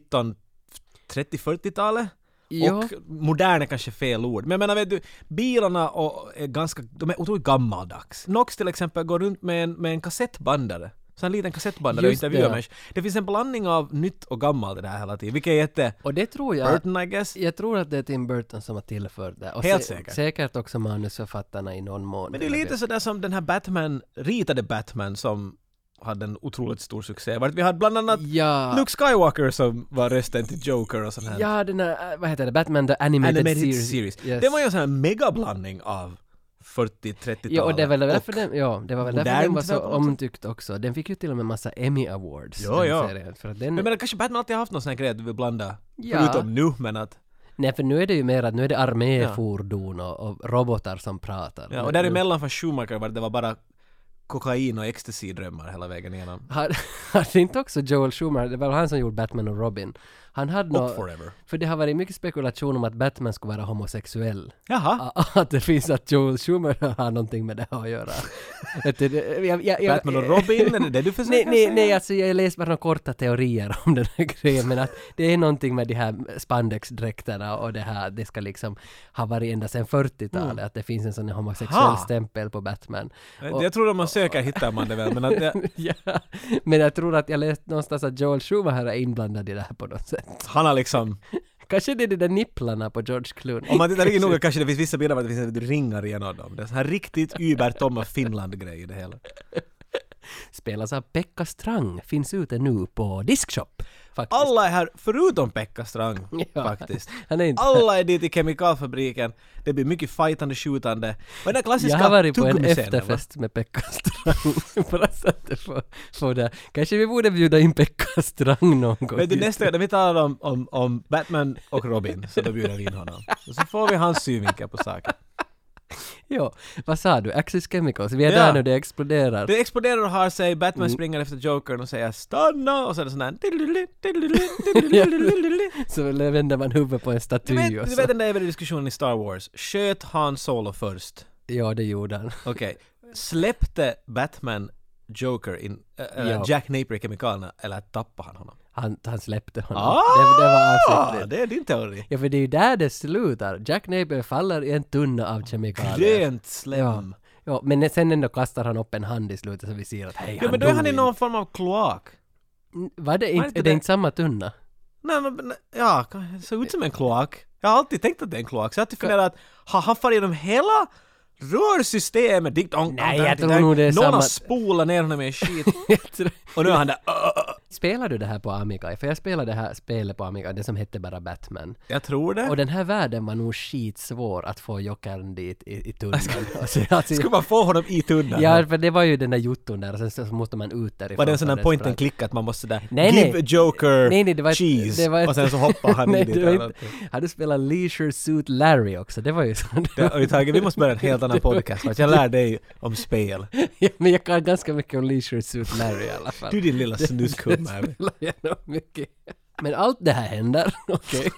[SPEAKER 1] 1930-40-talet
[SPEAKER 2] Ja.
[SPEAKER 1] och modern är kanske fel ord. Men jag menar vet du, bilarna och är ganska, de är otroligt gammaldags. Knox till exempel går runt med en, med en kassettbandare. Så en liten kassettbandare och
[SPEAKER 2] Just det,
[SPEAKER 1] intervjuar
[SPEAKER 2] ja.
[SPEAKER 1] människor. Det finns en blandning av nytt och gammalt i det här hela tiden, vilket är jätte...
[SPEAKER 2] Och det tror jag...
[SPEAKER 1] Burton I guess.
[SPEAKER 2] Jag tror att det är Tim Burton som har tillfört det. Och
[SPEAKER 1] Helt säkert.
[SPEAKER 2] Säkert också manusförfattarna i någon mån.
[SPEAKER 1] Men det är lite sådär som den här Batman, ritade Batman som hade en otroligt stor succé. Vart Vi hade bland annat
[SPEAKER 2] Ja.
[SPEAKER 1] Luke Skywalker som var rösten till Joker och sånt här.
[SPEAKER 2] Ja, den här, äh, vad heter det, Batman the Animated,
[SPEAKER 1] Animated
[SPEAKER 2] Series.
[SPEAKER 1] Series.
[SPEAKER 2] Yes.
[SPEAKER 1] Det var ju en sån här megablandning av 40-30-talet.
[SPEAKER 2] Ja, och det var väl därför
[SPEAKER 1] och-
[SPEAKER 2] den, ja, det var väl därför
[SPEAKER 1] modernt
[SPEAKER 2] den var så
[SPEAKER 1] väl på något sätt.
[SPEAKER 2] omtyckt också. Den fick ju till och med massa Emmy Awards.
[SPEAKER 1] Ja,
[SPEAKER 2] den
[SPEAKER 1] ja.
[SPEAKER 2] Serien, för att den,
[SPEAKER 1] Men, men Mm. kanske Batman alltid har haft någon sån här grej att du vill blanda.
[SPEAKER 2] Ja.
[SPEAKER 1] Förutom nu, men att...
[SPEAKER 2] Nej, för nu är det ju mer att nu är det arméfordon och, och robotar som pratar.
[SPEAKER 1] Ja, och
[SPEAKER 2] Men-
[SPEAKER 1] däremellan från Schumacher var det, det var bara kokain och ecstasy-drömmar hela vägen igenom.
[SPEAKER 2] Har- Hade inte också Joel Schumacher, det var han som gjorde Batman och Robin. Han hade
[SPEAKER 1] Och
[SPEAKER 2] nå
[SPEAKER 1] Forever.
[SPEAKER 2] För det har varit mycket spekulation om att Batman skulle vara homosexuell.
[SPEAKER 1] Jaha.
[SPEAKER 2] Att det finns att Joel Schumacher har någonting med det här att göra. Att det- det- jag- jag- jag-
[SPEAKER 1] Batman och Robin, är det det du
[SPEAKER 2] Nej,
[SPEAKER 1] försöker
[SPEAKER 2] nej,
[SPEAKER 1] säga?
[SPEAKER 2] nej, alltså jag läste bara några korta teorier om den här grejen, men att det är någonting med de här spandexdräkterna och det här, det ska liksom ha varit ända sedan 40-talet,
[SPEAKER 1] Mm.
[SPEAKER 2] att det finns en sån här homosexuell
[SPEAKER 1] Ha. stämpel
[SPEAKER 2] stämpel på Batman.
[SPEAKER 1] Jag tror om man söker hittar man det väl, men att det,
[SPEAKER 2] ja, men jag tror att jag läste någonstans att Joel Schumacher är inblandad i det här på något sätt.
[SPEAKER 1] han har liksom...
[SPEAKER 2] Kanske det är de där nipplarna på George Clooney.
[SPEAKER 1] Om man tittar riktigt noga kanske det finns vissa bilder där det finns ringar i en av dem. Det är så här riktigt Uber Tom och Finland-grej i det hela.
[SPEAKER 2] Spelas av Pekka Strang, finns ute nu på Diskshop. Faktiskt.
[SPEAKER 1] Alla är här förutom Pekka Strang
[SPEAKER 2] Ja.
[SPEAKER 1] faktiskt.
[SPEAKER 2] Han är inte-
[SPEAKER 1] Alla är dit i kemikalfabriken. Det blir mycket fightande, skjutande. Vad är den
[SPEAKER 2] Jag
[SPEAKER 1] klassiska
[SPEAKER 2] har varit på en
[SPEAKER 1] tuggummiscenen, va?
[SPEAKER 2] efterfest med Pekka Strang. Bara så att det får, får det. Kanske vi borde bjuda in Pekka Strang någon gång.
[SPEAKER 1] Men du, nästa gång när vi talar om, om, om Batman och Robin så då bjuder vi in honom. Och så får vi hans synvinkel på saken.
[SPEAKER 2] Ja, vad sa du? Axis Chemicals? Vi är
[SPEAKER 1] Ja.
[SPEAKER 2] där nu, det exploderar.
[SPEAKER 1] Det exploderar och har sig, Batman
[SPEAKER 2] Mm.
[SPEAKER 1] springer efter Jokern och säger stanna och så är det sån här...
[SPEAKER 2] Så vänder man huvudet på en
[SPEAKER 1] Du vet,
[SPEAKER 2] staty och
[SPEAKER 1] du
[SPEAKER 2] så.
[SPEAKER 1] vet den där eviga diskussionen i Star Wars. Sköt Han Solo först?
[SPEAKER 2] Ja, det gjorde han.
[SPEAKER 1] Okej. Släppte Batman Joker in... Äh, eller
[SPEAKER 2] Ja.
[SPEAKER 1] Jack Napier i kemikalierna eller tappade han honom?
[SPEAKER 2] Han, han släppte honom.
[SPEAKER 1] Ah!
[SPEAKER 2] Det, det var avsiktligt.
[SPEAKER 1] Det är din teori.
[SPEAKER 2] Ja, för det är ju där det slutar. Jack Napier faller i en tunna av kemikalier.
[SPEAKER 1] Grönt slem.
[SPEAKER 2] Ja, men sen ändå kastar han upp en hand i slutet så vi ser att hej,
[SPEAKER 1] Ja, men då är han i någon form av kloak.
[SPEAKER 2] Var det inte,
[SPEAKER 1] inte
[SPEAKER 2] är det
[SPEAKER 1] det-
[SPEAKER 2] inte samma tunna?
[SPEAKER 1] Nej, men, men- ja, det ser ut som en kloak. Jag har alltid tänkt att det är en kloak, så jag har alltid funderat att har han farit genom hela rörsystemet? Dick, dong, dong,
[SPEAKER 2] Nej,
[SPEAKER 1] dong,
[SPEAKER 2] jag
[SPEAKER 1] dong,
[SPEAKER 2] tror
[SPEAKER 1] dong.
[SPEAKER 2] nog det är
[SPEAKER 1] Någon
[SPEAKER 2] samma-
[SPEAKER 1] har spolat ner honom i skit. Och nu är han där... "Åh, åh, åh."
[SPEAKER 2] Spelar du det här på Amiga? För jag spelade det här spelet på Amiga, det som hette bara Batman.
[SPEAKER 1] Jag tror det.
[SPEAKER 2] Och den här världen var nog skitsvår att få jokern dit i, i tunneln. Alltså, alltså,
[SPEAKER 1] Ska man få honom i tunneln?
[SPEAKER 2] ja, för det var ju den där jutton där och sen så så måste man ut därifrån.
[SPEAKER 1] Var det en sån
[SPEAKER 2] för
[SPEAKER 1] där point
[SPEAKER 2] sprang-
[SPEAKER 1] and click att man måste där
[SPEAKER 2] Nej,
[SPEAKER 1] Give
[SPEAKER 2] nej.
[SPEAKER 1] a Joker
[SPEAKER 2] Nej, nej, det var ett-
[SPEAKER 1] cheese
[SPEAKER 2] det var ett-
[SPEAKER 1] och sen så hoppar han
[SPEAKER 2] Nej,
[SPEAKER 1] in dit.
[SPEAKER 2] det var
[SPEAKER 1] eller
[SPEAKER 2] inte-
[SPEAKER 1] någonting.
[SPEAKER 2] Har du spelat Leisure Suit Larry också? Det var ju sånt.
[SPEAKER 1] Det- oj, Tage, vi måste börja en helt annan podcast för att jag lär dig om spel.
[SPEAKER 2] Ja, men jag kan ganska mycket om Leisure Suit Larry i alla fall.
[SPEAKER 1] Du din lilla snuskumma.
[SPEAKER 2] spelar jag nog mycket. Men allt det här händer, okej.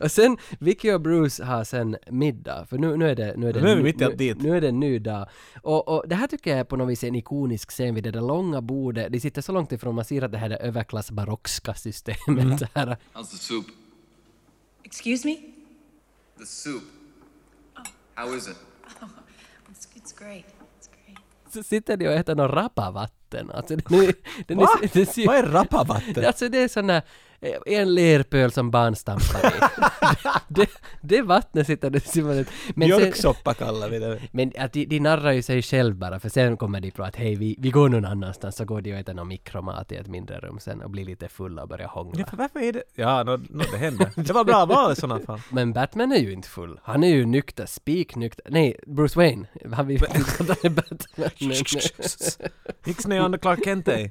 [SPEAKER 2] Och sen, Vicky och Bruce har sen middag, för nu, nu är det... Nu är det,
[SPEAKER 1] Nu är vi
[SPEAKER 2] ny-
[SPEAKER 1] mitt i allt dit.
[SPEAKER 2] Nu är det en ny dag. Och, och det här tycker jag är på något vis en ikonisk scen vid det där långa bordet. De sitter så långt ifrån, man ser att det här är överklassbarockska systemet.
[SPEAKER 1] Mm.
[SPEAKER 2] Så här.
[SPEAKER 5] How's the soup?
[SPEAKER 4] Excuse me?
[SPEAKER 5] The soup. How is it?
[SPEAKER 4] It's, it's great. It's great.
[SPEAKER 2] Så sitter de och äter någon rapavatten. Alltså, den är, den är,
[SPEAKER 1] Va?
[SPEAKER 2] den ser-
[SPEAKER 1] Vad är rappavatten?
[SPEAKER 2] Alltså det är sån där eh, en lerpöl som barn stampar i. det, det vattnet sitter det i munnen. Men sen-
[SPEAKER 1] Björksoppa kallar vi det.
[SPEAKER 2] men att de, de narrar ju sig själv bara, för sen kommer de på att hej, vi, vi går någon annanstans, så går de och äter någon mikromat i ett mindre rum sen och blir lite fulla och börjar hångla.
[SPEAKER 1] Ja, för varför är det... Ja, nå nå, det hände. Det var bra val i sådana fall.
[SPEAKER 2] Men Batman är ju inte full. Han är ju nykter, spiknykter. Nej, Bruce Wayne. Han vill inte att han är Batman. men-
[SPEAKER 1] Gick snö under Clark Kent ej?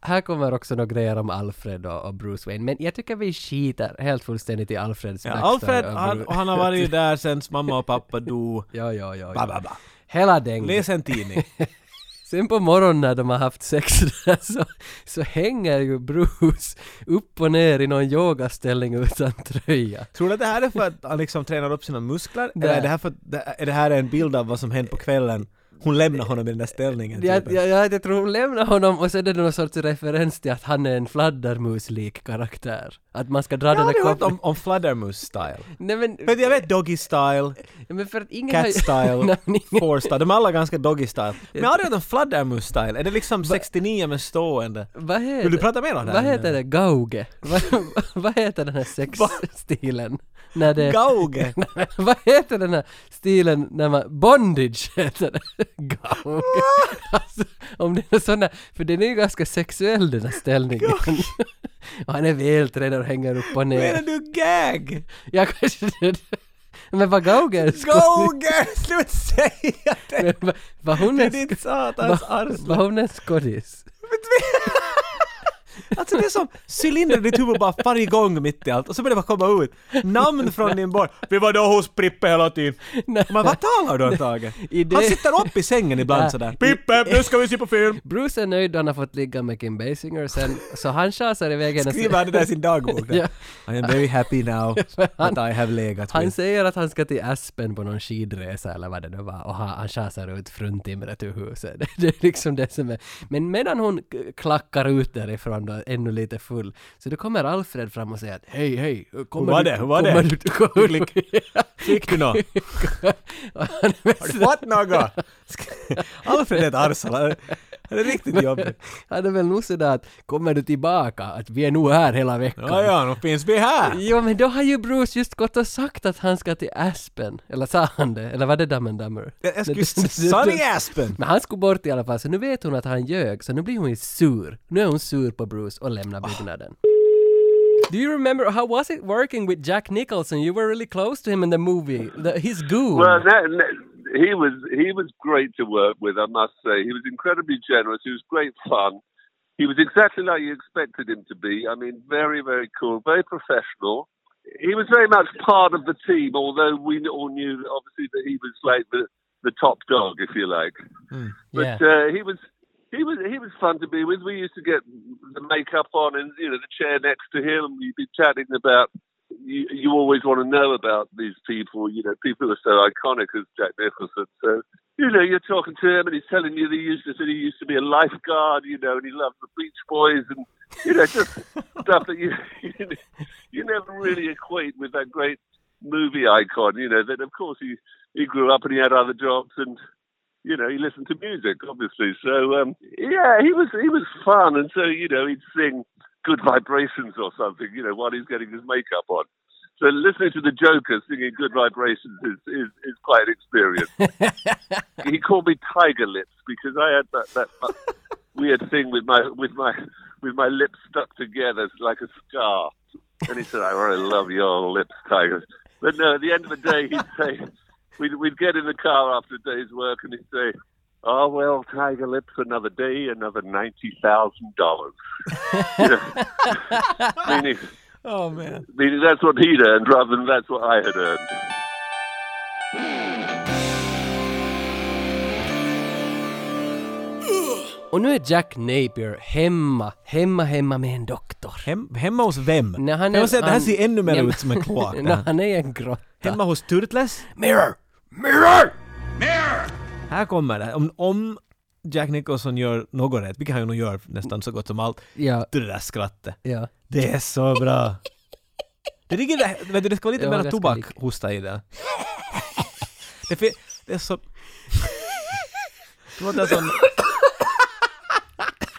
[SPEAKER 2] Här kommer också några grejer om Alfred och, och Bruce Wayne, men jag tycker vi skiter helt fullständigt i Alfreds
[SPEAKER 1] Ja,
[SPEAKER 2] backstory
[SPEAKER 1] Alfred,
[SPEAKER 2] och
[SPEAKER 1] han,
[SPEAKER 2] Bru-
[SPEAKER 1] och han har varit ju där sen mamma och pappa dog.
[SPEAKER 2] Ja, ja, ja.
[SPEAKER 1] Ba,
[SPEAKER 2] ja.
[SPEAKER 1] ba, ba.
[SPEAKER 2] Hela dängen.
[SPEAKER 1] Läs en tidning.
[SPEAKER 2] Sen på morgonen när de har haft sex där så, så hänger ju Bruce upp och ner i någon yogaställning utan tröja.
[SPEAKER 1] Tror du att det här är för att han liksom tränar upp sina muskler? Eller
[SPEAKER 2] Nej.
[SPEAKER 1] är det här, för, att- det- är det här en bild av vad som hände på kvällen? Hon lämnar honom i den där ställningen. typ.
[SPEAKER 2] Jag,
[SPEAKER 1] typen.
[SPEAKER 2] jag, jag, jag tror hon lämnar honom och sen är det någon sorts referens till att han är en fladdermuslik karaktär. Att man ska dra
[SPEAKER 1] Jag har
[SPEAKER 2] den
[SPEAKER 1] aldrig
[SPEAKER 2] där
[SPEAKER 1] hört
[SPEAKER 2] kopplingen.
[SPEAKER 1] om, om fladdermus-style.
[SPEAKER 2] Nej men...
[SPEAKER 1] Men jag vet doggy style,
[SPEAKER 2] men för att ingen har
[SPEAKER 1] cat
[SPEAKER 2] ju-
[SPEAKER 1] style,
[SPEAKER 2] Nej, men ingen-
[SPEAKER 1] four style, de är alla ganska doggy style. Men jag har aldrig hört om fladdermus style, är det liksom 69 med stående?
[SPEAKER 2] Vad heter,
[SPEAKER 1] Vill du prata mer om det här
[SPEAKER 2] Vad heter
[SPEAKER 1] nu?
[SPEAKER 2] det? Gauge? Vad, vad heter den här sexstilen? När det...
[SPEAKER 1] Gauge!
[SPEAKER 2] Nej, men vad heter den här stilen när man... Bondage heter det. Gauge.
[SPEAKER 1] Ah!
[SPEAKER 2] Alltså, om det är sån där... För den är ju ganska sexuell den här ställningen. och han är vältränad och hänger upp och
[SPEAKER 1] Menar
[SPEAKER 2] ner.
[SPEAKER 1] du gag?
[SPEAKER 2] Jag kanske... Men vad Gauge är skoj-
[SPEAKER 1] Gauge! Slut säga det!
[SPEAKER 2] Men vad- Vad hon
[SPEAKER 1] Det
[SPEAKER 2] är...
[SPEAKER 1] är ditt satans
[SPEAKER 2] Vad
[SPEAKER 1] arsle.
[SPEAKER 2] vad hon är skådis.
[SPEAKER 1] Alltså det är som cylindern i ditt huvud bara far igång mitt i allt och så börjar det bara komma ut. Namn från din borg. Vi var då hos Prippe hela tiden.
[SPEAKER 2] Nej.
[SPEAKER 1] Men vad talar du om Tage?
[SPEAKER 2] I det-
[SPEAKER 1] Han sitter upp i sängen ibland
[SPEAKER 2] Ja.
[SPEAKER 1] sådär. Prippe, nu ska vi se på film!
[SPEAKER 2] Ah, Bruce är nöjd då han har fått ligga med Kim Basinger sen, så han chasar iväg henne.
[SPEAKER 1] Skriver han det där i sin dagbok? där?
[SPEAKER 2] Ja.
[SPEAKER 1] I am very happy now
[SPEAKER 2] Han-
[SPEAKER 1] that I have legat
[SPEAKER 2] Han
[SPEAKER 1] with.
[SPEAKER 2] säger att han ska till Aspen på någon skidresa eller vad det nu var och han, han chasar ut fruntimret ur huset. Det, det är liksom det som är. Men medan hon k- klackar ut därifrån då, ännu lite full, så då kommer Alfred fram och säger att hej, hej, kommer
[SPEAKER 1] var
[SPEAKER 2] du?
[SPEAKER 1] det? Hur var
[SPEAKER 2] kommer
[SPEAKER 1] det?
[SPEAKER 2] Du, kommer du?
[SPEAKER 1] Fick du något?
[SPEAKER 2] Och han är
[SPEAKER 1] Har du
[SPEAKER 2] mest-
[SPEAKER 1] fått något? Sk- Alfred är ett arsel. Det är riktigt jobbigt.
[SPEAKER 2] Han är väl nog sådär att kommer du tillbaka? Att vi är nog här hela veckan.
[SPEAKER 1] Ja, ja, nu finns vi här!
[SPEAKER 2] Jo, men då har ju Bruce just gått och sagt att han ska till Aspen. Eller sa han det? Eller var det Dumb and Dumber?
[SPEAKER 1] Jag skulle Sunny Aspen!
[SPEAKER 2] Men han skulle bort i alla fall, så nu vet hon att han ljög, så nu blir hon ju sur. Nu är hon sur på Bruce och lämnar
[SPEAKER 1] Ah.
[SPEAKER 2] byggnaden. Do you remember how was it working with Jack Nicholson? You were really close to him in the movie. The, his goon.
[SPEAKER 3] Well, no, no, he was he was great to work with. I must say, he was incredibly generous. He was great fun. He was exactly like you expected him to be. I mean, very very cool, very professional. He was very much part of the team, although we all knew that obviously that he was like the the top dog, if you like.
[SPEAKER 2] yeah.
[SPEAKER 3] But uh, he was he was he was fun to be with. We used to get the makeup on and you know the chair next to him. and We'd be chatting about. You, you always want to know about these people. You know, people who are so iconic as Jack Nicholson. So you know, you're talking to him and he's telling you the useless that he used to be a lifeguard. You know, and he loved the Beach Boys and you know just stuff that you you never really equate with that great movie icon. You know that of course he he grew up and he had other jobs and you know, he listened to music, obviously. So um, yeah, he was he was fun, and so you know, he'd sing "Good Vibrations" or something, you know, while he's getting his makeup on. So listening to the Joker singing "Good Vibrations" is is, is quite an experience. he called me Tiger Lips because I had that that uh, weird thing with my with my with my lips stuck together like a scar, and he said, "I really love your lips, Tiger." But no, at the end of the day, he'd say we'd, we'd get in the car after a day's work and he'd say, Oh, well, Tiger Lips, another day, another $90,000. meaning,
[SPEAKER 1] Oh man.
[SPEAKER 3] meaning that's what he'd earned rather than that's what I had earned.
[SPEAKER 2] Och nu är Jack Napier hemma, hemma, hemma med en doktor.
[SPEAKER 1] Hem, hemma hos vem?
[SPEAKER 2] När han
[SPEAKER 1] kan man
[SPEAKER 2] är-
[SPEAKER 1] säga att det här
[SPEAKER 2] han-
[SPEAKER 1] ser ännu mer
[SPEAKER 2] Nej, men-
[SPEAKER 1] ut som en kloak? det
[SPEAKER 2] När
[SPEAKER 1] här.
[SPEAKER 2] han är i en grotta.
[SPEAKER 1] Hemma hos Turtles?
[SPEAKER 2] Mirror!
[SPEAKER 1] Här kommer det. Om, om Jack Nicholson gör något rätt, vilket han ju nog gör nästan så gott som allt,
[SPEAKER 2] Ja,
[SPEAKER 1] det där skrattet.
[SPEAKER 2] ja.
[SPEAKER 1] Det är så bra! Det ligger där, vet du, det ska vara lite
[SPEAKER 2] Ja,
[SPEAKER 1] mer
[SPEAKER 2] ganska lik.
[SPEAKER 1] tobakhosta i det. Det, fin- det är så... Det låter som...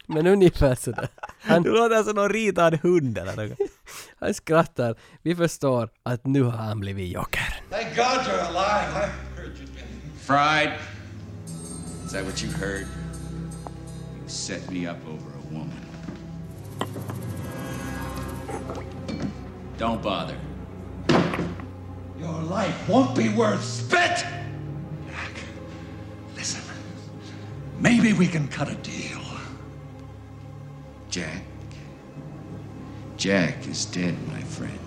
[SPEAKER 2] Men ungefär sådär. Han-
[SPEAKER 1] Du låter som någon ritad hund eller något.
[SPEAKER 2] Han skrattar. Vi förstår att nu har han blivit joker.
[SPEAKER 5] Thank God you're alive. I heard you'd been fried. Is that what you heard? You set me up over a woman. Don't bother.
[SPEAKER 7] Your life won't be worth spit! Jack, listen. Maybe we can cut a deal.
[SPEAKER 5] Jack. Jack is dead, my friend.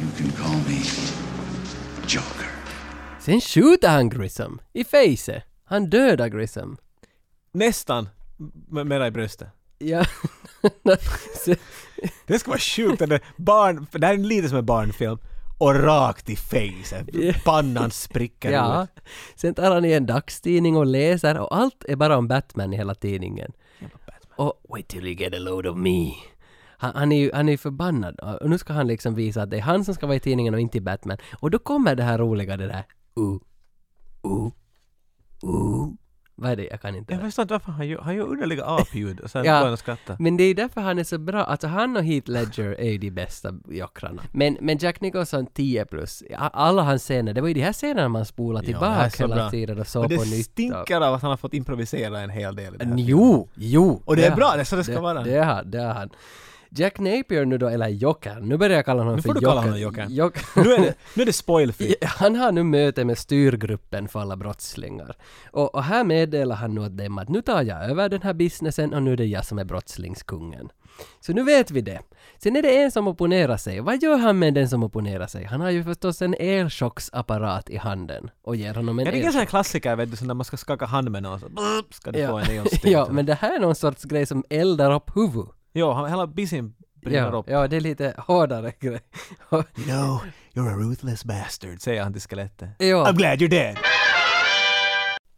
[SPEAKER 5] You can call me Joker.
[SPEAKER 2] Sen skjuter han Grissom. I face. Han dödar Grissom.
[SPEAKER 1] Nästan. Med mera i bröstet.
[SPEAKER 2] Ja. Sen-
[SPEAKER 1] Det skulle vara sjukt att det barn... för Det här är lite som en barnfilm. Och rakt i face. Pannan spricker
[SPEAKER 2] ja.
[SPEAKER 1] ut.
[SPEAKER 2] Sen tar han i en dagstidning och läser och allt är bara om Batman i hela tidningen. Och wait till you get a load of me. Han, han är ju han är ju förbannad och nu ska han liksom visa att det är han som ska vara i tidningen och inte Batman. Och då kommer det här roliga det där uh, uh, uh. Vad är det? Jag kan inte.
[SPEAKER 1] Jag förstår inte varför han gör, han gör underliga apljud och sen
[SPEAKER 2] Ja.
[SPEAKER 1] börjar han skratta.
[SPEAKER 2] Men det är därför han är så bra. Alltså han och Heath Ledger är ju de bästa jokrarna. Men, men Jack Nicholson 10 plus. A- Alla hans scener, det var ju de här scenerna man spolade
[SPEAKER 1] Ja, det här är
[SPEAKER 2] tillbaka
[SPEAKER 1] så bra.
[SPEAKER 2] hela tiden och
[SPEAKER 1] Och
[SPEAKER 2] såg
[SPEAKER 1] det
[SPEAKER 2] på nytt. av.
[SPEAKER 1] stinker av att han har fått improvisera en hel del i det här.
[SPEAKER 2] Jo, jo.
[SPEAKER 1] Och det är
[SPEAKER 2] har
[SPEAKER 1] bra,
[SPEAKER 2] han.
[SPEAKER 1] det är så det ska vara.
[SPEAKER 2] Det är han, det är han. Jack Napier nu då, eller Jokern, nu börjar jag kalla honom
[SPEAKER 1] Nu
[SPEAKER 2] för
[SPEAKER 1] får du kalla honom Jokern.
[SPEAKER 2] Jokern.
[SPEAKER 1] Nu är det, nu är det spoilfritt.
[SPEAKER 2] Han har nu möte med styrgruppen för alla brottslingar. Och, och här meddelar han nu åt dem att nu tar jag över den här businessen och nu är det jag som är brottslingskungen. Så nu vet vi det. Sen är det en som opponerar sig. Vad gör han med den som opponerar sig? Han har ju förstås en elchocksapparat i handen och ger honom en
[SPEAKER 1] Ja, det är en
[SPEAKER 2] elchock.
[SPEAKER 1] sån här klassiker vet du, så när man ska skaka hand med någon så brrp, ska du få en neonstyrt.
[SPEAKER 2] ja, men det här är någon sorts grej som eldar upp huvudet.
[SPEAKER 1] Jo, han- hela bissen brinner
[SPEAKER 2] Ja,
[SPEAKER 1] upp.
[SPEAKER 2] ja, det är lite hårdare grej.
[SPEAKER 1] No, you're a ruthless bastard, säger han till skelettet.
[SPEAKER 2] ja.
[SPEAKER 1] glad you're dead!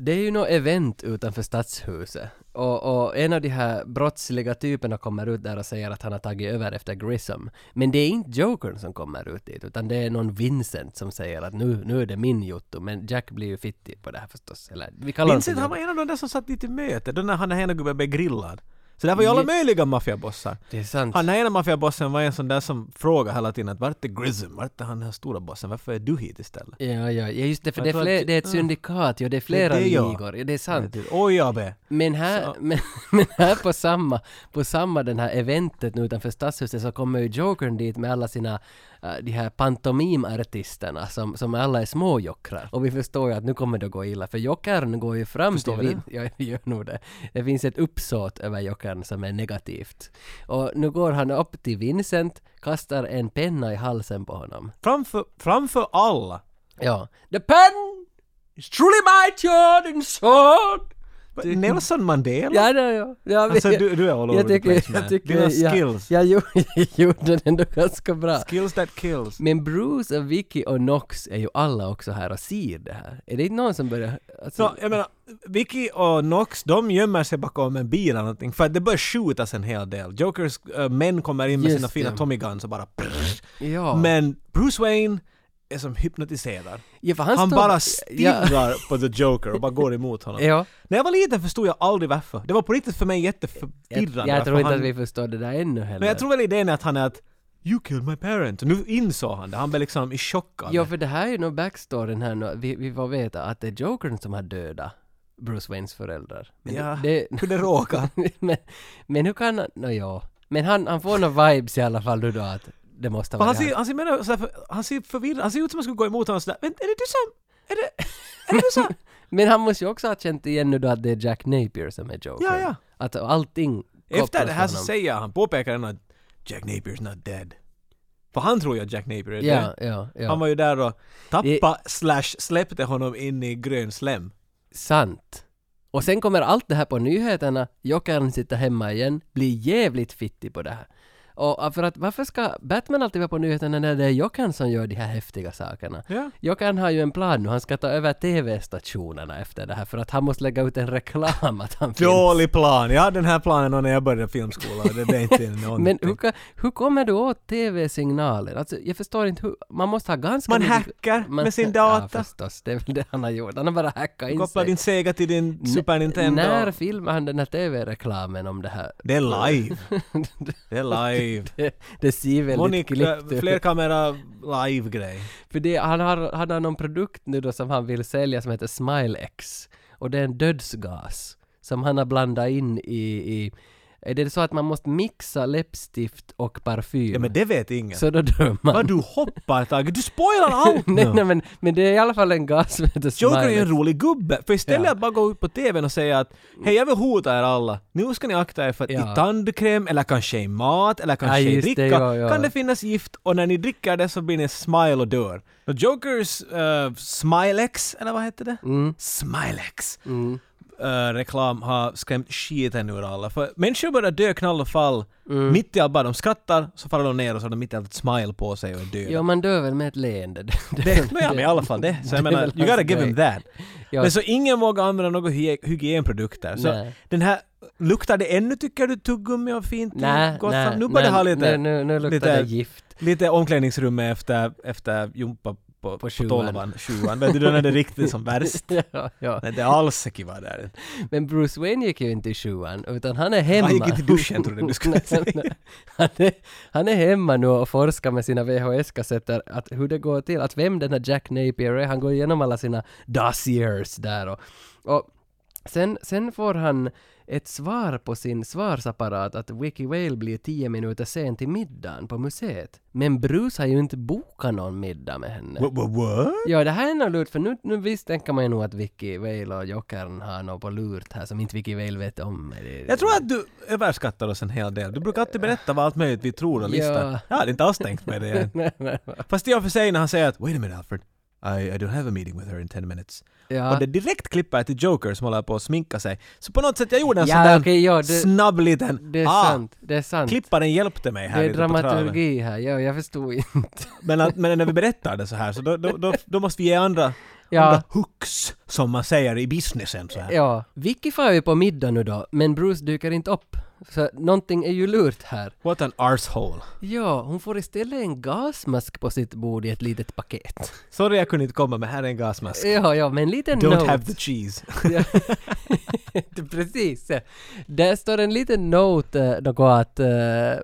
[SPEAKER 2] Det är ju något event utanför stadshuset och, och en av de här brottsliga typerna kommer ut där och säger att han har tagit över efter Grissom. Men det är inte Jokern som kommer ut dit utan det är någon Vincent som säger att nu, nu är det min jotto men Jack blir ju fittig på det här förstås. Eller, vi kallar
[SPEAKER 1] Vincent, han var en av de där som satt dit i möte, då när han den här ena gubben blev grillad. Så där var ju alla
[SPEAKER 2] Je-
[SPEAKER 1] möjliga maffiabossar.
[SPEAKER 2] Det är sant.
[SPEAKER 1] Han den ena maffiabossen var en sån där som frågade hela tiden att vart är Grism, vart är han den här stora bossen, varför är du hit istället?
[SPEAKER 2] Ja, ja, ja, just det, för
[SPEAKER 1] Jag
[SPEAKER 2] det är,
[SPEAKER 1] tror
[SPEAKER 2] fler,
[SPEAKER 1] att-
[SPEAKER 2] det är ett
[SPEAKER 1] ja.
[SPEAKER 2] syndikat, ja, det är flera
[SPEAKER 1] det, ja.
[SPEAKER 2] ligor, ja, det är sant.
[SPEAKER 1] Oj, AB!
[SPEAKER 2] Men här, men, men här på samma, på samma den här eventet nu utanför stadshuset så kommer ju Jokern dit med alla sina, äh, de här pantomimartisterna som, som alla är småjockrar. Och vi förstår ju att nu kommer det att gå illa för Jokern går ju fram
[SPEAKER 1] Förstår
[SPEAKER 2] till...
[SPEAKER 1] vi
[SPEAKER 2] Vin- Ja, vi gör nog det. Det finns ett uppsåt över Jokern som är negativt. Och nu går han upp till Vincent, kastar en penna i halsen på honom.
[SPEAKER 1] Framför, framför alla!
[SPEAKER 2] Ja. The pen is truly my turn and sword!
[SPEAKER 1] Nelson Mandela?
[SPEAKER 2] Ja, ja, ja. ja
[SPEAKER 1] Alltså,
[SPEAKER 2] men-
[SPEAKER 1] du- du är all over
[SPEAKER 2] jag
[SPEAKER 1] the
[SPEAKER 2] tycker,
[SPEAKER 1] place, man.
[SPEAKER 2] jag tycker,
[SPEAKER 1] Dina
[SPEAKER 2] ja,
[SPEAKER 1] skills.
[SPEAKER 2] Jag, gjorde- jag gjorde den ändå ganska bra.
[SPEAKER 1] Skills that kills.
[SPEAKER 2] Men Bruce och Vicky och Knox är ju alla också här och ser det här. Är det inte någon som börjar... Alltså,
[SPEAKER 1] Så, jag menar, Vicky och Nox, de gömmer sig bakom en bil eller någonting för att det börjar skjutas en hel del. Jokers äh, män kommer in med
[SPEAKER 2] Just
[SPEAKER 1] sina fina
[SPEAKER 2] det.
[SPEAKER 1] Tommy Guns och bara prrr.
[SPEAKER 2] ja.
[SPEAKER 1] Men Bruce Wayne är som hypnotiserad.
[SPEAKER 2] ja, för
[SPEAKER 1] Han,
[SPEAKER 2] står-
[SPEAKER 1] bara
[SPEAKER 2] Ja,
[SPEAKER 1] stirrar på The Joker och bara går emot honom.
[SPEAKER 2] ja.
[SPEAKER 1] När jag var liten förstod jag aldrig varför. Det var på riktigt för mig
[SPEAKER 2] Jag,
[SPEAKER 1] jätteförvirrande.
[SPEAKER 2] jag tror
[SPEAKER 1] varför
[SPEAKER 2] inte
[SPEAKER 1] han,
[SPEAKER 2] att vi förstår det där ännu heller.
[SPEAKER 1] Men jag tror väl idén är att han är att You killed my parent. Nu insåg han det. Han blev liksom i chock av
[SPEAKER 2] Ja,
[SPEAKER 1] det.
[SPEAKER 2] för det här är ju nog backstoryn här nu. Vi, vi får veta att det är Jokern som har dödat Bruce Waynes föräldrar. Men
[SPEAKER 1] Ja,
[SPEAKER 2] det,
[SPEAKER 1] hur det råkar.
[SPEAKER 2] men, men hur kan han... Nå, ja. Men han, han får några vibes i alla fall nu då att det måste
[SPEAKER 1] Men
[SPEAKER 2] vara
[SPEAKER 1] han,
[SPEAKER 2] det här.
[SPEAKER 1] ser, han, ser mera såhär, för- han ser förvirrad, han ser ut som om han skulle gå emot honom sådär. Men är det du som... Är det, är det du som...
[SPEAKER 2] Men han måste ju också ha känt igen nu då att det är Jack Napier som är Joker.
[SPEAKER 1] Ja, ja.
[SPEAKER 2] Att allting
[SPEAKER 1] Efter
[SPEAKER 2] kopplas
[SPEAKER 1] det här
[SPEAKER 2] till
[SPEAKER 1] så
[SPEAKER 2] honom.
[SPEAKER 1] säger han, påpekar han att Jack Napier's not dead. För han tror ju att Jack Napier är
[SPEAKER 2] Ja,
[SPEAKER 1] död.
[SPEAKER 2] ja, ja.
[SPEAKER 1] Han var ju där och tappa slash släppte honom in i grön slem.
[SPEAKER 2] Sant. Och sen kommer allt det här på nyheterna, Jokern sitter hemma igen, blir jävligt fittig på det här. Och och för att varför ska Batman alltid vara på nyheterna när det är Jokern som gör de här häftiga sakerna?
[SPEAKER 1] Ja.
[SPEAKER 2] Jokern har ju en plan nu, han ska ta över TV-stationerna efter det här för att han måste lägga ut en reklam att han finns.
[SPEAKER 1] Dålig plan. Jag hade den här planen när jag började filmskolan och det blev inte någonting.
[SPEAKER 2] Men hur, ka- hur kommer du åt TV-signaler? Alltså, jag förstår inte hur... Man måste ha ganska
[SPEAKER 1] Man
[SPEAKER 2] mycket-
[SPEAKER 1] hackar med sin data.
[SPEAKER 2] Ja, förstås. Det är väl det han har gjort. Han har bara hackat in
[SPEAKER 1] Koppla
[SPEAKER 2] sig.
[SPEAKER 1] din Sega till din Super
[SPEAKER 2] N-
[SPEAKER 1] Nintendo.
[SPEAKER 2] När filmade han den här TV-reklamen om det här?
[SPEAKER 1] Det är live. Det är live.
[SPEAKER 2] Det, det ser väldigt
[SPEAKER 1] Monik,
[SPEAKER 2] klippt ut.
[SPEAKER 1] flerkamera live-grej.
[SPEAKER 2] För det, han har, han har någon produkt nu då som han vill sälja som heter Smilex. Och det är en dödsgas som han har blandat in i... i är det så att man måste mixa läppstift och parfym?
[SPEAKER 1] Ja men det vet ingen.
[SPEAKER 2] Så då dör man.
[SPEAKER 1] Vad du hoppar Tage, du spoilar allt nu!
[SPEAKER 2] nej, nej, men, men det är i alla fall en gas som heter
[SPEAKER 1] Joker är ju
[SPEAKER 2] Smilex.
[SPEAKER 1] en rolig gubbe, för istället
[SPEAKER 2] Ja.
[SPEAKER 1] att bara gå ut på TVn och säga att hej jag vill hota er alla, nu ska ni akta er för att
[SPEAKER 2] Ja.
[SPEAKER 1] i tandkräm eller kanske i mat eller kanske i
[SPEAKER 2] just det,
[SPEAKER 1] dricka
[SPEAKER 2] ja, ja.
[SPEAKER 1] kan det finnas gift och när ni dricker det så blir ni smile och dör. Och Jokers eh, Smilex, eller vad hette det?
[SPEAKER 2] Mm.
[SPEAKER 1] Smilex. eh, reklam har skrämt skiten ur alla. För människor börjar dö knall och fall.
[SPEAKER 2] Mm.
[SPEAKER 1] Mitt i allt bara de skrattar, så faller de ner och så har de mitt i allt ett smile på sig och är döda.
[SPEAKER 2] Ja, man dör väl med ett leende. Det,
[SPEAKER 1] Det, no, ja, men i alla fall det. Så jag
[SPEAKER 2] det är
[SPEAKER 1] menar,
[SPEAKER 2] väl
[SPEAKER 1] you gotta
[SPEAKER 2] hans
[SPEAKER 1] give
[SPEAKER 2] grej.
[SPEAKER 1] him that.
[SPEAKER 2] Ja.
[SPEAKER 1] Men så ingen vågar använda några hy- hygienprodukter. Så
[SPEAKER 2] Nej.
[SPEAKER 1] den här, luktar det ännu tycker du tuggummi och fint?
[SPEAKER 2] Nej,
[SPEAKER 1] gott
[SPEAKER 2] nej,
[SPEAKER 1] saft? Nu börjar det
[SPEAKER 2] nej,
[SPEAKER 1] ha lite,
[SPEAKER 2] nu, nu, nu luktar
[SPEAKER 1] lite,
[SPEAKER 2] det gift.
[SPEAKER 1] lite omklädningsrummet efter, efter jumpa på, på,
[SPEAKER 2] sjuan.
[SPEAKER 1] tolvan, sjuan. Vet du, då när det är riktigt som värst.
[SPEAKER 2] ja, ja.
[SPEAKER 1] Nej, det är alls inte kiva där.
[SPEAKER 2] Men Bruce Wayne gick ju inte i sjuan, utan han är hemma.
[SPEAKER 1] Han gick inte i duschen, trodde du skulle
[SPEAKER 2] Nej,
[SPEAKER 1] säga.
[SPEAKER 2] nej. han, är, han är hemma nu och forskar med sina VHS-kassetter, att hur det går till, att vem den här Jack Napier är. Han går igenom alla sina dossiers där och, och sen, sen får han ett svar på sin svarsapparat att Wiki Whale blir tio minuter sen till middagen på museet. Men Bruce har ju inte bokat någon middag med henne.
[SPEAKER 1] What, what, what?
[SPEAKER 2] Ja, det här är nog lurt, för nu, nu visst tänker man ju nog att Vicky Vale och Jokern har något på lurt här som inte Vicky Vale vet om. Det-
[SPEAKER 1] Jag tror att du överskattar oss en hel del. Du brukar alltid berätta vad allt möjligt vi tror och listar.
[SPEAKER 2] Ja.
[SPEAKER 1] Jag hade inte alls tänkt med det än.
[SPEAKER 2] Nej, nej, nej.
[SPEAKER 1] Fast i och för sig när han säger att “Wait a minute Alfred, I, I don't have a meeting with her in 10 minutes”
[SPEAKER 2] Ja.
[SPEAKER 1] och det direkt klipper till Joker som håller på att sminka sig. Så på något sätt jag gjorde en
[SPEAKER 2] Ja,
[SPEAKER 1] sån där
[SPEAKER 2] okej, ja, det-
[SPEAKER 1] snabb liten
[SPEAKER 2] Det är sant, det är sant.
[SPEAKER 1] Klipparen hjälpte mig Ah, här
[SPEAKER 2] det är
[SPEAKER 1] lite på traven.
[SPEAKER 2] dramaturgi här, ja, jag förstod inte.
[SPEAKER 1] Men, att, men när vi berättar det så här så då, då, då, då måste vi ge andra,
[SPEAKER 2] Ja.
[SPEAKER 1] andra hooks som man säger i businessen så här.
[SPEAKER 2] Ja, Vicky far ju på middag nu då, men Bruce dyker inte upp. Så någonting är ju lurt här.
[SPEAKER 1] What an arsehole.
[SPEAKER 2] Ja, hon får istället en gasmask på sitt bord i ett litet paket.
[SPEAKER 1] Sorry jag kunde inte komma men här är en gasmask.
[SPEAKER 2] Ja, ja, men en liten
[SPEAKER 1] Don't
[SPEAKER 2] note.
[SPEAKER 1] have the cheese.
[SPEAKER 2] Ja. Precis. Där står en liten note, eh, något att, eh,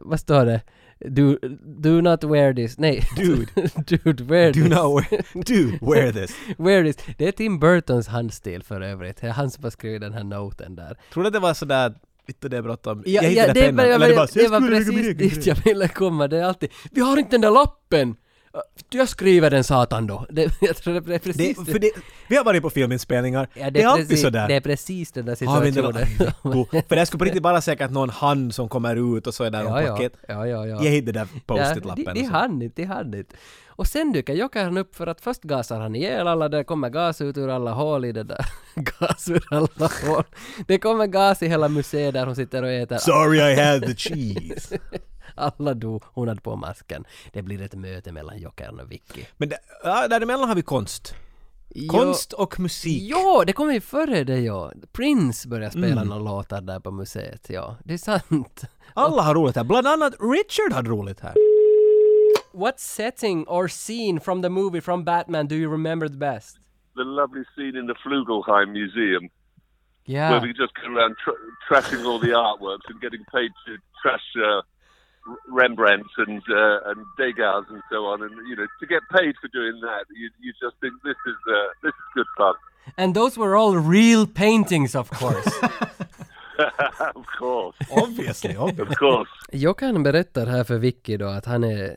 [SPEAKER 2] vad står det? Do, do not wear this. Nej.
[SPEAKER 1] Dude.
[SPEAKER 2] Dude, wear
[SPEAKER 1] Do
[SPEAKER 2] this.
[SPEAKER 1] not wear, dude, wear this.
[SPEAKER 2] Wear this. Det är Tim Burtons handstil för övrigt. Det är han som har skrivit den här noten där.
[SPEAKER 1] Tror du att det var sådär, vittu det är bråttom,
[SPEAKER 2] Ja,
[SPEAKER 1] jag
[SPEAKER 2] ja,
[SPEAKER 1] hittade
[SPEAKER 2] det,
[SPEAKER 1] pennan.
[SPEAKER 2] var- jag,
[SPEAKER 1] Eller
[SPEAKER 2] var-
[SPEAKER 1] det bara,
[SPEAKER 2] det
[SPEAKER 1] "Jag
[SPEAKER 2] var
[SPEAKER 1] skulle lägga min
[SPEAKER 2] precis
[SPEAKER 1] egen grej."
[SPEAKER 2] dit jag ville komma. Det är alltid Vi har inte den där lappen! Uh, Jag skriver den satan då. Det, jag tror det är
[SPEAKER 1] Det,
[SPEAKER 2] precis
[SPEAKER 1] för det, vi har varit på filminspelningar,
[SPEAKER 2] Ja,
[SPEAKER 1] det är alltid
[SPEAKER 2] precis,
[SPEAKER 1] sådär.
[SPEAKER 2] Det är precis den där
[SPEAKER 1] har vi inte någon,
[SPEAKER 2] situationen.
[SPEAKER 1] Jo, för det skulle på riktigt bara säkert någon hand som kommer ut och så är där
[SPEAKER 2] Ja,
[SPEAKER 1] någon
[SPEAKER 2] ja,
[SPEAKER 1] paket.
[SPEAKER 2] ja, ja, ja.
[SPEAKER 1] Ge hit den där
[SPEAKER 2] Ja, de,
[SPEAKER 1] post-it-lappen.
[SPEAKER 2] de
[SPEAKER 1] och så.
[SPEAKER 2] hann inte, de hann inte. Och sen dyker Jokern upp för att först gasar han ihjäl alla, det kommer gas ut ur alla hål i det där. gas ur alla hål. Det kommer gas i hela museet där hon sitter och äter.
[SPEAKER 1] Sorry I had the cheese.
[SPEAKER 2] Alla dog, hon hade på masken. Det blir ett möte mellan Jokern och Vicky.
[SPEAKER 1] Men där, ja, däremellan har vi konst.
[SPEAKER 2] Jo-
[SPEAKER 1] Konst och musik.
[SPEAKER 2] Ja, det kommer ju före det ja. Prince börjar spela
[SPEAKER 1] Mm.
[SPEAKER 2] några låtar där på museet, ja. Det är sant.
[SPEAKER 1] Alla har roligt här. Bland annat Richard hade roligt här.
[SPEAKER 2] What setting or scene from the movie from Batman do you remember the best?
[SPEAKER 3] The lovely scene in the Flugelheim Museum
[SPEAKER 2] Yeah.
[SPEAKER 3] where we just go around tr- trashing all the artworks and getting paid to trash uh, R- Rembrandts and uh, and Degas and so on. And you know, to get paid for doing that, you, you just think this is uh, this is good fun.
[SPEAKER 2] And those were all real paintings, of course.
[SPEAKER 3] of course,
[SPEAKER 1] Obviously, obviously.
[SPEAKER 3] of course.
[SPEAKER 2] Jockan berättar här för Vicky då att han är...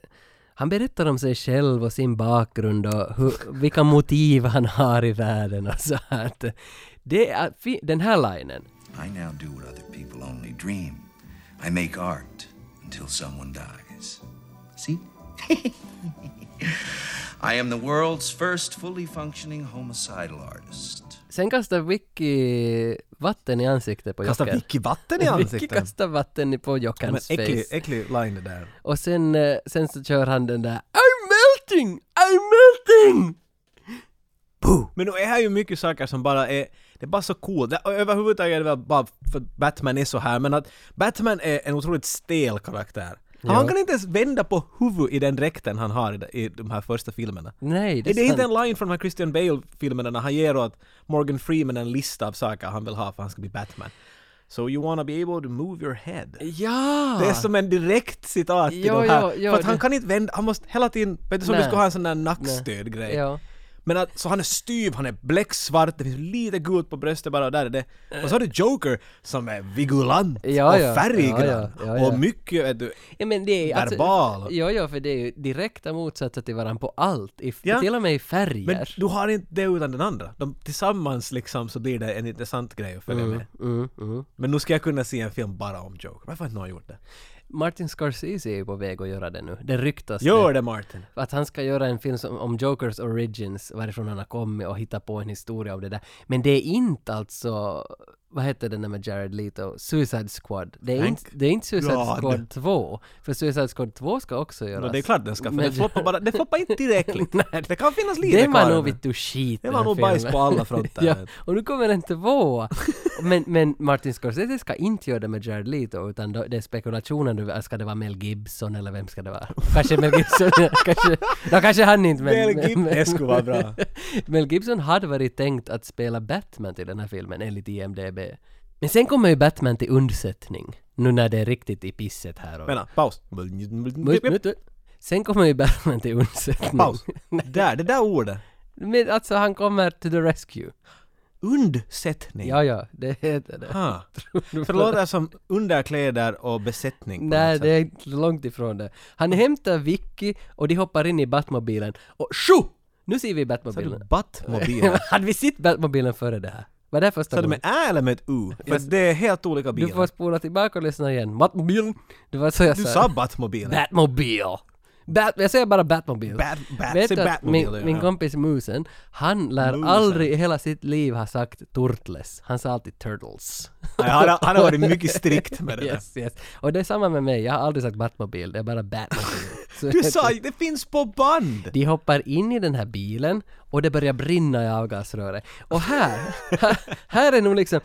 [SPEAKER 2] Han berättar om sig själv och sin bakgrund och hur, vilka motiv han har i världen och så här. att Det är, fi- den här linen.
[SPEAKER 8] I now do what other people only dream. I make art until someone dies. See? I am the world's first fully functioning homicidal artist.
[SPEAKER 2] Sen kastar Vicky vatten i ansiktet på
[SPEAKER 1] Kasta
[SPEAKER 2] Jocke.
[SPEAKER 1] Vicky vatten i
[SPEAKER 2] Vicky
[SPEAKER 1] ansiktet.
[SPEAKER 2] kastar vatten i- på
[SPEAKER 1] Men
[SPEAKER 2] Jockens
[SPEAKER 1] äcklig,
[SPEAKER 2] face.
[SPEAKER 1] äcklig line det där.
[SPEAKER 2] Och sen, eh, sen så kör han den där I'm melting! I'm melting!
[SPEAKER 1] Men nu är här ju mycket saker som bara är... Det är bara så coolt. Det- Överhuvudtaget är det väl bara för att Batman är så här, men att Batman är en otroligt stel karaktär. Han kan inte ens vända på huvudet i den dräkten han har i de- i de här första filmerna.
[SPEAKER 2] Nej, det
[SPEAKER 1] Det
[SPEAKER 2] är,
[SPEAKER 1] är inte
[SPEAKER 2] sant.
[SPEAKER 1] en line från de här Christian Bale-filmerna när han ger åt Morgan Freeman en lista av saker han vill ha för han ska bli Batman. So you wanna be able to move your head.
[SPEAKER 2] Ja!
[SPEAKER 1] Det är som en direkt citat till
[SPEAKER 2] Jo,
[SPEAKER 1] de här.
[SPEAKER 2] jo, jo,
[SPEAKER 1] för att han
[SPEAKER 2] det-
[SPEAKER 1] kan inte vända, han måste hela tiden, vet du som du
[SPEAKER 2] Nej.
[SPEAKER 1] skulle ha en sån där nackstöd-grej.
[SPEAKER 2] Ja.
[SPEAKER 1] Men att, så han är styv, han är bläcksvart, det finns lite gult på bröstet bara och där är det. Och så har du Joker som är vigulant
[SPEAKER 2] Eh. Ja, ja.
[SPEAKER 1] och färggrann
[SPEAKER 2] Ja, ja, ja, ja.
[SPEAKER 1] och mycket, vet du.
[SPEAKER 2] Ja, men det är,
[SPEAKER 1] Verbal.
[SPEAKER 2] Alltså, ja, ja, för det är ju direkta motsatser till varandra på allt. I,
[SPEAKER 1] Ja.
[SPEAKER 2] Till och med i färger.
[SPEAKER 1] Men du har inte det utan den andra. De, tillsammans liksom så blir det en intressant grej att följa med.
[SPEAKER 2] Mm, mm.
[SPEAKER 1] Men nu ska jag kunna se en film bara om Joker. Varför har inte någon gjort det?
[SPEAKER 2] Martin Scorsese är ju på väg att göra det nu. Det ryktas
[SPEAKER 1] Gör det Martin!
[SPEAKER 2] Att han ska göra en film som, om Jokers origins, varifrån han har kommit och hitta på en historia av det där. Men det är inte alltså, vad heter den där med Jared Leto? Suicide Squad. Det är,
[SPEAKER 1] Thank
[SPEAKER 2] inte, det är inte Suicide
[SPEAKER 1] God.
[SPEAKER 2] Squad 2, för Suicide Squad 2 ska också göras.
[SPEAKER 1] Men det är klart den ska, för
[SPEAKER 2] Alltså. Men-
[SPEAKER 1] det floppar bara, det floppar inte tillräckligt.
[SPEAKER 2] Nej.
[SPEAKER 1] Det kan finnas lite
[SPEAKER 2] Det var
[SPEAKER 1] kvar
[SPEAKER 2] nog
[SPEAKER 1] nu.
[SPEAKER 2] vittu skit
[SPEAKER 1] Det
[SPEAKER 2] den
[SPEAKER 1] var
[SPEAKER 2] här
[SPEAKER 1] nog bajs
[SPEAKER 2] filmen.
[SPEAKER 1] på alla fronter.
[SPEAKER 2] ja, och nu kommer en tvåa. men, men Martin Scorsese ska inte göra det med Jared Leto utan då, det är spekulationen nu, ska det vara Mel Gibson eller vem ska det vara? Kanske Mel Gibson, kanske, då kanske han inte men...
[SPEAKER 1] Mel
[SPEAKER 2] men-
[SPEAKER 1] Gibson,
[SPEAKER 2] men-
[SPEAKER 1] det skulle vara bra.
[SPEAKER 2] Mel Gibson hade varit tänkt att spela Batman till den här filmen enligt IMDB. Men sen kommer ju Batman till undsättning, nu när det är riktigt i pisset här och...
[SPEAKER 1] Vänta, paus.
[SPEAKER 2] Mut- mut- mut. Sen kommer ju Batman till undsättning.
[SPEAKER 1] Paus. Där, det där ordet.
[SPEAKER 2] Men alltså han kommer to the rescue.
[SPEAKER 1] Undsättning.
[SPEAKER 2] Ja, ja, det heter det.
[SPEAKER 1] Ah. För det låter som underkläder och besättning. på något
[SPEAKER 2] Nej,
[SPEAKER 1] sätt.
[SPEAKER 2] det är inte långt ifrån det. Han
[SPEAKER 1] Mm.
[SPEAKER 2] hämtar Vicky och de hoppar in i Batmobilen och tjo! Nu ser vi
[SPEAKER 1] Sa du
[SPEAKER 2] Batmobilen.
[SPEAKER 1] Batmobilen?
[SPEAKER 2] Hade vi sett Batmobilen före det här? Var det här första
[SPEAKER 1] Sa du med ä eller med ett u? För
[SPEAKER 2] Jag s-
[SPEAKER 1] det är helt olika
[SPEAKER 2] Du
[SPEAKER 1] bilar.
[SPEAKER 2] får spola tillbaka och lyssna igen. Batmobilen! Det var så jag
[SPEAKER 1] Du
[SPEAKER 2] sa.
[SPEAKER 1] sa Batmobilen.
[SPEAKER 2] Batmobil! Bat, jag säger bara Batmobil.
[SPEAKER 1] Bat- Bat-
[SPEAKER 2] Vet
[SPEAKER 1] säg
[SPEAKER 2] du att
[SPEAKER 1] Batmobil, ja.
[SPEAKER 2] min, min kompis Musen, han lär
[SPEAKER 1] Musen.
[SPEAKER 2] aldrig i hela sitt liv ha sagt Turtles. Han sa alltid Turtles.
[SPEAKER 1] Nej, han, har- han har varit mycket strikt med det där.
[SPEAKER 2] Yes, yes. Och det är samma med mig, jag har aldrig sagt Batmobil, det är bara Batmobil. Så
[SPEAKER 1] Du
[SPEAKER 2] jag-
[SPEAKER 1] sa ju, det finns på band!
[SPEAKER 2] De hoppar in i den här bilen och det börjar brinna i avgasröret. Och här, här är nog liksom...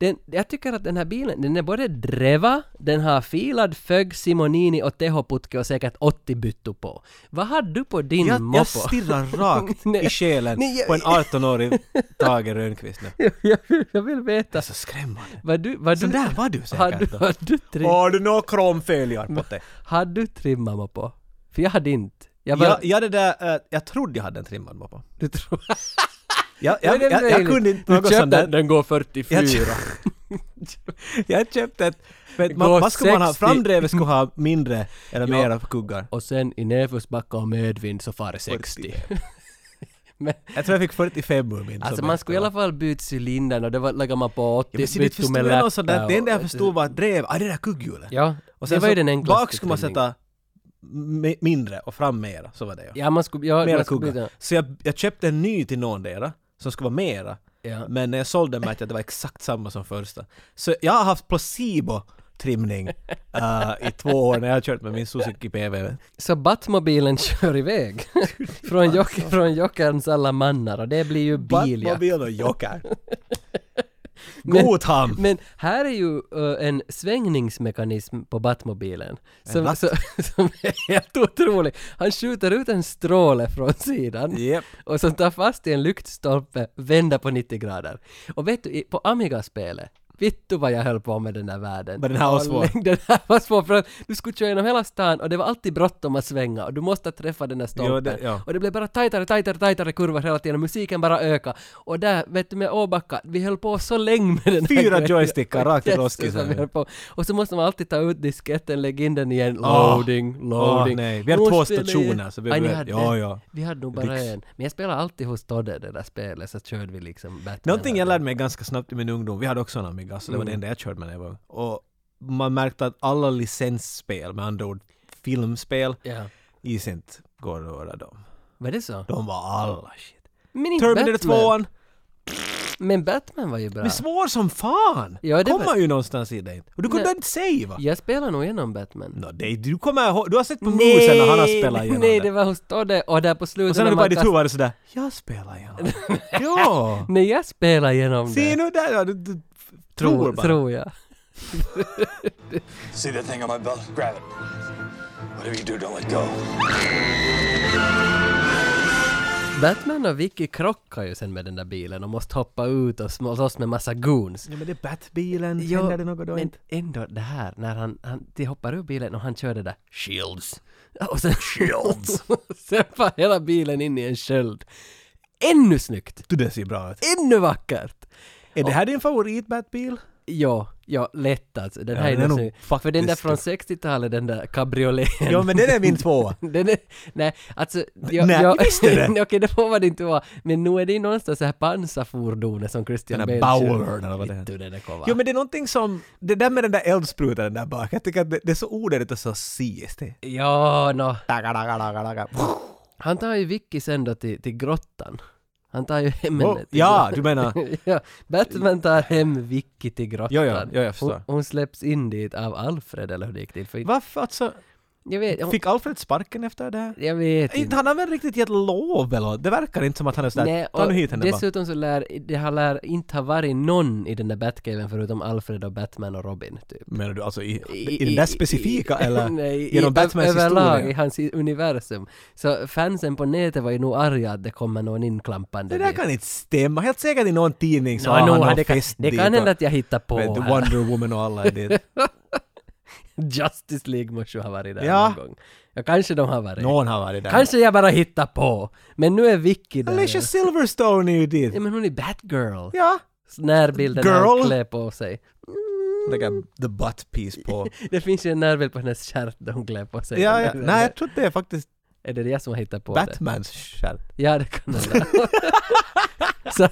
[SPEAKER 2] Den, jag tycker att den här bilen, den är både dreva, den har filad fögg, Simonini och tehoputke och säkert 80 bytto på. Vad hade du på din
[SPEAKER 1] Jag,
[SPEAKER 2] moppo?
[SPEAKER 1] jag stirrar rakt
[SPEAKER 2] Nej.
[SPEAKER 1] i själen
[SPEAKER 2] Nej, jag-
[SPEAKER 1] på en 18-årig Tage Rönnqvist nu. Det
[SPEAKER 2] jag, vill, jag vill veta.
[SPEAKER 1] är så skrämmande.
[SPEAKER 2] Vad du, vad
[SPEAKER 1] Så
[SPEAKER 2] du,
[SPEAKER 1] där var du säkert
[SPEAKER 2] Har du,
[SPEAKER 1] då.
[SPEAKER 2] har du, trim,
[SPEAKER 1] Har du några kromfälgar på dig?
[SPEAKER 2] har du trimmat moppo? För jag hade inte. Jag bara,
[SPEAKER 1] Jag, jag, det där, eh, jag trodde jag hade en trimmad moppe.
[SPEAKER 2] du tror...
[SPEAKER 1] Jag,
[SPEAKER 2] Är
[SPEAKER 1] jag,
[SPEAKER 2] det
[SPEAKER 1] jag, jag
[SPEAKER 2] möjligt?
[SPEAKER 1] kunde inte
[SPEAKER 2] Du
[SPEAKER 1] något
[SPEAKER 2] köpte
[SPEAKER 1] sånt
[SPEAKER 2] den,
[SPEAKER 1] där.
[SPEAKER 2] den går 44.
[SPEAKER 1] Jag köpte- Jag köpte ett... Men man,
[SPEAKER 2] Går
[SPEAKER 1] vad skulle man ha?
[SPEAKER 2] 60.
[SPEAKER 1] Framdrevet skulle ha mindre eller
[SPEAKER 2] Ja.
[SPEAKER 1] mera kuggar.
[SPEAKER 2] Och sen i nedförsbacke och medvind så far det 60. Men,
[SPEAKER 1] Jag tror jag fick 45 ur min.
[SPEAKER 2] alltså
[SPEAKER 1] som
[SPEAKER 2] man
[SPEAKER 1] bäst
[SPEAKER 2] skulle i
[SPEAKER 1] då.
[SPEAKER 2] alla fall byta cylindern och det var, lägger man på 80
[SPEAKER 1] Ja, men se, det förstod jag något sånt där. Det enda jag förstod var att drev, ah det där kugghjulet.
[SPEAKER 2] Ja,
[SPEAKER 1] och
[SPEAKER 2] det var ju den enklaste
[SPEAKER 1] Bak skulle man
[SPEAKER 2] trimningen.
[SPEAKER 1] sätta mi- mindre och fram mera, så var det ju.
[SPEAKER 2] Ja, man skulle... Ja,
[SPEAKER 1] Mera
[SPEAKER 2] man skulle
[SPEAKER 1] kuggar.
[SPEAKER 2] byta.
[SPEAKER 1] Så jag, jag köpte en ny till någon där som skulle vara mera.
[SPEAKER 2] Ja.
[SPEAKER 1] Men när jag sålde märkte jag att det var exakt samma som första. Så jag har haft placebo-trimning eh, i två år när jag har kört med min Suzuki PV.
[SPEAKER 2] Så Batmobilen kör iväg från, jock, från Jockerns alla mannar och det blir ju biljakt.
[SPEAKER 1] Batmobil och jockar.
[SPEAKER 2] Men-
[SPEAKER 1] Gotham!
[SPEAKER 2] Men här är ju ö, en svängningsmekanism på Batmobilen. Som,
[SPEAKER 1] last.
[SPEAKER 2] som, som är helt otrolig. Han skjuter ut en stråle från sidan.
[SPEAKER 1] Japp.
[SPEAKER 2] Och som tar fast i en lyktstolpe, vänder på 90 grader. Och vet du, i- på Amiga-spelet Vittu vad jag höll på med den där världen.
[SPEAKER 1] Men den här var svår.
[SPEAKER 2] Och Den här var svår för att du skulle köra genom hela stan och det var alltid bråttom att svänga och du måste träffa den där stolpen.
[SPEAKER 1] Jo, det- ja.
[SPEAKER 2] Och det blev bara tajtare, tajtare, tajtare kurvor hela tiden och musiken bara ökade. Och där, vet du med Åbacka, vi höll på så länge med den här
[SPEAKER 1] Fyra
[SPEAKER 2] grejen.
[SPEAKER 1] joystickar rakt i
[SPEAKER 2] Yes,
[SPEAKER 1] roskisen.
[SPEAKER 2] så vi höll på. Och så måste man alltid ta ut disketten, lägga in den igen.
[SPEAKER 1] Åh.
[SPEAKER 2] Loading, loading.
[SPEAKER 1] Åh, Ah. nej. Vi hade
[SPEAKER 2] Åh,
[SPEAKER 1] två
[SPEAKER 2] spela igen.
[SPEAKER 1] stationer, så vi
[SPEAKER 2] Aj, ni
[SPEAKER 1] behövde-
[SPEAKER 2] hade-
[SPEAKER 1] ja, ja.
[SPEAKER 2] Vi hade nog bara
[SPEAKER 1] Riks-
[SPEAKER 2] en. Men jag spelade alltid hos Todde det där spelet, så körde vi liksom Batman.
[SPEAKER 1] Någonting jag lärde mig ganska snabbt i min ungdom, vi hade också en Amiga, så det var
[SPEAKER 2] Mm.
[SPEAKER 1] det enda jag körde med när jag var ung. Och man märkte att alla licensspel, med andra ord filmspel,
[SPEAKER 2] Ja.
[SPEAKER 1] is inte går att röra dem.
[SPEAKER 2] Var det så?
[SPEAKER 1] De var alla shit.
[SPEAKER 2] Men inte
[SPEAKER 1] Terminator
[SPEAKER 2] Batman.
[SPEAKER 1] 2 an
[SPEAKER 2] Men Batman var ju bra.
[SPEAKER 1] Men svår som fan!
[SPEAKER 2] Ja, det var-
[SPEAKER 1] kommer ju någonstans i dig. Och du kunde
[SPEAKER 2] Nej.
[SPEAKER 1] inte säga va?
[SPEAKER 2] Jag spelar nog igenom Batman.
[SPEAKER 1] Nå, det, du kommer ihåg, du har sett på musen när han har spelat igenom
[SPEAKER 2] nej,
[SPEAKER 1] det.
[SPEAKER 2] det var hos Todde och där på slutet
[SPEAKER 1] Och sen
[SPEAKER 2] när
[SPEAKER 1] när du
[SPEAKER 2] man
[SPEAKER 1] bara i ditt
[SPEAKER 2] kast-
[SPEAKER 1] huvud var det sådär, jag spelar igenom det. ja!
[SPEAKER 2] Nej, jag spelar igenom
[SPEAKER 1] Se
[SPEAKER 2] det.
[SPEAKER 1] nu där, ja, du, du tror
[SPEAKER 2] Tror,
[SPEAKER 1] bara.
[SPEAKER 2] tror jag.
[SPEAKER 6] See that thing on my belt? Grab it. Whatever you do, don't let go.
[SPEAKER 2] Batman och Vicky krockar ju sen med den där bilen och måste hoppa ut och sm- slåss med massa goons.
[SPEAKER 1] Ja men det är Batbilen, händer det något då
[SPEAKER 2] men
[SPEAKER 1] inte?
[SPEAKER 2] ändå det här när han, han de hoppar ur bilen och han kör det där Shields. Och sen Shields. sen var hela bilen in i en sköld. Ännu snyggt!
[SPEAKER 1] Du, det ser bra ut.
[SPEAKER 2] Ännu vackert!
[SPEAKER 1] Är det här din favorit-Batbil?
[SPEAKER 2] Ja, ja, lätt alltså. Den
[SPEAKER 1] Ja,
[SPEAKER 2] här
[SPEAKER 1] den är
[SPEAKER 2] är,
[SPEAKER 1] nog
[SPEAKER 2] är För den där
[SPEAKER 1] faktiskt-
[SPEAKER 2] från 60-talet, den där cabrioleten.
[SPEAKER 1] Ja men den är min tvåa.
[SPEAKER 2] Den är, nej, alltså...
[SPEAKER 1] nej, jag visste det.
[SPEAKER 2] Okej, det får man inte vara. Men nu är det ju någonstans det här pansarfordonet som Christian
[SPEAKER 1] Den här
[SPEAKER 2] Bale
[SPEAKER 1] Bauern, eller vad det heter.
[SPEAKER 2] Vittu, den är kova.
[SPEAKER 1] Jo men det är någonting som, det där med den där eldsprutan där bak, jag tycker att det, det är så onödigt och så sist. Det-
[SPEAKER 2] Ja, nå.
[SPEAKER 1] Tagadagadagadagad.
[SPEAKER 2] Han tar ju Vicky sen då till, till grottan. Han tar ju hem henne
[SPEAKER 1] Oh,
[SPEAKER 2] till
[SPEAKER 1] ja,
[SPEAKER 2] grottan.
[SPEAKER 1] du menar...
[SPEAKER 2] ja, Batman tar hem Vicky till grottan.
[SPEAKER 1] Jo, ja, ja, jag
[SPEAKER 2] hon,
[SPEAKER 1] förstår.
[SPEAKER 2] hon släpps in dit av Alfred, eller hur det gick till. För,
[SPEAKER 1] Varför alltså?
[SPEAKER 2] jag vet, hon,
[SPEAKER 1] Fick Alfred sparken efter det här?
[SPEAKER 2] jag vet
[SPEAKER 1] Inte han har väl riktigt gett lov eller? Det verkar inte som att han är sådär, ta
[SPEAKER 2] och
[SPEAKER 1] nu hit henne bara.
[SPEAKER 2] dessutom så lär det har lär inte ha varit någon i den där Batcaven förutom Alfred och Batman och Robin typ.
[SPEAKER 1] Menar du alltså i, i, den där specifika
[SPEAKER 2] i-
[SPEAKER 1] eller
[SPEAKER 2] nej,
[SPEAKER 1] genom
[SPEAKER 2] i-
[SPEAKER 1] Batmans
[SPEAKER 2] överlag i
[SPEAKER 1] historia?
[SPEAKER 2] hans i- universum. Så fansen på nätet var ju nog arga att det kommer någon inklampande
[SPEAKER 1] Det där
[SPEAKER 2] dit.
[SPEAKER 1] kan inte stämma, helt säkert i någon tidning så
[SPEAKER 2] Nå,
[SPEAKER 1] har
[SPEAKER 2] nå,
[SPEAKER 1] han någon
[SPEAKER 2] det kan,
[SPEAKER 1] fest
[SPEAKER 2] det
[SPEAKER 1] dit
[SPEAKER 2] kan
[SPEAKER 1] och-
[SPEAKER 2] hända att jag hittar på
[SPEAKER 1] vet du,
[SPEAKER 2] här.
[SPEAKER 1] Wonder Woman och alla är dit.
[SPEAKER 2] Justice League måste ju ha varit där
[SPEAKER 1] Ja.
[SPEAKER 2] någon gång. Ja, kanske de har varit.
[SPEAKER 1] Någon har varit där.
[SPEAKER 2] Kanske jag bara hittar på. Men nu är Vicky där.
[SPEAKER 1] Alicia Silverstone är ju dit.
[SPEAKER 2] Ja, men hon är Batgirl.
[SPEAKER 1] Ja.
[SPEAKER 2] Närbilden när
[SPEAKER 1] Girl.
[SPEAKER 2] hon klär på sig.
[SPEAKER 1] Lägga the butt piece på.
[SPEAKER 2] Det finns ju en närbild på hennes stjärt där hon klär på sig.
[SPEAKER 1] Ja, ja. Nej, jag tror att det är faktiskt
[SPEAKER 2] Är det jag som har hittat på det?
[SPEAKER 1] Batmans stjärt.
[SPEAKER 2] Ja, det kan hända. Så-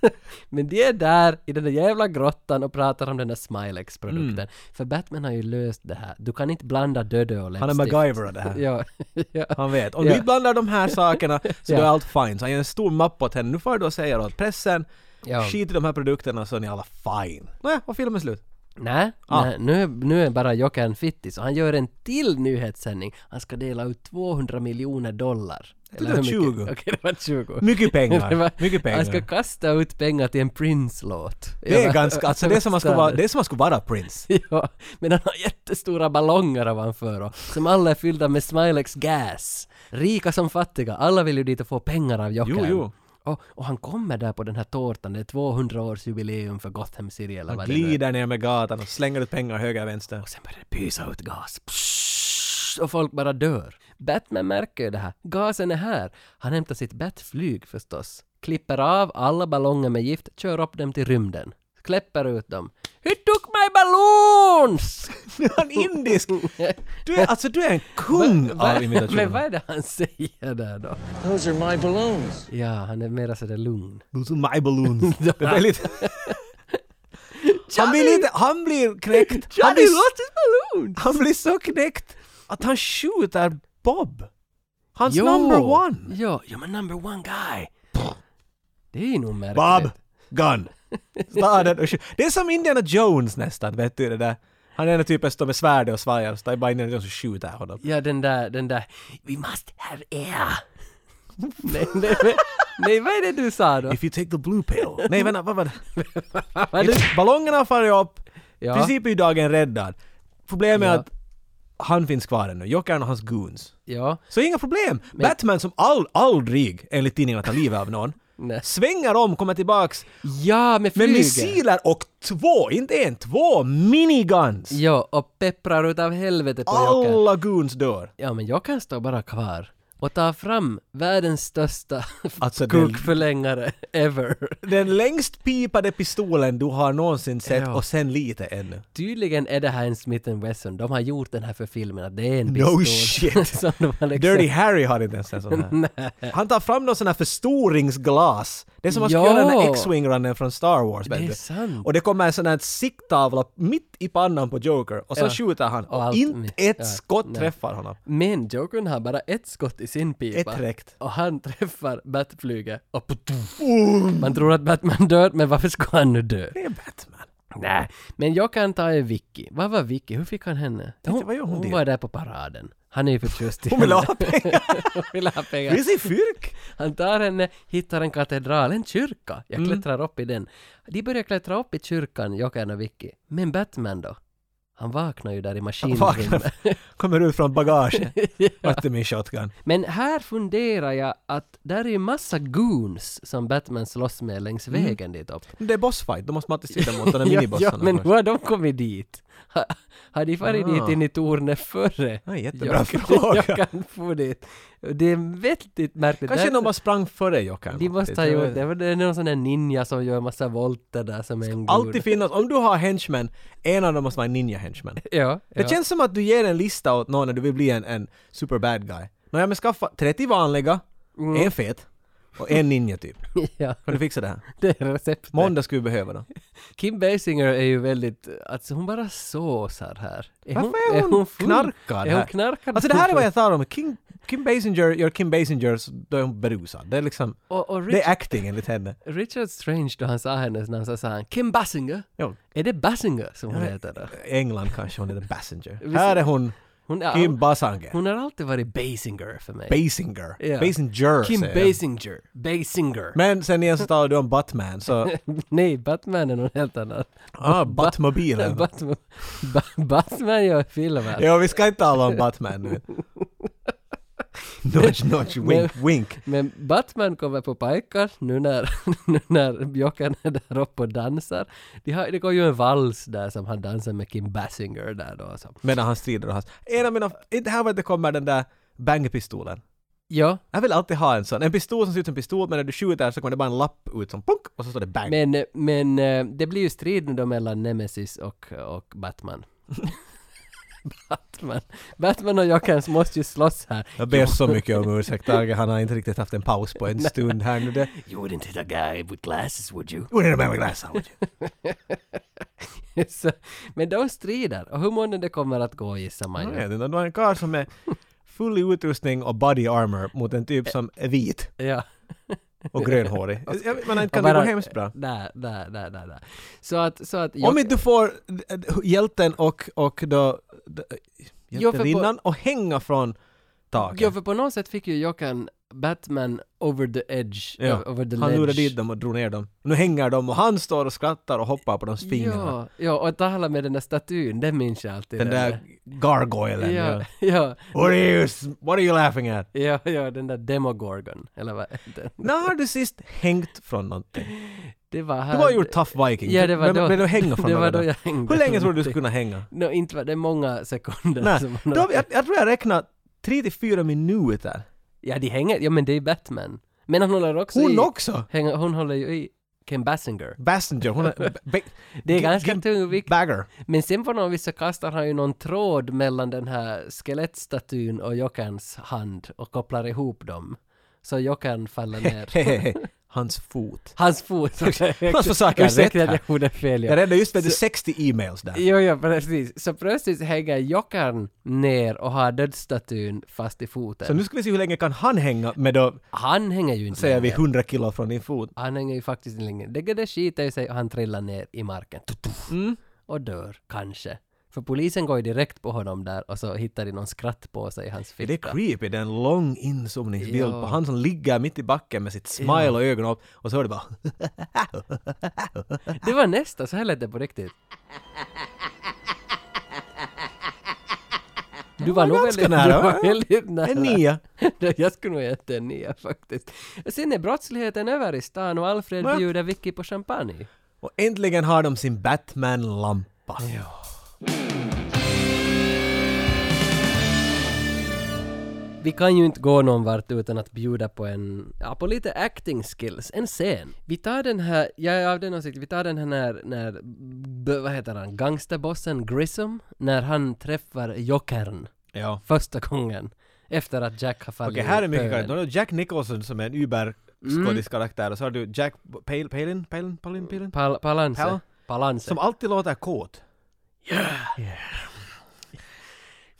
[SPEAKER 2] Men de är där i den där jävla grottan och pratar om den där Smilex-produkten.
[SPEAKER 1] Mm.
[SPEAKER 2] För Batman har ju löst det här. Du kan inte blanda dödö och
[SPEAKER 1] Han är
[SPEAKER 2] läppstift.
[SPEAKER 1] MacGyver av det här.
[SPEAKER 2] Ja, ja.
[SPEAKER 1] Han vet. Om
[SPEAKER 2] Ja.
[SPEAKER 1] du inte blandar de här sakerna så
[SPEAKER 2] Ja.
[SPEAKER 1] då är allt fine. Så han ger en stor mapp åt henne. Nu får du säga åt pressen,
[SPEAKER 2] Ja.
[SPEAKER 1] skit i de här produkterna så är ni alla fine. Nåja, och filmen är slut.
[SPEAKER 2] Nej,
[SPEAKER 1] Ah.
[SPEAKER 2] nej nu, nu är bara Jokern fittis och han gör en till nyhetssändning. Han ska dela ut 200 miljoner dollar.
[SPEAKER 1] trodde det
[SPEAKER 2] hur
[SPEAKER 1] var
[SPEAKER 2] mycket?
[SPEAKER 1] 20.
[SPEAKER 2] Okej, det var 20.
[SPEAKER 1] Mycket
[SPEAKER 2] Det
[SPEAKER 1] pengar.
[SPEAKER 2] var-
[SPEAKER 1] Mycket pengar.
[SPEAKER 2] Han ska kasta ut pengar till en Prince-låt.
[SPEAKER 1] Det är ganska, alltså det är som man skulle vara, det är som man skulle vara Prince.
[SPEAKER 2] Ja, men han har jättestora ballonger ovanför och som alla är fyllda med Smilex gas. Rika som fattiga, alla vill ju dit och få pengar av Jokern.
[SPEAKER 1] Jo, jo.
[SPEAKER 2] Och, och han kommer där på den här tårtan, det är 200-årsjubileum för Gotham City eller
[SPEAKER 1] Han
[SPEAKER 2] vad det nu är.
[SPEAKER 1] glider ner med gatan och slänger ut pengar höger och vänster.
[SPEAKER 2] Och sen börjar det pysa ut gas. Pssst, och folk bara dör. Batman märker ju det här. Gasen är här. Han hämtar sitt Batflyg förstås. Klipper av alla ballonger med gift, kör upp dem till rymden. Kläpper ut dem. He took my balloons!
[SPEAKER 1] Nu är han indisk! Du är, alltså du är en kung av
[SPEAKER 2] Men vad
[SPEAKER 1] imitationer.
[SPEAKER 2] är det han säger där då?
[SPEAKER 10] Those are my balloons.
[SPEAKER 2] Ja, han är mera sådär lugn.
[SPEAKER 1] Those are my balloons. Det är lite... Han blir lite, han blir knäckt. Han blir,
[SPEAKER 2] his balloon!
[SPEAKER 1] han blir så knäckt att han skjuter Bob. Hans
[SPEAKER 2] Jo.
[SPEAKER 1] number one.
[SPEAKER 2] Ja, ja men number one guy! Det är nog märkligt.
[SPEAKER 1] Bob, gun. Staden och skj- Det är som Indiana Jones nästan, vet du det där. Han är den typen som står med svärd och svajar, så det är bara Indiana Jones som skjuter honom.
[SPEAKER 2] Ja, den där, den där We must have air! nej, nej, nej, nej, vad är det du sa då?
[SPEAKER 1] If you take the blue pill. Nej vänta, vad var det?
[SPEAKER 2] Vad du-
[SPEAKER 1] Ballongerna har farit upp, i
[SPEAKER 2] Ja.
[SPEAKER 1] princip är ju dagen räddad. Problemet är
[SPEAKER 2] Ja.
[SPEAKER 1] att han finns kvar ännu, Jokern och hans goons.
[SPEAKER 2] Ja,
[SPEAKER 1] Så inga problem! Batman som all, aldrig, enligt tidningen, tar livet av någon,
[SPEAKER 2] Nej.
[SPEAKER 1] svänger om, kommer tillbaks
[SPEAKER 2] ja med
[SPEAKER 1] med
[SPEAKER 2] flyget!
[SPEAKER 1] missiler och två, inte en, två miniguns!
[SPEAKER 2] Ja, och pepprar utav helvete på Jokern.
[SPEAKER 1] Alla goons dör.
[SPEAKER 2] Ja, men Jokern står bara kvar och tar fram världens största
[SPEAKER 1] Alltså, det-
[SPEAKER 2] kukförlängare ever.
[SPEAKER 1] Den längst pipade pistolen du har någonsin sett
[SPEAKER 2] Ja.
[SPEAKER 1] och sen lite ännu.
[SPEAKER 2] Tydligen är det här en Smith Wesson. De har gjort den här för filmen att det är en
[SPEAKER 1] No
[SPEAKER 2] pistol.
[SPEAKER 1] shit.
[SPEAKER 2] som de har liksom...
[SPEAKER 1] Dirty Harry har inte ens en sån här. Han tar fram någon sån här förstoringsglas. Det är som att man
[SPEAKER 2] Ja.
[SPEAKER 1] skulle göra den där X-Wing-runnen från Star Wars. vet
[SPEAKER 2] Det är
[SPEAKER 1] du.
[SPEAKER 2] sant.
[SPEAKER 1] Och det kommer en sån här sikttavla mitt i pannan på Joker och så
[SPEAKER 2] Ja.
[SPEAKER 1] skjuter han och,
[SPEAKER 2] allt-
[SPEAKER 1] inte ett
[SPEAKER 2] ja,
[SPEAKER 1] skott
[SPEAKER 2] nej.
[SPEAKER 1] träffar honom.
[SPEAKER 2] Men Jokern har bara ett skott i sin pipa.
[SPEAKER 1] Ett räckt.
[SPEAKER 2] Och han träffar Batflyget och
[SPEAKER 1] Mm.
[SPEAKER 2] boom. Man tror att Batman dör, men varför ska han nu dö?
[SPEAKER 1] Det är Batman.
[SPEAKER 2] Nej, men jag kan ta en Vicky. Vad var Vicky? Hur fick han henne?
[SPEAKER 1] vad gör hon
[SPEAKER 2] hon
[SPEAKER 1] dit?
[SPEAKER 2] var där på paraden. Han är ju förtjust i
[SPEAKER 1] Hon vill
[SPEAKER 2] henne.
[SPEAKER 1] ha pengar.
[SPEAKER 2] Hon vill ha pengar.
[SPEAKER 1] Finns det fyrk?
[SPEAKER 2] Han tar henne, hittar en katedral, en kyrka. Jag
[SPEAKER 1] Mm.
[SPEAKER 2] klättrar upp i den. De börjar klättra upp i kyrkan, Jokern och Vicky. Men Batman då? Han vaknar ju där i maskinrummet.
[SPEAKER 1] Kommer ut från bagaget.
[SPEAKER 2] Ja.
[SPEAKER 1] Vart är min shotgun?
[SPEAKER 2] Men här funderar jag att där är ju massa goons som Batman slåss med längs
[SPEAKER 1] Mm.
[SPEAKER 2] vägen dit upp.
[SPEAKER 1] Men Det är bossfight, då måste man alltid strida mot den där minibossen.
[SPEAKER 2] ja, men
[SPEAKER 1] först.
[SPEAKER 2] hur har de kommit dit? Ha- Har de farit
[SPEAKER 1] Ah.
[SPEAKER 2] dit in i tornet före?
[SPEAKER 1] Ja, jättebra
[SPEAKER 2] kan-
[SPEAKER 1] fråga.
[SPEAKER 2] Jag kan få dit. Det är väldigt märkligt.
[SPEAKER 1] Kanske
[SPEAKER 2] Där-
[SPEAKER 1] någon bara sprang före Jokern.
[SPEAKER 2] De måste ha
[SPEAKER 1] Det-
[SPEAKER 2] gjort det. Det är någon sån där ninja som gör massa volter där som är en
[SPEAKER 1] Alltid
[SPEAKER 2] goon.
[SPEAKER 1] finnas, om du har henchmen, en av dem måste vara en ninja henchman.
[SPEAKER 2] Ja,
[SPEAKER 1] Det
[SPEAKER 2] ja.
[SPEAKER 1] känns som att du ger en lista åt någon när du vill bli en, en super bad guy. Nåja men skaffa 30 vanliga,
[SPEAKER 2] Mm.
[SPEAKER 1] en fet och en ninja typ.
[SPEAKER 2] ja,
[SPEAKER 1] Kan du fixa det här?
[SPEAKER 2] det är receptet.
[SPEAKER 1] Måndag skulle vi behöva då.
[SPEAKER 2] Kim Basinger är ju väldigt, alltså hon bara såsar här. Är
[SPEAKER 1] Varför är hon,
[SPEAKER 2] full?
[SPEAKER 1] knarkad
[SPEAKER 2] Är hon
[SPEAKER 1] här?
[SPEAKER 2] knarkad?
[SPEAKER 1] Alltså det här är vad jag talar om. Kim, Kim Basinger gör Kim Basinger, så då är hon berusad. Det är liksom...
[SPEAKER 2] Och, och
[SPEAKER 1] Det
[SPEAKER 2] Rich,
[SPEAKER 1] är acting enligt henne.
[SPEAKER 2] Richard Strange då han sa hennes namn så sa han Kim Basinger.
[SPEAKER 1] Ja.
[SPEAKER 2] Är det Basinger som hon heter då?
[SPEAKER 1] England kanske hon heter Basinger.
[SPEAKER 2] Visst-
[SPEAKER 1] Här är hon
[SPEAKER 2] Hon, är,
[SPEAKER 1] Kim Basinger.
[SPEAKER 2] hon har alltid varit Basinger för mig.
[SPEAKER 1] Basinger.
[SPEAKER 2] Ja.
[SPEAKER 1] Basinger
[SPEAKER 2] Kim
[SPEAKER 1] säger jag.
[SPEAKER 2] Basinger. Basinger.
[SPEAKER 1] Men sen igen så talar du om Batman, så...
[SPEAKER 2] Nej, Batman är någon helt annan.
[SPEAKER 1] Ah, Batmobilen.
[SPEAKER 2] Batman, ba- Batman gör filmer.
[SPEAKER 1] Ja, vi ska inte tala om Batman nu. Nudge, nudge, wink, wink.
[SPEAKER 2] Men Batman kommer på pojkar nu när, nu när Jokern är där uppe och dansar. De har, det går ju en vals där som han dansar med Kim Basinger där då. Så.
[SPEAKER 1] Medan han strider och hans... En av mina... Inte här var det kommer den där bangpistolen.
[SPEAKER 2] Ja,
[SPEAKER 1] Jag vill alltid ha en sån. En pistol som ser ut som en pistol, men när du skjuter så kommer det bara en lapp ut som punk och så står det bang.
[SPEAKER 2] men, men eh, det blir ju strid nu då mellan Nemesis och, och Batman. Batman. Batman och Jokern måste ju slåss här.
[SPEAKER 1] Jag ber så mycket om ursäkt, Tage. Han har inte riktigt haft en paus på en stund här nu. Det...
[SPEAKER 2] You wouldn't hit a guy with glasses would you?
[SPEAKER 1] Would you remember last time?
[SPEAKER 2] så, men de strider och hur många det kommer att gå gissar man ju.
[SPEAKER 1] Jag vet inte, du har en karl som är full i utrustning och body armor mot en typ som är vit
[SPEAKER 2] Ja.
[SPEAKER 1] och grönhårig. Jag- Jag menar, inte kan
[SPEAKER 2] Och
[SPEAKER 1] det gå
[SPEAKER 2] bara-
[SPEAKER 1] hemskt bra?
[SPEAKER 2] Där, där, där, där, där. Så att, så att...
[SPEAKER 1] Om inte du får d- d- hjälten och, och då d-
[SPEAKER 2] Jo, för på-
[SPEAKER 1] hjältinnan och hänga från taket.
[SPEAKER 2] Jo, för på något sätt fick ju Jokern Batman over the edge,
[SPEAKER 1] Ja,
[SPEAKER 2] över the
[SPEAKER 1] han
[SPEAKER 2] ledge.
[SPEAKER 1] lurade dit dem och drog ner dem. Nu hänger de och han står och skrattar och hoppar på deras fingrar.
[SPEAKER 2] Ja, ja, och talar med den där statyn, den minns jag alltid.
[SPEAKER 1] Den där gargoylen.
[SPEAKER 2] Ja,
[SPEAKER 1] Ja.
[SPEAKER 2] ja,
[SPEAKER 1] What, are you, s- what are you laughing at?
[SPEAKER 2] ja, ja, den där demogorgon, eller vad den,
[SPEAKER 1] När har du sist hängt från någonting?
[SPEAKER 2] Det var här.
[SPEAKER 1] Du har gjort Tough Viking.
[SPEAKER 2] Ja, det var
[SPEAKER 1] men,
[SPEAKER 2] då.
[SPEAKER 1] Men du hänger från
[SPEAKER 2] det var
[SPEAKER 1] någon
[SPEAKER 2] då
[SPEAKER 1] där?
[SPEAKER 2] jag hängde.
[SPEAKER 1] Hur länge tror du du skulle kunna hänga?
[SPEAKER 2] No, inte var det många sekunder som
[SPEAKER 1] Nej,
[SPEAKER 2] Alltså, man
[SPEAKER 1] då, jag, jag tror jag räknade tre till fyra minuter.
[SPEAKER 2] Ja, de hänger, ja men det är Batman. Men hon håller också i...
[SPEAKER 1] Hon också!
[SPEAKER 2] Hänger, hon håller ju i Kim Basinger.
[SPEAKER 1] Basinger, hon är... Ba-
[SPEAKER 2] Det är
[SPEAKER 1] Gi-
[SPEAKER 2] ganska
[SPEAKER 1] gi-
[SPEAKER 2] tung vikt.
[SPEAKER 1] Bagger.
[SPEAKER 2] Men sen på något vis så kastar han ju någon tråd mellan den här skelettstatyn och Jokerns hand och kopplar ihop dem. Så Jokern faller ner.
[SPEAKER 1] Hehehe. Hans fot.
[SPEAKER 2] Hans fot.
[SPEAKER 1] Man får saker rätt
[SPEAKER 2] Ursäkta att
[SPEAKER 1] här.
[SPEAKER 2] jag gjorde fel.
[SPEAKER 1] Jag
[SPEAKER 2] Ja.
[SPEAKER 1] räddade just det, det är 60 e-mails där.
[SPEAKER 2] Jo, ja, precis. Så plötsligt hänger Jokern ner och har dödsstatyn fast i
[SPEAKER 1] Så
[SPEAKER 2] foten.
[SPEAKER 1] nu ska vi se hur länge kan han hänga med då,
[SPEAKER 2] Han hänger ju inte
[SPEAKER 1] säger vi,
[SPEAKER 2] längre.
[SPEAKER 1] 100 kilo från din fot.
[SPEAKER 2] Han hänger ju faktiskt inte längre. Det, det skiter ju sig och han trillar ner i marken. Tuff.
[SPEAKER 1] Mm.
[SPEAKER 2] Och dör, kanske. För polisen går ju direkt på honom där och så hittar de någon skrattpåse i hans
[SPEAKER 1] Är
[SPEAKER 2] ficka.
[SPEAKER 1] det creepy? Det är en lång inzoomningsbild
[SPEAKER 2] Ja.
[SPEAKER 1] på han som ligger mitt i backen med sitt smile och ögonen upp och så hör du bara
[SPEAKER 2] Det var nästa, så här lät det på riktigt. Du var nog
[SPEAKER 1] ganska
[SPEAKER 2] väldigt
[SPEAKER 1] nära,
[SPEAKER 2] nära. Du
[SPEAKER 1] va?
[SPEAKER 2] var väldigt nära.
[SPEAKER 1] en nia.
[SPEAKER 2] Jag skulle nog gett en nia faktiskt. Sen är brottsligheten över i stan och Alfred
[SPEAKER 1] Va?
[SPEAKER 2] bjuder Vicky på champagne.
[SPEAKER 1] Och äntligen har de sin Batman-lampa.
[SPEAKER 2] Vi kan ju inte gå någon vart utan att bjuda på en, ja på lite acting skills, en scen. Vi tar den här, jag är av den åsikten, vi tar den här när, när b- vad heter han, gangsterbossen Grissom, när han träffar Jokern
[SPEAKER 1] Ja.
[SPEAKER 2] första gången efter att Jack har fallit
[SPEAKER 1] Okej,
[SPEAKER 2] i
[SPEAKER 1] här är mycket
[SPEAKER 2] pölen.
[SPEAKER 1] karaktär. Nu har du Jack Nicholson som är en uber
[SPEAKER 2] Mm.
[SPEAKER 1] skådiskaraktär och så har du Jack Palin, Palin, Palin, Palin, Palin
[SPEAKER 2] Pal- Palanse.
[SPEAKER 1] Pal-
[SPEAKER 2] Palanse.
[SPEAKER 1] som alltid låter kåt.
[SPEAKER 2] Yeah. Yeah.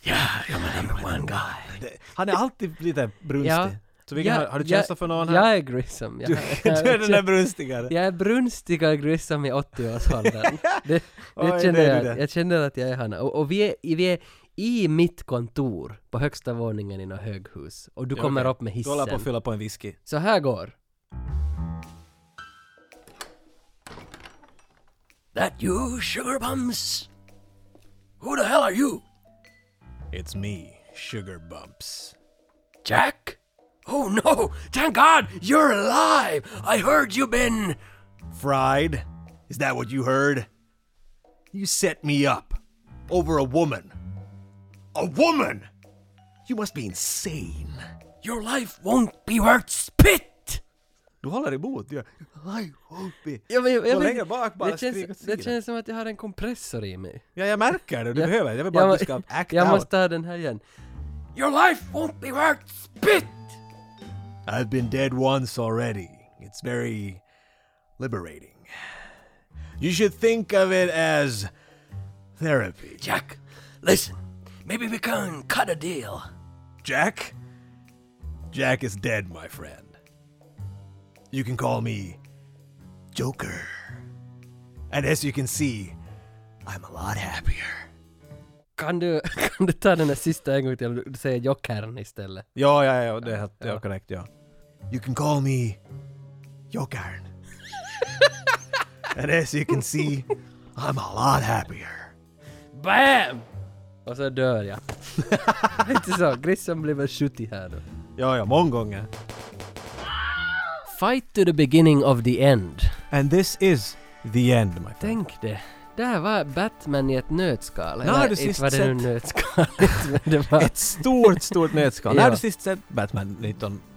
[SPEAKER 2] Yeah, I'm a number one guy.
[SPEAKER 1] Det- Han är alltid lite brunstig.
[SPEAKER 2] Ja.
[SPEAKER 1] Så vilken,
[SPEAKER 2] Ja,
[SPEAKER 1] har, har du
[SPEAKER 2] ja,
[SPEAKER 1] känsla för någon här?
[SPEAKER 2] Jag är Grissom. Jag,
[SPEAKER 1] Du-
[SPEAKER 2] jag-
[SPEAKER 1] du är den där brunstigare.
[SPEAKER 2] Jag är brunstigare Grissom i 80-årsåldern. det det
[SPEAKER 1] Oj,
[SPEAKER 2] känner
[SPEAKER 1] det är
[SPEAKER 2] jag.
[SPEAKER 1] du det.
[SPEAKER 2] Jag känner att jag är han. Och, och vi, är, i- vi är i mitt kontor på högsta våningen i något höghus. Och du
[SPEAKER 1] Ja,
[SPEAKER 2] kommer
[SPEAKER 1] okej.
[SPEAKER 2] upp med
[SPEAKER 1] Du
[SPEAKER 2] hissen.
[SPEAKER 1] håller på att fylla på en whisky.
[SPEAKER 2] Så här går. That you sugar bums? Who the hell are you?
[SPEAKER 1] It's me, Sugar Bumps.
[SPEAKER 2] Jack? Oh no! Thank God you're alive! I heard you been...
[SPEAKER 11] Fried? Is that what you heard? You set me up. Over a woman. A woman! You must be insane.
[SPEAKER 2] Your life won't be worth spit!
[SPEAKER 1] Du håller emot. Du
[SPEAKER 2] Ja, men, jag,
[SPEAKER 1] Gå
[SPEAKER 2] jag,
[SPEAKER 1] längre bak bara,
[SPEAKER 2] det,
[SPEAKER 1] skrik åt
[SPEAKER 2] känns,
[SPEAKER 1] sidan.
[SPEAKER 2] det känns som att jag har en kompressor i mig.
[SPEAKER 1] Ja, jag märker det. Du
[SPEAKER 2] Ja,
[SPEAKER 1] behöver. Jag vill bara
[SPEAKER 2] jag-
[SPEAKER 1] att du ska act
[SPEAKER 2] Jag
[SPEAKER 1] out.
[SPEAKER 2] måste ha den här igen. Your life won't be worth spit!
[SPEAKER 11] I've been dead once already. It's very liberating. You should think of it as therapy.
[SPEAKER 2] Jack, listen. Maybe we can cut a deal.
[SPEAKER 11] Jack? Jack is dead, my friend. You can call me Joker. And as you can see, I'm a lot happier.
[SPEAKER 2] Kan du, kan du ta den här sista en gång till? Du säger jockern istället.
[SPEAKER 1] Ja, ja, ja. Det är helt ja. korrekt, ja.
[SPEAKER 11] You can call me Jokarn. and as you can see, I'm a lot happier.
[SPEAKER 2] BAM! Och så dör jag. Inte så, grisen blir väl skjutig här då.
[SPEAKER 1] Ja, ja. Många gånger.
[SPEAKER 2] Fight to the beginning of the end.
[SPEAKER 1] And this is the end, my friend.
[SPEAKER 2] Tänk det. Där var Batman i ett nötskal.
[SPEAKER 1] När har du
[SPEAKER 2] inte
[SPEAKER 1] sist
[SPEAKER 2] var det nu
[SPEAKER 1] sett-
[SPEAKER 2] nötskal. men det var...
[SPEAKER 1] Ett stort, stort nötskal. När har
[SPEAKER 2] Ja.
[SPEAKER 1] du sist sett Batman 1989?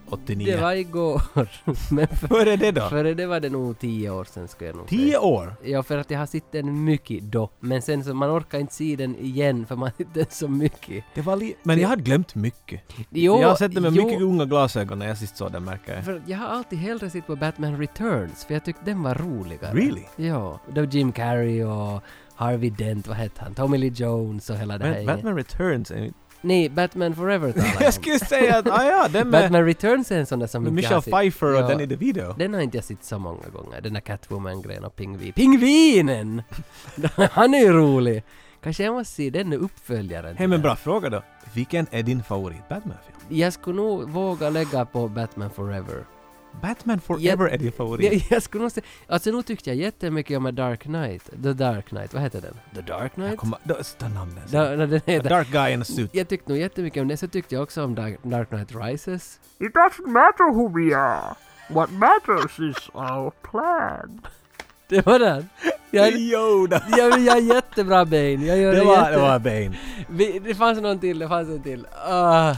[SPEAKER 2] Det var igår. Men för,
[SPEAKER 1] Före det då?
[SPEAKER 2] Före det var det nog tio år sedan skulle jag nog
[SPEAKER 1] Tio
[SPEAKER 2] säga.
[SPEAKER 1] år?
[SPEAKER 2] Ja, för att jag har sett den mycket då. Men sen så man orkar inte se den igen för man har sett den så mycket.
[SPEAKER 1] Det var li- Men jag hade glömt mycket.
[SPEAKER 2] Jo,
[SPEAKER 1] jag har sett det med
[SPEAKER 2] jo.
[SPEAKER 1] mycket unga glasögon när jag sist såg den märker jag.
[SPEAKER 2] För jag har alltid hellre sett på Batman Returns för jag tyckte den var roligare.
[SPEAKER 1] Really?
[SPEAKER 2] Ja. Då Jim Carrey och Harvey Dent, vad hette han? Tommy Lee Jones och hela det här
[SPEAKER 1] Men
[SPEAKER 2] gänget.
[SPEAKER 1] Batman Returns är ju-
[SPEAKER 2] Nej, Batman Forever talar jag
[SPEAKER 1] Jag skulle säga att, ah, ja, den med,
[SPEAKER 2] Batman Returns är en sån där som
[SPEAKER 1] med
[SPEAKER 2] inte jag har
[SPEAKER 1] Michelle Pfeiffer och
[SPEAKER 2] sett.
[SPEAKER 1] Danny DeVito.
[SPEAKER 2] Den har inte jag sett så många gånger, den där Catwoman-grejen och pingvin. Pingvinen! Han är ju rolig! Kanske jag måste se den nu, uppföljaren.
[SPEAKER 1] Hej men bra fråga då. Vilken är din favorit Batman-film?
[SPEAKER 2] Jag skulle nog våga lägga på Batman Forever.
[SPEAKER 1] Batman Forever är din favorit.
[SPEAKER 2] Jag, jag skulle nog säga... Alltså nu tyckte jag jättemycket om A Dark Knight. The Dark Knight, vad heter den? The Dark Knight?
[SPEAKER 1] Jag kommer, då, ta namnet.
[SPEAKER 2] Da, da, den
[SPEAKER 1] A
[SPEAKER 2] heter.
[SPEAKER 1] dark guy in a suit.
[SPEAKER 2] Jag tyckte nog jättemycket om den, så tyckte jag också om Dark, Dark Knight Rises.
[SPEAKER 12] It doesn't matter who we are. What matters is our plan.
[SPEAKER 2] Det var den! Jag,
[SPEAKER 1] Yoda!
[SPEAKER 2] jag, jag är jättebra Bane, jag gör
[SPEAKER 1] Det var,
[SPEAKER 2] jätte...
[SPEAKER 1] det var Bane.
[SPEAKER 2] Vi, det fanns någon till, det fanns en till. Ah.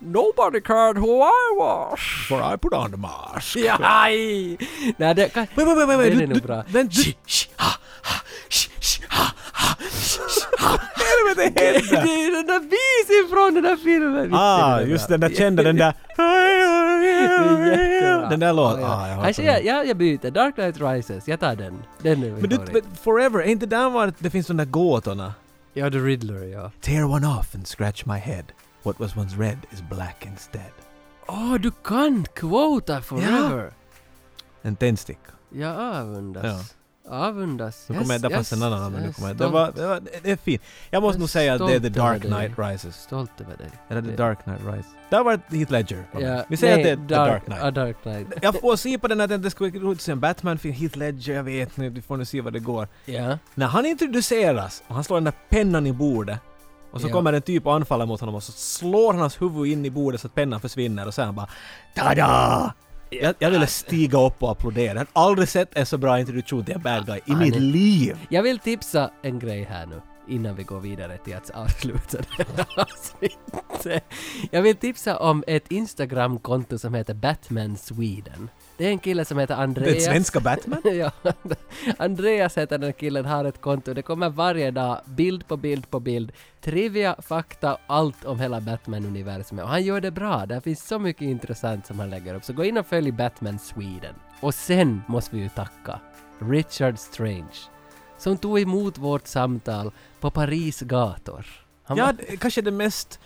[SPEAKER 2] nobody cared who I was!
[SPEAKER 1] For I put on the mask.
[SPEAKER 2] Jaj! Nej, det kan...
[SPEAKER 1] Wait, wait, wait, wait, wait.
[SPEAKER 2] Den
[SPEAKER 1] du-
[SPEAKER 2] är nog
[SPEAKER 1] du-
[SPEAKER 2] bra.
[SPEAKER 1] Den, du, helvete
[SPEAKER 2] Det
[SPEAKER 1] händer?
[SPEAKER 2] är ju den där visen från den där filmen! Visst är
[SPEAKER 1] Ah,
[SPEAKER 2] den
[SPEAKER 1] just
[SPEAKER 2] bra?
[SPEAKER 1] den där kända, den där...
[SPEAKER 2] Jättebra.
[SPEAKER 1] Den där låten.
[SPEAKER 2] Ja,
[SPEAKER 1] Ah, jag
[SPEAKER 2] ja.
[SPEAKER 1] hatar
[SPEAKER 2] Kanske
[SPEAKER 1] den.
[SPEAKER 2] jag, jag, jag byter. Dark Knight Rises, jag tar den. Den är min
[SPEAKER 1] Men du,
[SPEAKER 2] favorit.
[SPEAKER 1] men Forever, är inte där var det finns de där gåtorna?
[SPEAKER 2] Ja, The Riddler ja.
[SPEAKER 1] Tear one off and scratch my head. What was once red is black instead.
[SPEAKER 2] Åh, du kan quota forever!
[SPEAKER 1] En tändsticka.
[SPEAKER 2] Jag avundas. Avundas.
[SPEAKER 1] Nu
[SPEAKER 2] Jag-
[SPEAKER 1] kommer jag, där
[SPEAKER 2] jag-
[SPEAKER 1] fanns en annan men nu
[SPEAKER 2] jag
[SPEAKER 1] kommer
[SPEAKER 2] är
[SPEAKER 1] jag, det var,
[SPEAKER 2] stolt.
[SPEAKER 1] det var, det är fint. Jag måste
[SPEAKER 2] Jag
[SPEAKER 1] nog
[SPEAKER 2] är
[SPEAKER 1] säga att det är The
[SPEAKER 2] stolt över
[SPEAKER 1] Dark
[SPEAKER 2] dig.
[SPEAKER 1] Knight Rises.
[SPEAKER 2] Stolt över dig.
[SPEAKER 1] Eller The
[SPEAKER 2] Det-
[SPEAKER 1] Dark Knight Rises. Där var det Heath Ledger.
[SPEAKER 2] Ja,
[SPEAKER 1] Vi säger
[SPEAKER 2] nej,
[SPEAKER 1] att det är The Dark
[SPEAKER 2] A
[SPEAKER 1] Knight.
[SPEAKER 2] Dark Knight.
[SPEAKER 1] Jag får se på den att det skulle vara roligt att se en Batman-film, Heath Ledger, jag vet inte, vi får nu se vad det går.
[SPEAKER 2] Ja.
[SPEAKER 1] När han introduceras och han slår den där pennan i bordet och så
[SPEAKER 2] Ja.
[SPEAKER 1] kommer en typ och anfaller mot honom och så slår han hans huvud in i bordet så att pennan försvinner och så är han bara Tada! Jag, jag ville
[SPEAKER 2] alltså.
[SPEAKER 1] stiga upp och applådera. Jag har aldrig sett en så bra introduktion till en bad guy i
[SPEAKER 2] Ah,
[SPEAKER 1] mitt
[SPEAKER 2] nej.
[SPEAKER 1] liv!
[SPEAKER 2] Jag vill tipsa en grej här nu innan vi går vidare till att avsluta det här avsnittet. Jag vill tipsa om ett Instagramkonto som heter Batman Sweden. Det är en kille som heter Andreas.
[SPEAKER 1] Den svenska Batman?
[SPEAKER 2] ja, Andreas heter den killen, har ett konto. Det kommer varje dag, bild på bild på bild. Trivia, fakta, allt om hela Batman-universumet. Och han gör det bra. Där finns så mycket intressant som han lägger upp. Så gå in och följ Batman Sweden. Och sen måste vi ju tacka Richard Strange som tog emot vårt samtal på Paris gator. Han
[SPEAKER 1] Ja,
[SPEAKER 2] var-
[SPEAKER 1] det- kanske det mest,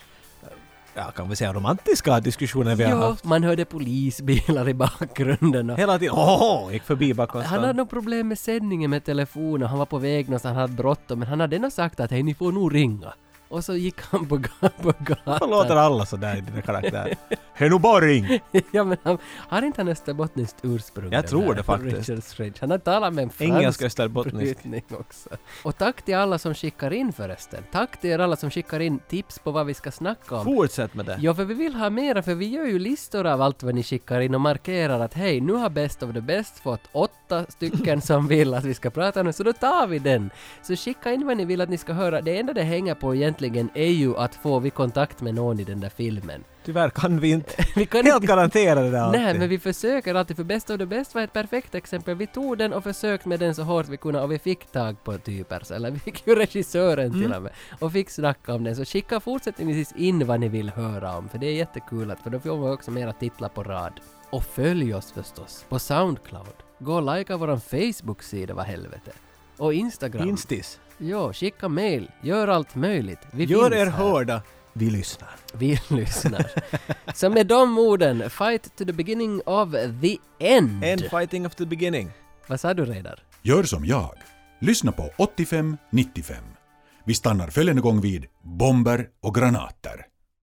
[SPEAKER 1] ja kan vi säga romantiska diskussionen vi har
[SPEAKER 2] Jo,
[SPEAKER 1] haft.
[SPEAKER 2] man hörde polisbilar i bakgrunden. Och
[SPEAKER 1] Alltså. Hela tiden, åh, gick förbi bara
[SPEAKER 2] Han
[SPEAKER 1] konstant.
[SPEAKER 2] hade något problem med sändningen med telefonen och han var på väg någonstans, han hade bråttom men han hade ändå sagt att hej ni får nog ringa. Och så gick han på, ga- på gatan.
[SPEAKER 1] Varför låter alla sådär i dina karaktärer? Hej nu bara ring!
[SPEAKER 2] ja men han, har inte han österbottniskt ursprung?
[SPEAKER 1] Jag
[SPEAKER 2] den
[SPEAKER 1] tror
[SPEAKER 2] här
[SPEAKER 1] det faktiskt.
[SPEAKER 2] Richard Strange. Han har talat med en fransk
[SPEAKER 1] Engelsk österbottnisk.
[SPEAKER 2] brytning också. Och tack till alla som skickar in förresten. Tack till er alla som skickar in tips på vad vi ska snacka om.
[SPEAKER 1] Fortsätt med det.
[SPEAKER 2] Ja, för vi vill ha mera, för vi gör ju listor av allt vad ni skickar in och markerar att hej, nu har Best of the Best fått åtta stycken som vill att vi ska prata nu, så då tar vi den. Så skicka in vad ni vill att ni ska höra. Det enda det hänger på egentligen är ju att få vi kontakt med någon i den där filmen.
[SPEAKER 1] Tyvärr kan vi inte
[SPEAKER 2] Vi kan
[SPEAKER 1] helt garantera det där
[SPEAKER 2] Nej,
[SPEAKER 1] alltid.
[SPEAKER 2] men vi försöker alltid, för Best of the Best var ett perfekt exempel. Vi tog den och försökte med den så hårt vi kunde och vi fick tag på typer, så- eller vi fick ju regissören till
[SPEAKER 1] Mm.
[SPEAKER 2] och med, och fick snacka om den. Så skicka fortsättningsvis in vad ni vill höra om, för det är jättekul, att, för då får man också mera titlar på rad. Och följ oss förstås, på Soundcloud. Gå och likea vår Facebook-sida, vad helvete. Och Instagram.
[SPEAKER 1] Instis.
[SPEAKER 2] Jo, skicka mail, gör allt möjligt. Vi
[SPEAKER 1] Gör
[SPEAKER 2] finns
[SPEAKER 1] er
[SPEAKER 2] här.
[SPEAKER 1] hörda. Vi lyssnar.
[SPEAKER 2] Vi lyssnar. Så med de orden, fight to the beginning of the end.
[SPEAKER 1] End fighting of the beginning.
[SPEAKER 2] Vad sa du Reidar?
[SPEAKER 13] Gör som jag. Lyssna på 85 95. Vi stannar följande gång vid bomber och granater.